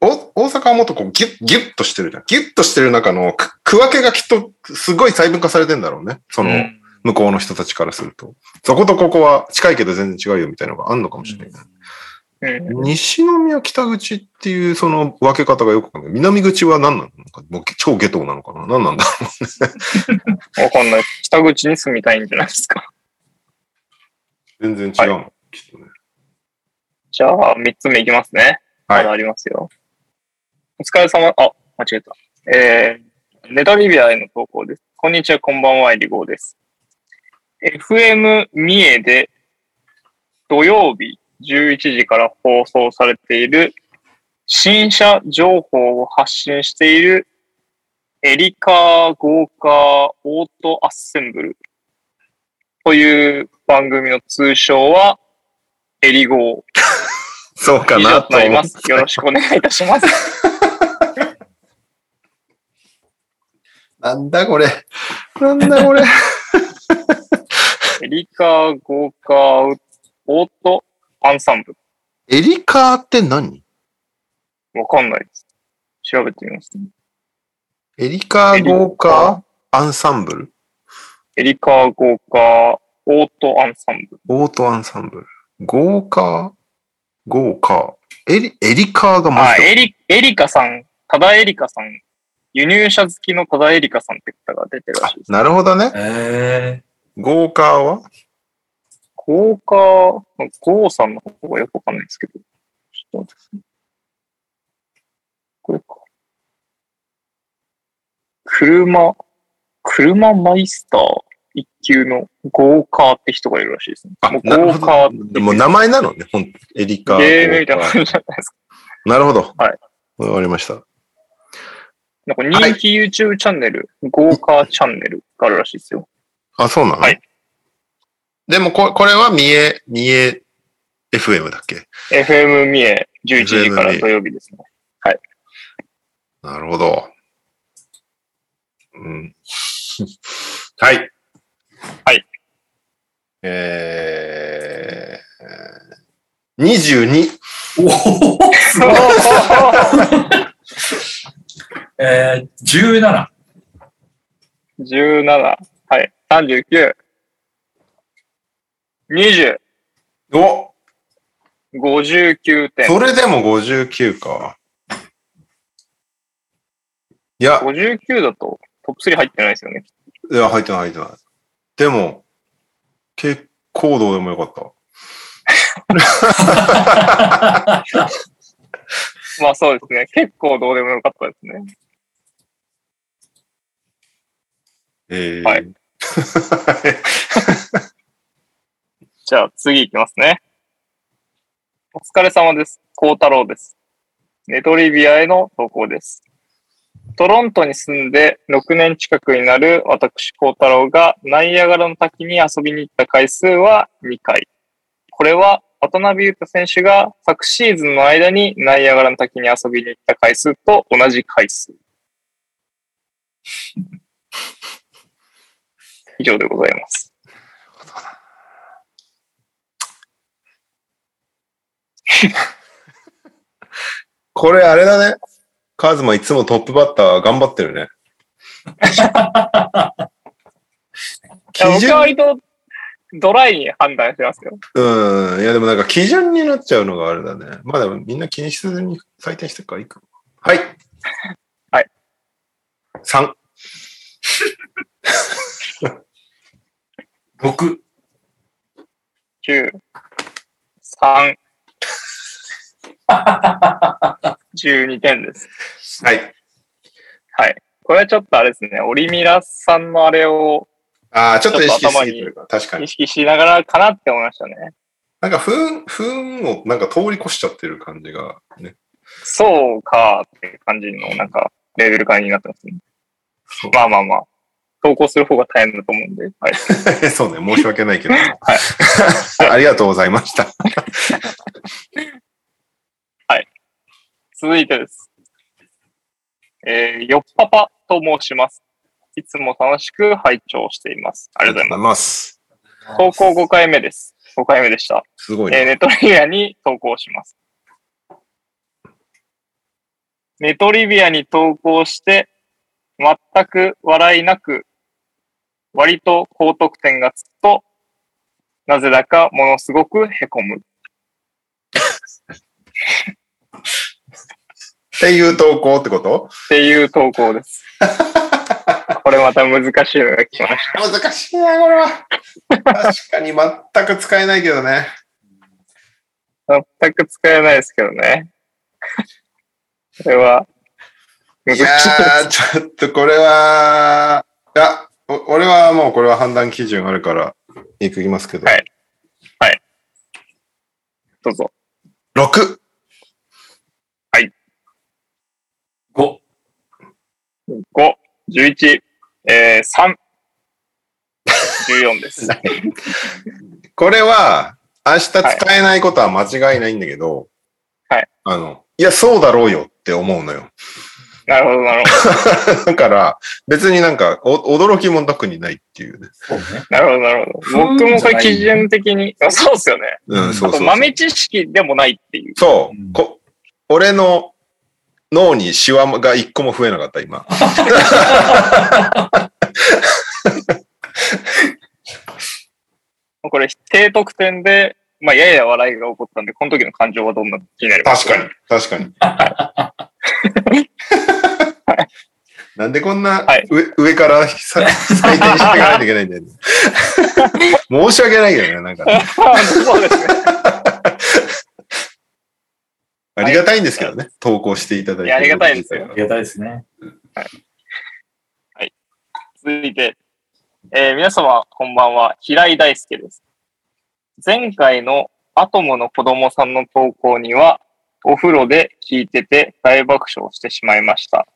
Speaker 1: お大阪はもっとこうギュッ、ギュッとしてるじゃん。ギュッとしてる中のく区分けがきっとすごい細分化されてんだろうね。その
Speaker 3: うん
Speaker 1: 向こうの人たちからすると。そことここは近いけど全然違うよみたいなのがあんのかもしれない。
Speaker 2: うん。
Speaker 1: 西宮北口っていうその分け方がよくわかんない。南口は何なのかもう超下等なのかな 何なんだ
Speaker 2: わかんない。北口に住みたいんじゃないですか。
Speaker 1: 全然違うの、きっとね。
Speaker 2: じゃあ、三つ目いきますね。
Speaker 1: はい
Speaker 2: まだありますよ。お疲れ様、あ、間違えた。えー、ネタリビアへの投稿です。こんにちは、こんばんは、エリゴーです。FM 三重で土曜日11時から放送されている新車情報を発信しているエリカー豪華オートアッセンブルという番組の通称はエリゴー。
Speaker 4: そうか
Speaker 2: 以
Speaker 4: な
Speaker 2: 上
Speaker 4: と
Speaker 2: となり
Speaker 4: 思
Speaker 2: ま
Speaker 4: っ
Speaker 2: す。よろしくお願いいたします。
Speaker 1: なんだこれ。なんだこれ。
Speaker 2: エリカー豪華オートアンサンブ
Speaker 1: エリカーって何
Speaker 2: ル。わかんないです。調べてみます、
Speaker 1: エリカ
Speaker 2: エ
Speaker 1: ー
Speaker 2: リカ
Speaker 1: 豪華アンサンブル
Speaker 2: エリカー豪華オートアンサンブル。
Speaker 1: オートアンサンブル。豪華豪華エリ、エリカーがマ
Speaker 2: あ、
Speaker 1: ジで。
Speaker 2: エリ、エリカさん、ただエリカさん、輸入車好きのただエリカさんって方が出てるらしいです。
Speaker 1: なるほどね。
Speaker 3: え
Speaker 1: 豪華は
Speaker 2: 豪華、豪さんの方がよくわかんないですけど。ちょっと待ってくださいこれか。車、車マイスター一級のゴーカーって人がいるらしいですね。
Speaker 1: あ
Speaker 2: もうゴ
Speaker 1: なる
Speaker 2: ーカ
Speaker 1: ほ
Speaker 2: ー
Speaker 1: ど。でも名前なのね、ほんエリカー。
Speaker 2: ゲームみたい
Speaker 1: 豪
Speaker 2: な
Speaker 1: 華
Speaker 2: 感じじゃないですか。
Speaker 1: なるほど。
Speaker 2: はい。
Speaker 1: わかりました。
Speaker 2: なんか人気 YouTube チャンネル、ゴーカーチャンネルがあるらしいですよ。
Speaker 1: あ、そうなの
Speaker 2: はい。
Speaker 1: でもこ、これは三重、三重 FM だっけ
Speaker 2: FM 三重11時から
Speaker 1: FM
Speaker 2: 土曜日ですね。
Speaker 1: なるほど。うん。 はい。
Speaker 2: はい。
Speaker 1: えー、22。
Speaker 3: ー、おおえー、17。
Speaker 2: 17、はい、39、20、
Speaker 1: お
Speaker 2: 59点。
Speaker 1: それでも59か。いや、
Speaker 2: 59だとトップ3入ってないですよね。
Speaker 1: いや、入ってない、入ってない。でも、結構どうでもよかった。
Speaker 2: まあそうですね。結構どうでもよかったですね。
Speaker 1: えー、
Speaker 2: はいじゃあ次いきますね。お疲れ様です。幸太郎です。ネトリビアへの投稿です。トロントに住んで6年近くになる私幸太郎がナイアガラの滝に遊びに行った回数は2回。これは渡辺裕太選手が昨シーズンの間にナイアガラの滝に遊びに行った回数と同じ回数。以上でございます。
Speaker 1: これあれだね。カズマいつもトップバッター頑張ってる ね。
Speaker 2: いや
Speaker 1: 基
Speaker 2: 僕
Speaker 1: 準
Speaker 2: は割とドライに判断してますよ。
Speaker 1: うん。いやでもなんか基準になっちゃうのがあれだね。まあでもみんな気にしずに採点してるからいいか。はい。
Speaker 2: はい。
Speaker 1: 3。
Speaker 3: 6。
Speaker 2: 9、3、12点です。
Speaker 1: はい。
Speaker 2: これはちょっとあれですね、オリミラさんのあれを
Speaker 1: ああ、ちょっと意識しすぎてるから。確か
Speaker 2: 意
Speaker 1: に。
Speaker 2: 識しながらかなって思いましたね。
Speaker 1: なんか、ふん、ふんをなんか通り越しちゃってる感じがね。
Speaker 2: そうかっていう感じのなんかレベル感になってますね。
Speaker 1: そう
Speaker 2: まあまあまあ、投稿する方が大変だと思うんで、はい。
Speaker 1: そう ね、申し訳ないけど。はい。ありがとうございました。
Speaker 2: 続いてです。えー、よっぱぱと申します。いつも楽しく拝聴しています。ありがとうございます。
Speaker 1: います。
Speaker 2: 投稿5回目です。5回目でした。
Speaker 1: すごい
Speaker 2: えー
Speaker 1: ね。
Speaker 2: ネトリビアに投稿します。ネトリビアに投稿して、全く笑いなく、割と高得点がつくと、なぜだかものすごく凹む。
Speaker 1: っていう投稿ってこと
Speaker 2: っていう投 稿です。これまた難しいのが来ました。
Speaker 1: 難しいな、これは。確かに全く使えないけどね。
Speaker 2: 全く使えないですけどね。これは、難
Speaker 1: い
Speaker 2: しい
Speaker 1: やー、ちょっとこれは、いや、お俺はもうこれは判断基準あるから、いくきますけど。
Speaker 2: はいどうぞ。
Speaker 1: 6!
Speaker 3: 5。
Speaker 2: 5、11、えー、3、14です。
Speaker 1: これは、明日使えないことは間違いないんだけど、
Speaker 2: はい。
Speaker 1: あの、いや、そうだろうよって思うのよ。
Speaker 2: なるほど、なるほ
Speaker 1: だから、別になんかお、驚きも特にないっていうね。
Speaker 3: そうね。
Speaker 2: ど、なるほど、なるほど。
Speaker 3: ふーんじ
Speaker 2: 僕
Speaker 3: ゃない
Speaker 2: もこれ基準的に、あそうっすよね。
Speaker 1: うん、そうそう
Speaker 2: あと
Speaker 1: そう。
Speaker 2: 豆知識でもないっていう。
Speaker 1: そうう、
Speaker 3: ん
Speaker 1: こ、俺の脳にシワが一個も増えなかった、今。
Speaker 2: これ、低得点で、まあ、やや笑いが起こったんで、この時の感情はどんな気になります
Speaker 1: 確かに。、確かに。 なんでこんな
Speaker 2: はい
Speaker 1: 上,、上からさ採点していかないといけないんだよ ね。申し訳ないけどね、なんか、ね、
Speaker 2: そうですね。
Speaker 1: ありがたいんですけどね、投稿していただい
Speaker 2: い
Speaker 1: て。
Speaker 2: やありがたいですよ
Speaker 3: あ。りがたいですね。
Speaker 2: 続いて、えー皆様、こんばんは。平井大輔です。前回のアトムの子供さんの投稿には、お風呂で聞いてて大爆笑してしまいました。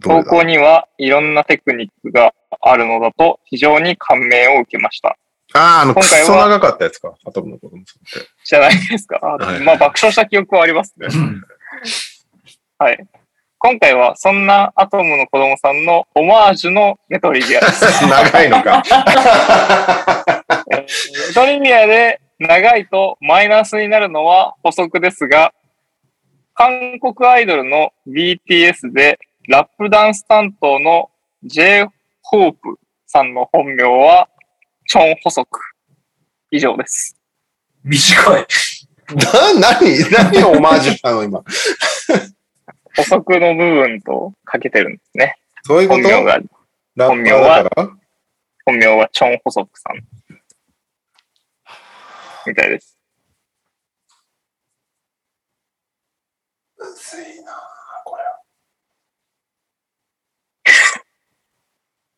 Speaker 1: ど
Speaker 2: 投
Speaker 1: うだ
Speaker 2: 稿にはいろんなテクニックがあるのだと非常に感銘を受けました。
Speaker 1: ああ、あの、
Speaker 2: 今
Speaker 1: ク
Speaker 2: 回は
Speaker 1: ソ長かったやつか、アトムの子供さんって。
Speaker 2: じゃないですか。
Speaker 1: はい
Speaker 2: まあ爆笑した記憶はありますね。
Speaker 3: うん
Speaker 2: はい。今回はそんなアトムの子供さんのオマージュのメトリビアです。
Speaker 1: 長いの か。
Speaker 2: メ トリビアで長いとマイナスになるのは補足ですが、韓国アイドルの BTS でラップダンス担当の J-Hope さんの本名はチョン補足。以上です。
Speaker 3: 短い。
Speaker 1: な、何何をオマージュしたの、今。
Speaker 2: 補足の部分とかけてるんですね。
Speaker 1: そういうこ
Speaker 2: 本
Speaker 1: と
Speaker 2: 名が、
Speaker 1: ラッパーだから
Speaker 2: 本名はチョン・ホソクさん。みたいです。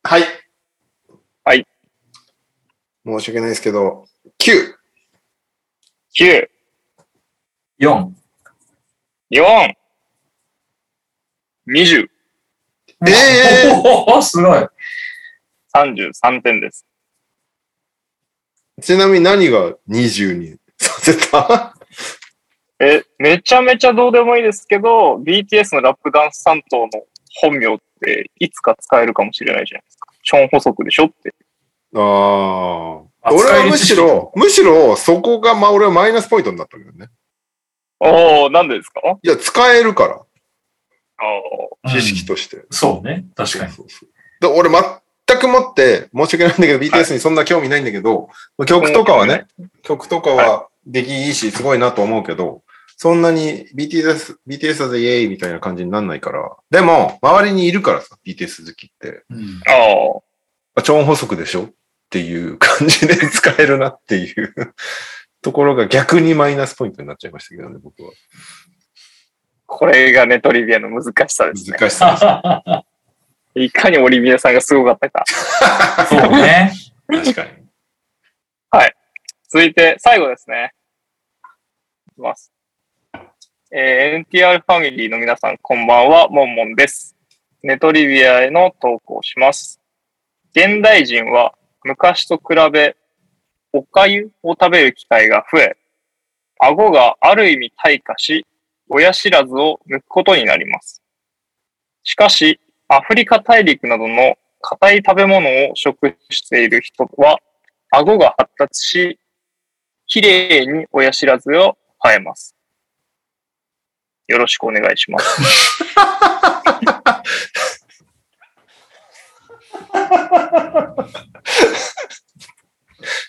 Speaker 1: はい。
Speaker 2: はい。
Speaker 1: 申し訳ないですけど、9。
Speaker 2: 9、
Speaker 3: 4。
Speaker 2: 4、20、
Speaker 1: ええ
Speaker 3: おおすごい。
Speaker 2: 33点です。
Speaker 1: ちなみに何が20にさせ た
Speaker 2: え、めちゃめちゃどうでもいいですけど、BTS のラップダンス担当の本名っていつか使えるかもしれないじゃないですか。チョン・ホソクでしょって。
Speaker 1: ああ。俺はむしろ、むしろそこが、まあ俺はマイナスポイントになったけどね。
Speaker 2: おー、なんでですか
Speaker 1: いや、使えるから、
Speaker 2: あー
Speaker 3: うん
Speaker 1: 知識として。
Speaker 3: そうね。確かに。
Speaker 1: そうそうで俺全くもって、申し訳ないんだけど、BTS にそんな興味ないんだけど、曲とかはね、曲とかは出来いいし、すごいなと思うけど、そんなに BTS、BTS でイエーイみたいな感じになんないから。でも、周りにいるからさ、BTS 好きって。
Speaker 3: うん
Speaker 2: あー。
Speaker 1: あ、超音補足でしょっていう感じで使えるなっていう ところが逆にマイナスポイントになっちゃいましたけどね、僕は。
Speaker 2: これがネトリビアの難しさですね。
Speaker 1: 難しさです。
Speaker 2: いかにオリビアさんがすごかったか。
Speaker 3: そうね。
Speaker 1: 確かに。
Speaker 2: 続いて、最後ですね。いきます。えー NTR ファミリーの皆さん、こんばんは、もんもんです。ネトリビアへの投稿します。現代人は昔と比べ、お粥を食べる機会が増え、顎がある意味退化し、親知らずを抜くことになります。しかし、アフリカ大陸などの硬い食べ物を食している人は、顎が発達し、きれいに親知らずを生えます。よろしくお願いし ます。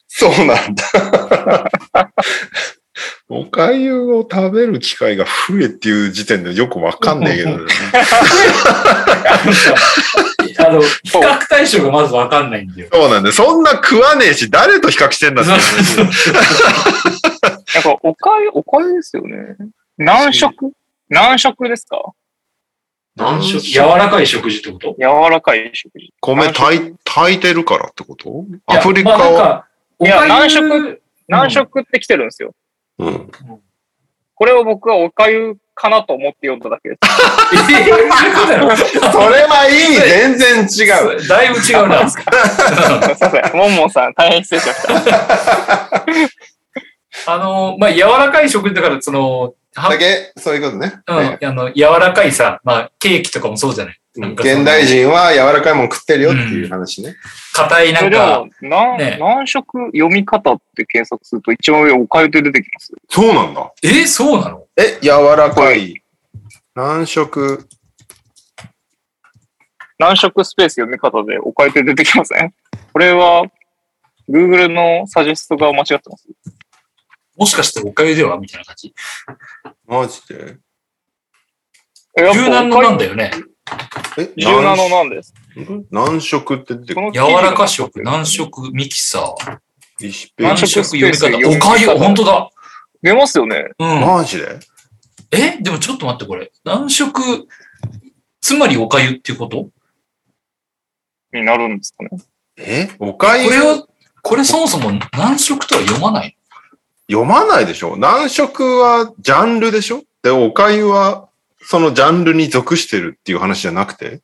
Speaker 1: そうなんだ。 お粥を食べる機会が増えっていう時点でよくわかんないけ ど、
Speaker 3: あの、比較対象がまずわかんないんだよ。
Speaker 1: そうなんだよ。そんな食わねえし、誰と比較してんだって。
Speaker 2: なんか、おかゆ、おかゆですよね。軟食軟食ですか
Speaker 3: 軟食柔らかい食事ってこと
Speaker 2: 柔らかい食事。
Speaker 4: 米炊い炊いてるからってことアフリ
Speaker 3: いやまあ
Speaker 4: カ
Speaker 3: なん
Speaker 4: は。
Speaker 3: かお
Speaker 2: いや
Speaker 3: 粥
Speaker 2: 軟食軟食って来てるんですよ。
Speaker 4: うん。
Speaker 2: これを僕はおかゆかなと思って読んだだけです。
Speaker 3: えそういうことやろ
Speaker 1: それは意味全然 違う。
Speaker 3: だいぶ違うな。
Speaker 2: すいません。もんもんさん、大変失礼しました。
Speaker 3: あの、まあ、柔らかい食事だから、その、は
Speaker 1: だけ、そういうことね。ね
Speaker 3: うん、あの、柔らかいさ、まあ、ケーキとかもそうじゃないなんかその
Speaker 1: 現代人は柔らかいもん食ってるよっていう話ね。
Speaker 3: 硬いな
Speaker 2: それ
Speaker 3: ん
Speaker 2: で
Speaker 3: か、
Speaker 2: も、なん
Speaker 3: ね
Speaker 2: 軟食読み方って検索すると一番上おかゆで出てきます。
Speaker 1: そうなんだ。
Speaker 3: え、そうなの
Speaker 1: え、柔らかい。軟食。
Speaker 2: 軟食スペース読み方でおかゆで出てきませんこれは、Google のサジェストが間違ってます。
Speaker 3: もしかしておかゆではみたいな感じ。
Speaker 1: マジで
Speaker 2: やっぱ
Speaker 3: 柔軟のなんだ
Speaker 2: よ。
Speaker 3: よね。
Speaker 1: え
Speaker 2: 柔軟のなんです。
Speaker 1: 軟食って出て
Speaker 2: こ
Speaker 1: くる。
Speaker 2: の記
Speaker 3: 柔
Speaker 2: 事
Speaker 3: らか食、軟食、ミキサー。
Speaker 1: 一ペー
Speaker 2: 軟
Speaker 1: ジ
Speaker 2: 食スペース
Speaker 3: 読み
Speaker 2: 読
Speaker 3: 方。お
Speaker 2: み方
Speaker 3: かゆ、本当だ。
Speaker 2: 出ますよね。
Speaker 3: うん。
Speaker 1: マジで
Speaker 3: え、でもちょっと待って、これ。軟食、つまりおかゆっていうことこ
Speaker 2: になるんですかね。
Speaker 1: えおかゆ
Speaker 3: れを、これそもそも軟食とは読まない。
Speaker 1: 読まないでしょ軟食はジャンルでしょで、おかゆはそのジャンルに属してるっていう話じゃなくて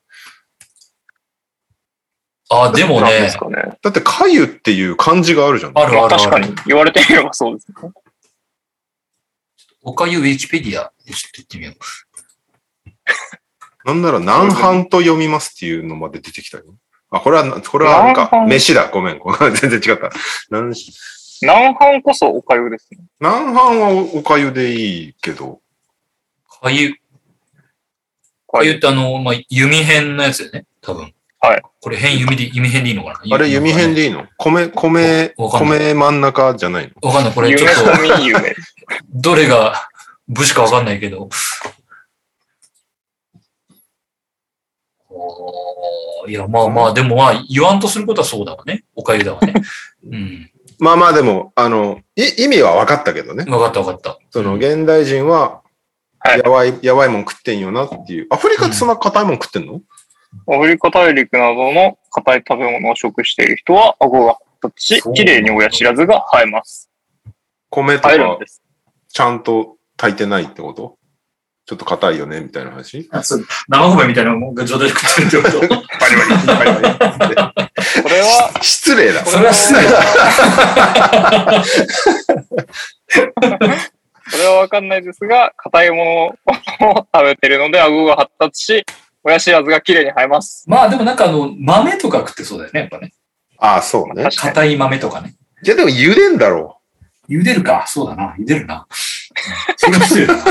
Speaker 3: あ、でも
Speaker 2: なんで
Speaker 3: ね
Speaker 2: す、かね。
Speaker 1: だって、かゆっていう漢字があるじゃん。
Speaker 3: ある
Speaker 2: ま
Speaker 3: あ
Speaker 2: あ
Speaker 3: る
Speaker 2: 確
Speaker 3: あ
Speaker 2: か
Speaker 3: る
Speaker 2: に。。言われてみればそうですね。
Speaker 3: おかゆウィキペディア、ちょっと行ってみよう。
Speaker 1: なんなら、南半と読みますっていうのまで出てきたよ。あ、これはな、これはあれ
Speaker 2: 南
Speaker 1: か。
Speaker 2: 半
Speaker 1: 飯だ。ごめん。ごめん 全然違った。南
Speaker 2: 南半こそおかゆですね。
Speaker 1: 南半はおおかゆでいいけど。
Speaker 3: かゆ、
Speaker 2: お
Speaker 3: か
Speaker 2: か
Speaker 3: ゆ
Speaker 2: ゆ
Speaker 3: ってあの、まあ、弓編のやつだよね、多分。
Speaker 2: はい。
Speaker 3: これ編弓で、弓編でいいのかな
Speaker 1: あれ、弓編でいいの米、米、
Speaker 3: わかんない
Speaker 1: 米真ん中じゃないの
Speaker 3: わかんない。これ
Speaker 2: 夢
Speaker 3: ちょっと、
Speaker 2: とみ夢。
Speaker 3: どれが部しかわかんないけど。おーいや、まあまあ、でもまあ、言わんとすることはそうだわね。おかゆだわ ね。うん。
Speaker 1: まあまあでも、あの、い意味は分かったけどね。
Speaker 3: わかったわかった。
Speaker 1: その、現代人は、
Speaker 2: はい
Speaker 1: やばい、やばいもん食ってんよなっていう。アフリカってそんな硬いもん食ってんの
Speaker 2: アフリカ大陸などの硬い食べ物を食している人は顎が発達
Speaker 3: そ
Speaker 2: し、
Speaker 3: う
Speaker 2: 綺麗に親知らずが生えます。
Speaker 1: 米と
Speaker 2: 生えるん
Speaker 1: か
Speaker 2: で、す。
Speaker 1: ちゃんと炊いてないってことちょっと硬いよねみたいな話
Speaker 3: 生米みたいなもんが状態で食ってるっ てこ
Speaker 1: バリバリ、バリバリって。
Speaker 2: これは、
Speaker 1: 失礼だ
Speaker 3: と。それは失礼
Speaker 2: こ
Speaker 3: だ。
Speaker 2: れはわかんないですが、硬いものを食べてるので顎が発達し、親知らずが綺麗に生えます。
Speaker 3: まあでもなんかあの、豆とか食ってそうだよね、やっぱね。
Speaker 1: ああ、そうね。
Speaker 2: 確かに。
Speaker 3: 硬い豆とかね。
Speaker 1: いや、でも茹でんだろ
Speaker 3: 茹でるか。そうだな。茹でるな。うんそれは失礼 だな。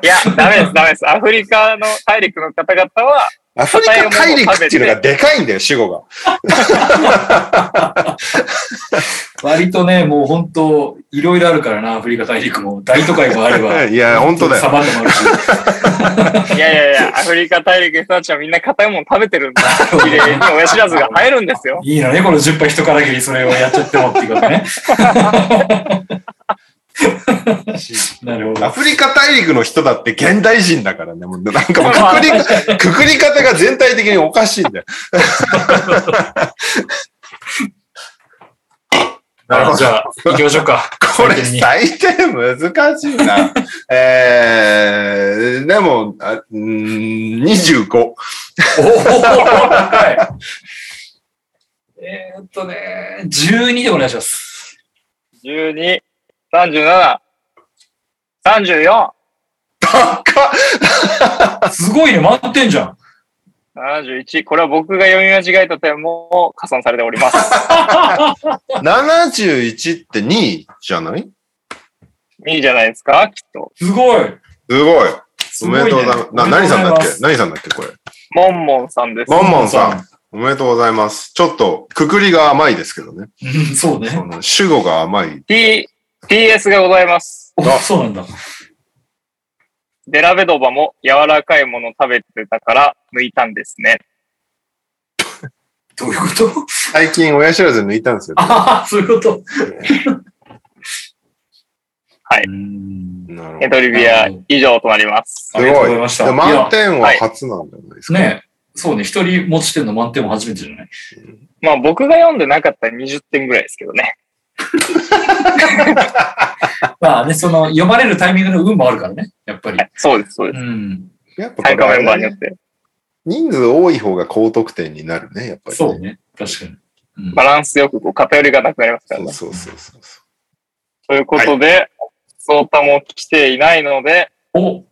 Speaker 2: いや、ダメです、ダメです。アフリカの大陸の方々は、
Speaker 1: う。アフリカ大陸っていうのがでかいんだよ、主語が。
Speaker 3: 割とね、もう本当、いろいろあるからな、アフリカ大陸も。大都会もあれば。
Speaker 1: いや、 本当だ
Speaker 3: サ
Speaker 1: よ。
Speaker 3: バンナもあ るし。
Speaker 2: いやいやいや、アフリカ大陸の人たちはみんな硬いもの食べてるんだ。綺麗に親知らずが生えるんですよ。
Speaker 3: いいのね、この10杯一からぎりそれをやっちゃってもっていう ことね。なるほ
Speaker 1: ア
Speaker 3: ど。
Speaker 1: フリカ大陸の人だって現代人だからね。もうなんかもうくくり、くくり方が全体的におかしいんだよ。なるほ
Speaker 3: あ
Speaker 1: ど
Speaker 3: じゃあ、行きましょうか。
Speaker 1: これ
Speaker 3: 採点に
Speaker 1: 最低難しい な。えー、でも、あうーん25。
Speaker 3: おおは いえーっとね、12でお願いします。
Speaker 2: 12、37、34、
Speaker 1: ど
Speaker 4: 高っ
Speaker 3: すごいね、待ってんじゃん。
Speaker 2: 71。これは僕が読み間違えた点も加算されております。
Speaker 1: 71って2位じゃない
Speaker 2: いいじゃないですか、きっと。
Speaker 3: すごい。
Speaker 1: すごい
Speaker 3: す
Speaker 1: お
Speaker 3: ごい、
Speaker 1: め
Speaker 3: ね。
Speaker 1: でとうございます。な、何さんだっ
Speaker 3: おめで
Speaker 1: け
Speaker 3: とうございます
Speaker 1: 何さんだっけこれ。
Speaker 2: モンモンさんです。
Speaker 1: モンモンさん。おめでとうございます。ちょっと、くくりが甘いですけどね。
Speaker 3: うんそうね
Speaker 1: そ。の主語が甘い。
Speaker 2: T、TS がございます。
Speaker 3: おそうなんだ。
Speaker 2: デラベドバも柔らかいもの食べてたから抜いたんですね。
Speaker 3: どういうこと
Speaker 1: 最近、親知らず抜いたんですよ。
Speaker 3: ああ、そういう こと。
Speaker 2: はい
Speaker 3: うん
Speaker 1: なるほ
Speaker 2: エトリビア以上となります。
Speaker 3: ありがとうございました。
Speaker 1: ど。で満点はい
Speaker 2: や
Speaker 1: 初なんじゃないです
Speaker 3: い
Speaker 1: か。
Speaker 3: やねそうね、一人持ち点の満点も初めてじゃない
Speaker 2: まあ僕が読んでなかったら20点ぐらいですけどね。
Speaker 3: まあね、その、読まれるタイミングの運もあるからね、やっぱり。
Speaker 2: そうです、そうで
Speaker 3: う
Speaker 2: す。
Speaker 3: ん。
Speaker 1: やっぱこ
Speaker 2: 参加メンバーに
Speaker 1: れ、
Speaker 2: よって。
Speaker 1: 人数多い方が高得点になるね、やっぱりね。
Speaker 3: そうね、確かに。うん
Speaker 2: バランスよくこう偏りがなくなりますからね。
Speaker 1: そうそうそうそ
Speaker 2: ということで、ソータも来ていないので、
Speaker 3: お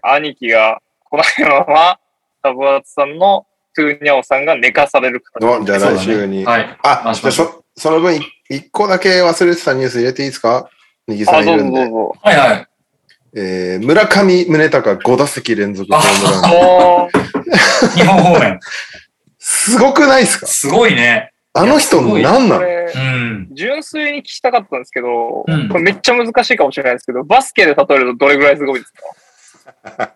Speaker 2: 兄貴が来ないまま、タブアツさんのトゥーニャオさんが寝かされる形
Speaker 1: う。のじゃあ
Speaker 3: そうだ
Speaker 1: 来
Speaker 3: ね
Speaker 1: 週に。
Speaker 3: はい。
Speaker 1: あ、
Speaker 3: 回し
Speaker 1: じゃ
Speaker 3: ま
Speaker 1: あ
Speaker 3: しょう
Speaker 1: そその分、い一個だけ忘れてたニュース入れていいですか右さ
Speaker 2: あ、
Speaker 1: んい
Speaker 2: どう
Speaker 1: る
Speaker 2: ぞ
Speaker 1: ん
Speaker 2: どう
Speaker 1: で。
Speaker 2: ぞ。
Speaker 3: はいはい。
Speaker 1: えー、村上宗隆5打席連続ホームラン。
Speaker 2: おー
Speaker 3: 日本方面。
Speaker 1: すごくないですか
Speaker 3: すごいね。
Speaker 1: あの人
Speaker 3: いやすごい
Speaker 1: 何な
Speaker 2: こ
Speaker 1: の
Speaker 2: れ
Speaker 3: う、ん。
Speaker 2: 純粋に聞きたかったんですけど、
Speaker 3: うん
Speaker 2: これめっちゃ難しいかもしれないですけど、バスケで例えるとどれぐらいすごいですか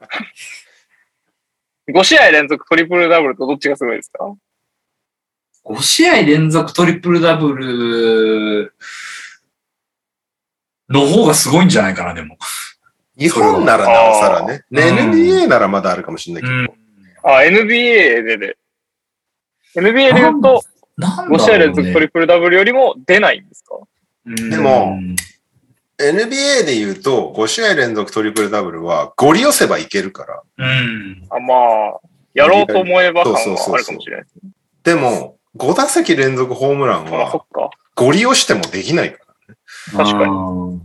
Speaker 2: ?5 試合連続トリプルダブルとどっちがすごいですか
Speaker 3: 5試合連続トリプルダブルの方がすごいんじゃないかな、でも。
Speaker 1: 日本ならなおさらね。ね
Speaker 3: うん
Speaker 1: NBA ならまだあるかもしれな
Speaker 3: う
Speaker 1: いけど。
Speaker 3: ん。
Speaker 2: あ、NBA でで。NBA で言うと、
Speaker 3: なんだろう、ね。
Speaker 2: 5試合連続トリプルダブルよりも出ないんですか
Speaker 3: うん
Speaker 1: でも NBA で言うと、5試合連続トリプルダブルは、ゴリ寄せばいけるから。
Speaker 3: うん。
Speaker 2: あまあ、やろうと思えば感は
Speaker 1: そうそうそうそう
Speaker 2: あるかもしれないです。
Speaker 1: でも、5打席連続ホームラン
Speaker 2: まあ、そ
Speaker 1: は
Speaker 2: っ、か。
Speaker 1: ゴリ押してもできないから。
Speaker 2: 確かに
Speaker 3: に。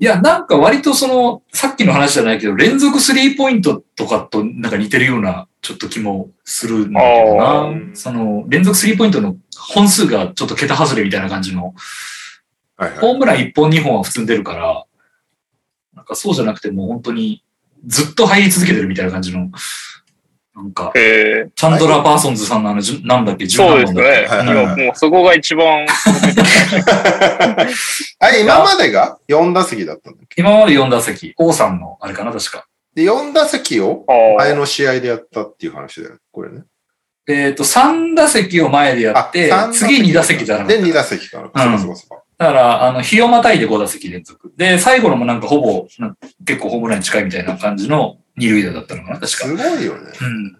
Speaker 3: いや、なんか割とその、さっきの話じゃないけど、連続スリーポイントとかとなんか似てるような、ちょっと気もするんだけど
Speaker 2: あ
Speaker 3: な。
Speaker 1: ー
Speaker 3: その、連続スリーポイントの本数がちょっと桁外れみたいな感じの、
Speaker 1: はいはい。
Speaker 3: ホームラン1本2本は普通に出るから、なんかそうじゃなくてもう本当にずっと入り続けてるみたいな感じの、なんか、
Speaker 2: えー、
Speaker 3: チャンドラー・パーソンズさんのあの、じゅなんだっけ、十
Speaker 2: そう
Speaker 3: 何
Speaker 2: です
Speaker 3: 本だっけ。
Speaker 2: ね。
Speaker 1: はい
Speaker 3: はい
Speaker 2: 今、もうそこが一番、
Speaker 1: あれ、今までが4打席だったんだっけ
Speaker 3: 今まで4打席、王さんのあれかな、確か。
Speaker 1: で、4打席を
Speaker 2: あ
Speaker 1: 前
Speaker 2: ー
Speaker 1: の試合でやったっていう話だよね。これね。
Speaker 3: えっ、と、3打席を前でやって
Speaker 1: 三、打
Speaker 3: 次2打席だな。
Speaker 1: で、2打席かな。
Speaker 3: う
Speaker 1: そう
Speaker 3: ん
Speaker 1: かそうかそうか
Speaker 3: だから、あの、日をまたいで5打席連続。で、最後のもなんかほぼ、なんか結構ホームランに近いみたいな感じの二塁打だったのかな、確か。
Speaker 1: すごいよね。
Speaker 3: うん。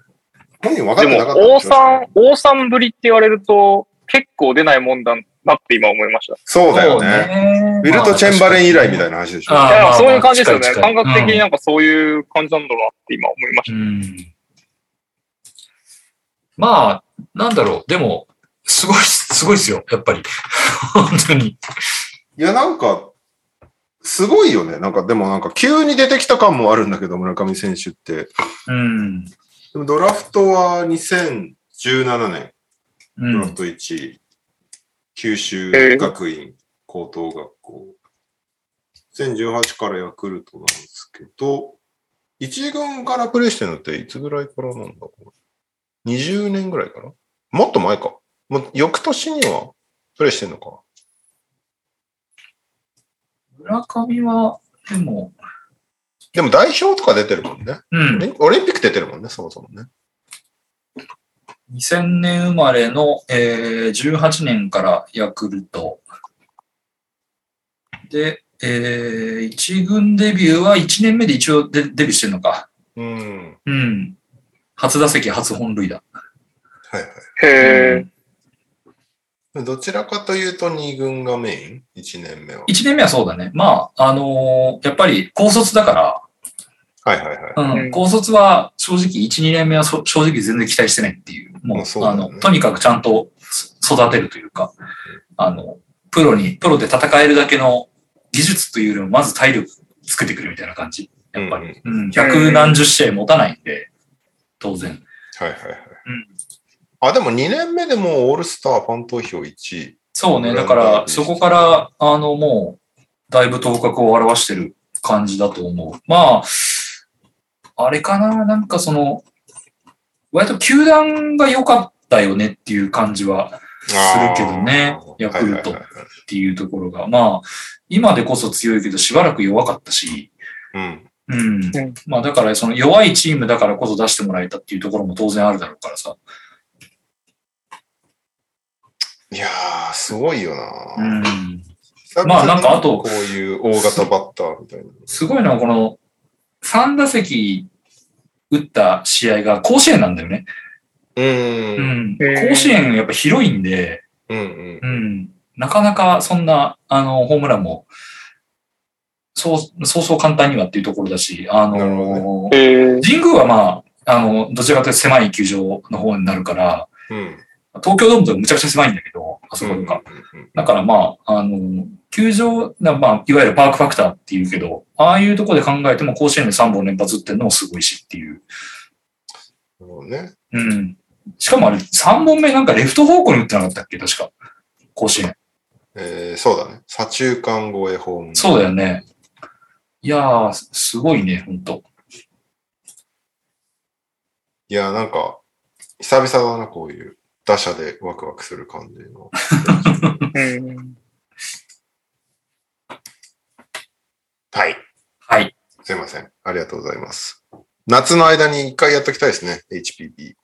Speaker 1: 本人分かっ
Speaker 2: で
Speaker 1: てなかった
Speaker 2: も、王
Speaker 1: しょ
Speaker 2: さん、王さんぶりって言われると、結構出ないもんだなって今思いました。
Speaker 1: そうだよね。
Speaker 3: ね
Speaker 1: ウィルト・チェンバレン以来みたいな
Speaker 3: な。
Speaker 1: 話でしょ。
Speaker 3: あ
Speaker 2: いや、
Speaker 3: まあ
Speaker 2: そういう感じですよ
Speaker 3: 近
Speaker 2: ね。
Speaker 3: い近い
Speaker 2: 感覚的になんかそういう感じなんだろうなって今思いまし
Speaker 3: うん。まあ、なんだろう。でも、すごい、すごいっすよ、やっぱり。 本当に。
Speaker 1: いや、なんか、すごいよね。なんか、でもなんか、急に出てきた感もあるんだけど、村上選手って。
Speaker 3: うん。
Speaker 1: でもドラフトは2017年、
Speaker 3: う
Speaker 1: ドラフ
Speaker 3: ん。
Speaker 1: ト1位、九州学院高等学校。2018からヤクルトなんですけど、一軍からプレイしてるのっていつぐらいからなんだこれ。20年ぐらいかなもっと前か。もう翌年にはプレイしてるのか。
Speaker 3: 村上は、でも、
Speaker 1: でも代表とか出てるもんね。
Speaker 3: うん
Speaker 1: オ。リンオリンピック出てるもんね、そもそもね。
Speaker 3: 2000年生まれの、えー18年からヤクルト。で、えー、1軍デビューは1年目で一応デデビューしてるのか。
Speaker 1: うん。
Speaker 3: うん。初打席、初本塁打。
Speaker 1: はいは
Speaker 2: た。へえ。
Speaker 1: い。どちらかというと2軍がメイン ?1 年目は。
Speaker 3: 1年目はそうだね。まあ、あのーやっぱり高卒だか
Speaker 1: はいはいはい。
Speaker 3: ら、う
Speaker 2: うん
Speaker 3: ん、高卒は正直1、2年目はそ正直全然期待してないっていう。もう、
Speaker 1: まあそうだ
Speaker 3: あ
Speaker 1: よね
Speaker 3: の、とにかくちゃんと育てるというか、あの、プロに、プロで戦えるだけの技術というよりも、まず体力つけてくるみたいな感じ。やっぱり。
Speaker 1: うん
Speaker 3: うん、百何十試合持たないんで、当然。
Speaker 1: はいはいはい。
Speaker 3: うん
Speaker 1: あ、でも2年目でもうオールスターファン投票1位。
Speaker 3: そうね、だから、そこから、あの、もう、だいぶ頭角を表してる感じだと思う。まあ、あれかな、なんかその、割と球団が良かったよねっていう感じはするけどね
Speaker 1: あ、ー
Speaker 3: ヤクルト
Speaker 1: は
Speaker 3: っ
Speaker 1: いはいはい
Speaker 3: ていうところが。まあ、今でこそ強いけど、しばらく弱かったし、
Speaker 1: はい
Speaker 3: うん
Speaker 2: ん。
Speaker 3: まあ、だから、その弱いチームだからこそ出してもらえたっていうところも当然あるだろうからさ。
Speaker 1: うん。いやー、すごいよな、
Speaker 3: うん。
Speaker 1: 久々に
Speaker 3: まあなんかあと
Speaker 1: こういう大型バッターみたいな。
Speaker 3: すごいのはこの3打席打った試合が甲子園なんだよね。
Speaker 1: う。
Speaker 3: うんん。
Speaker 2: へー
Speaker 3: 甲子園やっぱ広いんで、
Speaker 1: うんうん
Speaker 3: う。ん。なかなかそんな、あの、ホームランも、そう、そうそう簡単にはっていうところだし、あ
Speaker 1: なるほ
Speaker 3: の、
Speaker 2: えー、
Speaker 3: 神宮はまあ、あの、どちらかというと狭い球場の方になるから、
Speaker 1: うん。
Speaker 3: 東京ドームとかむちゃくちゃ狭いんだけど、あそこ
Speaker 1: う
Speaker 3: と
Speaker 1: ん
Speaker 3: か。だからまあ、あの、球場、なまあ、いわゆるパークファクターっていうけど、ああいうとこで考えても甲子園で3本連発打ってるのもすごいしっていう。
Speaker 1: そうね。
Speaker 3: うん。しかもあれ、3本目なんかレフト方向に打ってなかったっけ確か。甲子園。
Speaker 1: えー、そうだね。左中間越えホームラン。
Speaker 3: そうだよね。いやー、すすごいね、ほんと。
Speaker 1: いや、なんか、久々だな、こういう。打者でワクワクする感じの。
Speaker 2: うん。
Speaker 1: はい。
Speaker 3: はい。
Speaker 1: すいません。ありがとうございます。夏の間に一回やっときたいですね。HPP。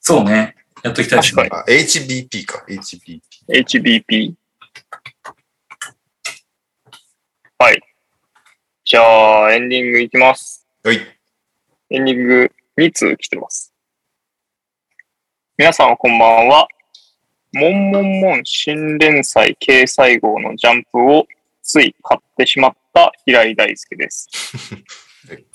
Speaker 3: そうね。やっときたいし。
Speaker 2: 確
Speaker 1: あ、HBP か。HBP。
Speaker 2: HBP。はい。じゃあ、エンディングいきます。
Speaker 1: はい。
Speaker 2: エンディング2通来てます。皆さんこんばんは。もんもんもん新連載掲載号のジャンプをつい買ってしまった平井大輔です
Speaker 1: はい。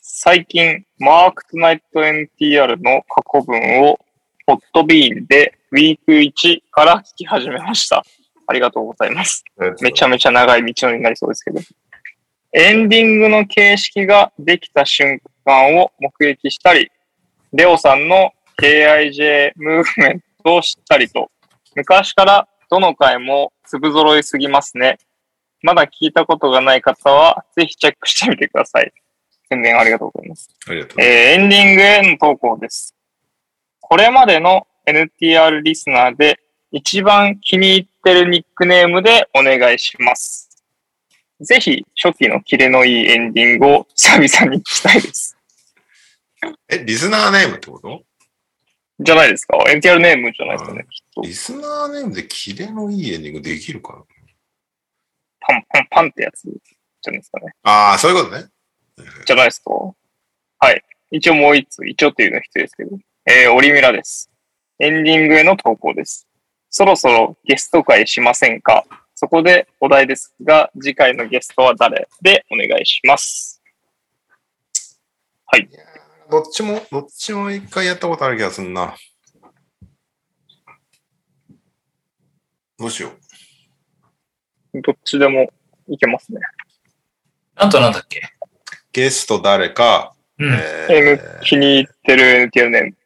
Speaker 2: 最近、マークトゥナイト NTR の過去文をホットビーンでウィーク1から聞き始めました。ありがとうございます。めち
Speaker 1: ゃ。
Speaker 2: ゃめちゃ長い道のりになりそうですけど。エンディングの形式ができた瞬間を目撃したり、レオさんの KIJ ムーブメントを知ったりと、昔からどの回も粒揃いすぎますね。まだ聞いたことがない方は、ぜひチェックしてみてください。宣伝ありがとうございます。
Speaker 1: ありがとうござい
Speaker 2: えーエンディングへの投稿です。これまでの NTR リスナーで一番気に入ってるニックネームでお願いします。ぜひ初期のキレのいいエンディングを久々に聞きたいです。
Speaker 1: ます。え、リスナーネームってこと
Speaker 2: じゃないですか ?NTR ネームじゃないですかね。きっと。
Speaker 1: リスナーネームでキレのいいエンディングできるかな
Speaker 2: パンパンパンってやつじゃないですかね。
Speaker 1: ああ、そういうことね。
Speaker 2: じゃないですかはい。一応もう一つ、一応っていうのは必要ですけど。えー、オリミラです。エンディングへの投稿です。そろそろゲスト会しませんかそこでお題ですが、次回のゲストは誰でお願いします。
Speaker 1: どっちも、どっちも一回やったことある気がすんな。どうしよう。
Speaker 2: どっちでもいけますね。
Speaker 3: あとなんだっけ
Speaker 1: ゲスト誰か、
Speaker 3: うん。
Speaker 2: え
Speaker 1: え
Speaker 2: ー気に入ってる NTR ネーム。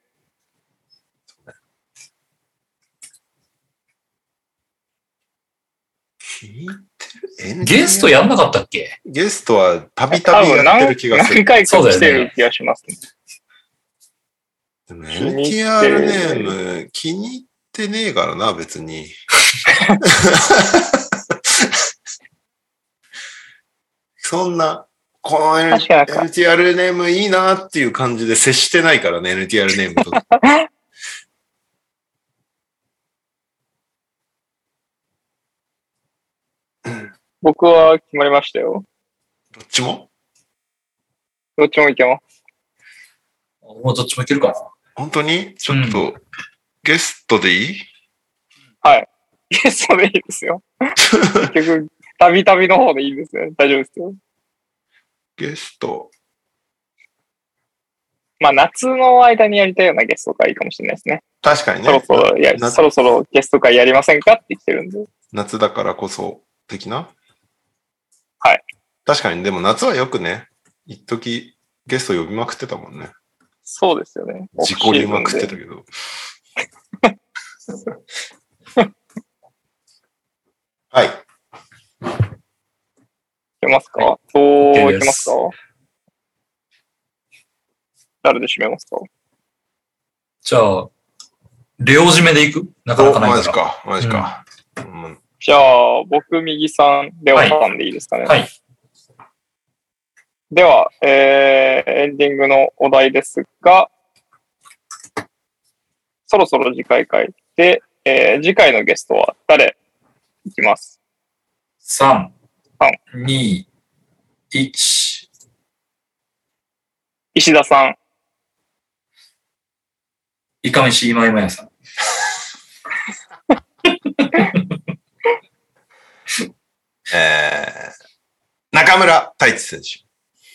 Speaker 1: ー、
Speaker 3: ゲスト
Speaker 1: や
Speaker 3: やんなかったっけ
Speaker 1: ゲストはたび
Speaker 2: 多
Speaker 1: たびや
Speaker 2: 分
Speaker 1: って
Speaker 2: 何
Speaker 1: る気がする
Speaker 2: 何。回か来てる気がしますね。
Speaker 1: でも
Speaker 2: 気に入って
Speaker 1: NTR ネーム気に入ってねえからな、別に。 そんな、この N-
Speaker 2: 確かなんか
Speaker 1: NTR ネームいいなっていう感じで接してないからね、NTR ネー ムと。
Speaker 2: 僕は決まりましたよ。
Speaker 1: どっちも
Speaker 2: どっちもいけます。
Speaker 3: もうどっちもいけるかな。
Speaker 1: 本当にちょっと、ゲストでいい
Speaker 2: ゲストでいいです よ。結局、たびたびの方でいいですよ。大丈夫ですよ。
Speaker 1: ゲスト。
Speaker 2: まあ、夏の間にやりたいようなゲスト会いいかもしれないですね。
Speaker 1: 確かにね。
Speaker 2: そろそろや、
Speaker 1: 夏
Speaker 2: そろそろゲスト会やりませんかって言ってるんで。
Speaker 1: 夏だからこそ的な
Speaker 2: はい。
Speaker 1: 確かに、でも夏はよくね、一時ゲスト呼びまくってたもんね。
Speaker 2: そうですよね。
Speaker 1: 事故りまくって
Speaker 2: オフシーズンで
Speaker 1: たけど。 はい。
Speaker 2: いけますかそう、いけますか誰で締めますか
Speaker 3: じゃあ、両締めでいくなかなかない
Speaker 1: お
Speaker 3: か
Speaker 1: マ
Speaker 3: ら。
Speaker 1: ジか、マジか。うん
Speaker 2: じゃあ、僕、右さん、レオさんでいいですかね。
Speaker 3: はい。
Speaker 2: では、えー、エンディングのお題ですが、そろそろ次回会で、えー、次回のゲストは誰いきます。
Speaker 3: 3
Speaker 2: は、
Speaker 3: 2、1。
Speaker 2: 石田さん、
Speaker 3: いかめし今今やさん。
Speaker 1: えー、中村太一選手。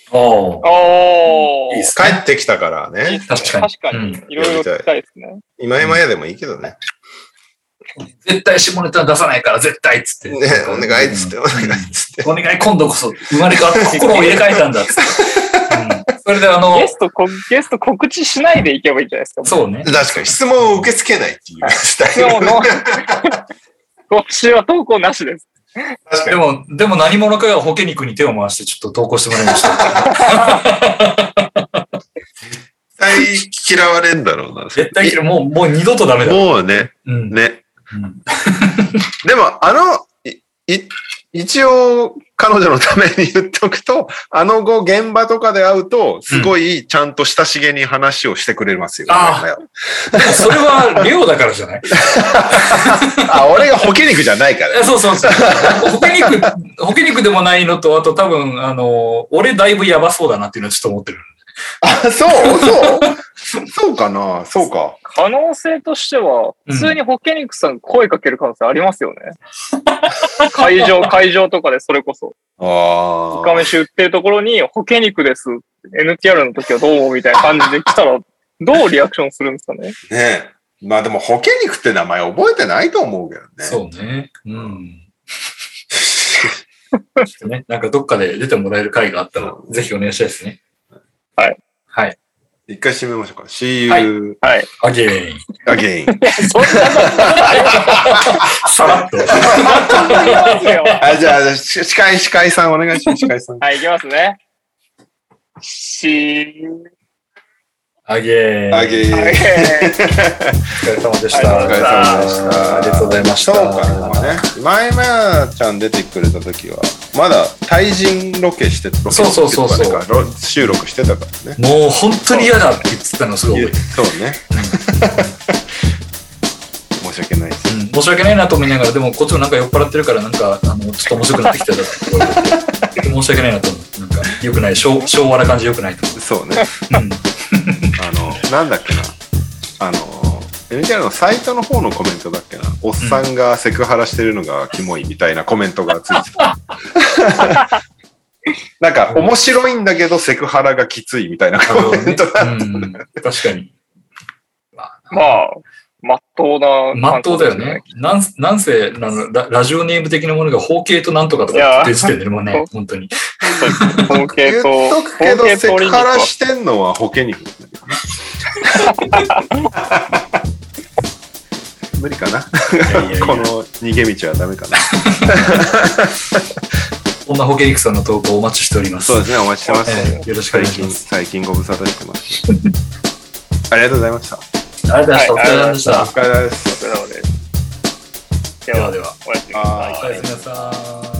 Speaker 3: おー
Speaker 2: おー、
Speaker 3: いいっす
Speaker 1: 帰ってきたからね。
Speaker 3: 確かに
Speaker 2: 確かに、いろいろ聞きたいですね。
Speaker 1: 今今やでもいいけどね。
Speaker 3: 絶対下ネタ出さないから、絶対っつって。
Speaker 1: ね、お願いっつって、お願いっつって。
Speaker 3: お願い、今度こそ、生まれ変わって心を入れ替えたんだっつ って。うんそれであの
Speaker 2: ゲ、ストこ、ゲスト告知しないでいけばいいんじゃないですか。
Speaker 3: そうね。
Speaker 1: 確かに質問を受け付けないっていうスタイ
Speaker 2: 今日
Speaker 1: ル。
Speaker 2: の、告知は投稿なしです。
Speaker 1: 確か
Speaker 3: で
Speaker 1: に。
Speaker 3: も、でも何者かが保険肉に手を回してちょっと投稿してもらい ました。
Speaker 1: 絶対嫌われんだろうな。
Speaker 3: 絶対嫌いもう、もう二度とダメだ。
Speaker 1: もうね、
Speaker 3: うん。
Speaker 1: ね。
Speaker 3: うん
Speaker 1: でも、あの、い、い一応、彼女のために言っとくと、あの後、現場とかで会うと、すごい、ちゃんと親しげに話をしてくれますよ。
Speaker 3: あでもそれは、量だからじゃない
Speaker 1: あ、俺が保険肉じゃないから。
Speaker 3: えそうそうそう。保険肉、保険肉でもないのと、あと多分、あの、俺だいぶやばそうだなっていうのはちょっと思ってる。
Speaker 1: あ、そうそうそうかなそうか。
Speaker 2: 可能性としては、
Speaker 3: うん
Speaker 2: 普通に保健肉さん声かける可能性ありますよね。会 場、会場とかでそれこそ、
Speaker 1: あ
Speaker 2: イカ
Speaker 1: あ。
Speaker 2: 飯売ってるところに、保健肉です。NTR の時はどうもみたいな感じで来たら、どうリアクションするんですかね。
Speaker 1: ねえ。まあでも、保険肉って名前覚えてないと思うけどね。
Speaker 3: そうね。うん。ちょっとね、なんかどっかで出てもらえる回があったら、ぜひお願いしたいですね。
Speaker 2: はい。
Speaker 3: はい。
Speaker 1: 一回締めましょうか。See you
Speaker 3: アゲイン。
Speaker 1: again.
Speaker 2: そんな
Speaker 3: さら っと。
Speaker 2: こと言いますよ。
Speaker 1: あ、じゃあ、し司会、司会さんお願いします。司会さん。
Speaker 2: はい、いきますね。しー。
Speaker 3: アゲイン。
Speaker 1: あげ
Speaker 2: はい
Speaker 1: ー。
Speaker 3: お疲れ様でし
Speaker 2: お
Speaker 3: た。
Speaker 1: お疲れ様でした。
Speaker 3: ありがとうございました。
Speaker 1: そうか、でもね。前々ちゃん出てくれた時は、まだ対人ロケして、ロケ
Speaker 3: そうそうそうそう
Speaker 1: っていかロ収録してたからね。
Speaker 3: もう本当に嫌だって言ってたのすごい覚えてる
Speaker 1: そうね。申し訳ないです。
Speaker 3: うん申し訳ないなと思いながら、でもこっちもなんか酔っ払ってるから、なんか、あの、ちょっと面白くなってきたら、申し訳ないなと思って、なんか、良くない、昭昭和な感じ良くないと思
Speaker 1: そうね。
Speaker 3: う。うん。
Speaker 1: あの、なんだっけな。あの、NTR のサイトの方のコメントだっけな。おっさんがセクハラしてるのがキモいみたいなコメントがついてた。なんか、面白いんだけどセクハラがきついみたいな コメントが。
Speaker 3: うん、確かに。
Speaker 2: まあ、まっとうな。
Speaker 3: まっとうだよね。。なんなんせあのラ、ラジオネーム的なものが包茎となんとかとかって言ってる時点でもうね、本当 に。
Speaker 2: 統計
Speaker 1: 言っ
Speaker 2: と、
Speaker 1: とくけ
Speaker 2: 統
Speaker 1: ど、
Speaker 2: 計
Speaker 1: セ
Speaker 2: とオリ
Speaker 1: ク
Speaker 2: ンピッ
Speaker 1: ハ
Speaker 2: クは
Speaker 1: ラしてんのは保険肉なんだけどね 無理かな。この逃げ道はダメかな。
Speaker 3: こんな保茎育さんの投稿お待ちしております。
Speaker 1: そうですね、お待ちしてます。
Speaker 3: えーよろしく
Speaker 1: 最
Speaker 3: お願いしま
Speaker 1: 近、
Speaker 3: す。
Speaker 1: 最近ご無沙汰してます。 ありがとうございました。
Speaker 3: ありがとうございました。
Speaker 1: お
Speaker 3: お疲れ様
Speaker 1: 疲れ様
Speaker 3: でし
Speaker 1: です。
Speaker 2: ということでで
Speaker 3: た。で
Speaker 2: は
Speaker 3: は、では、
Speaker 2: おやすみなさ
Speaker 1: あ。
Speaker 2: い
Speaker 1: ー
Speaker 3: おやすみなさい。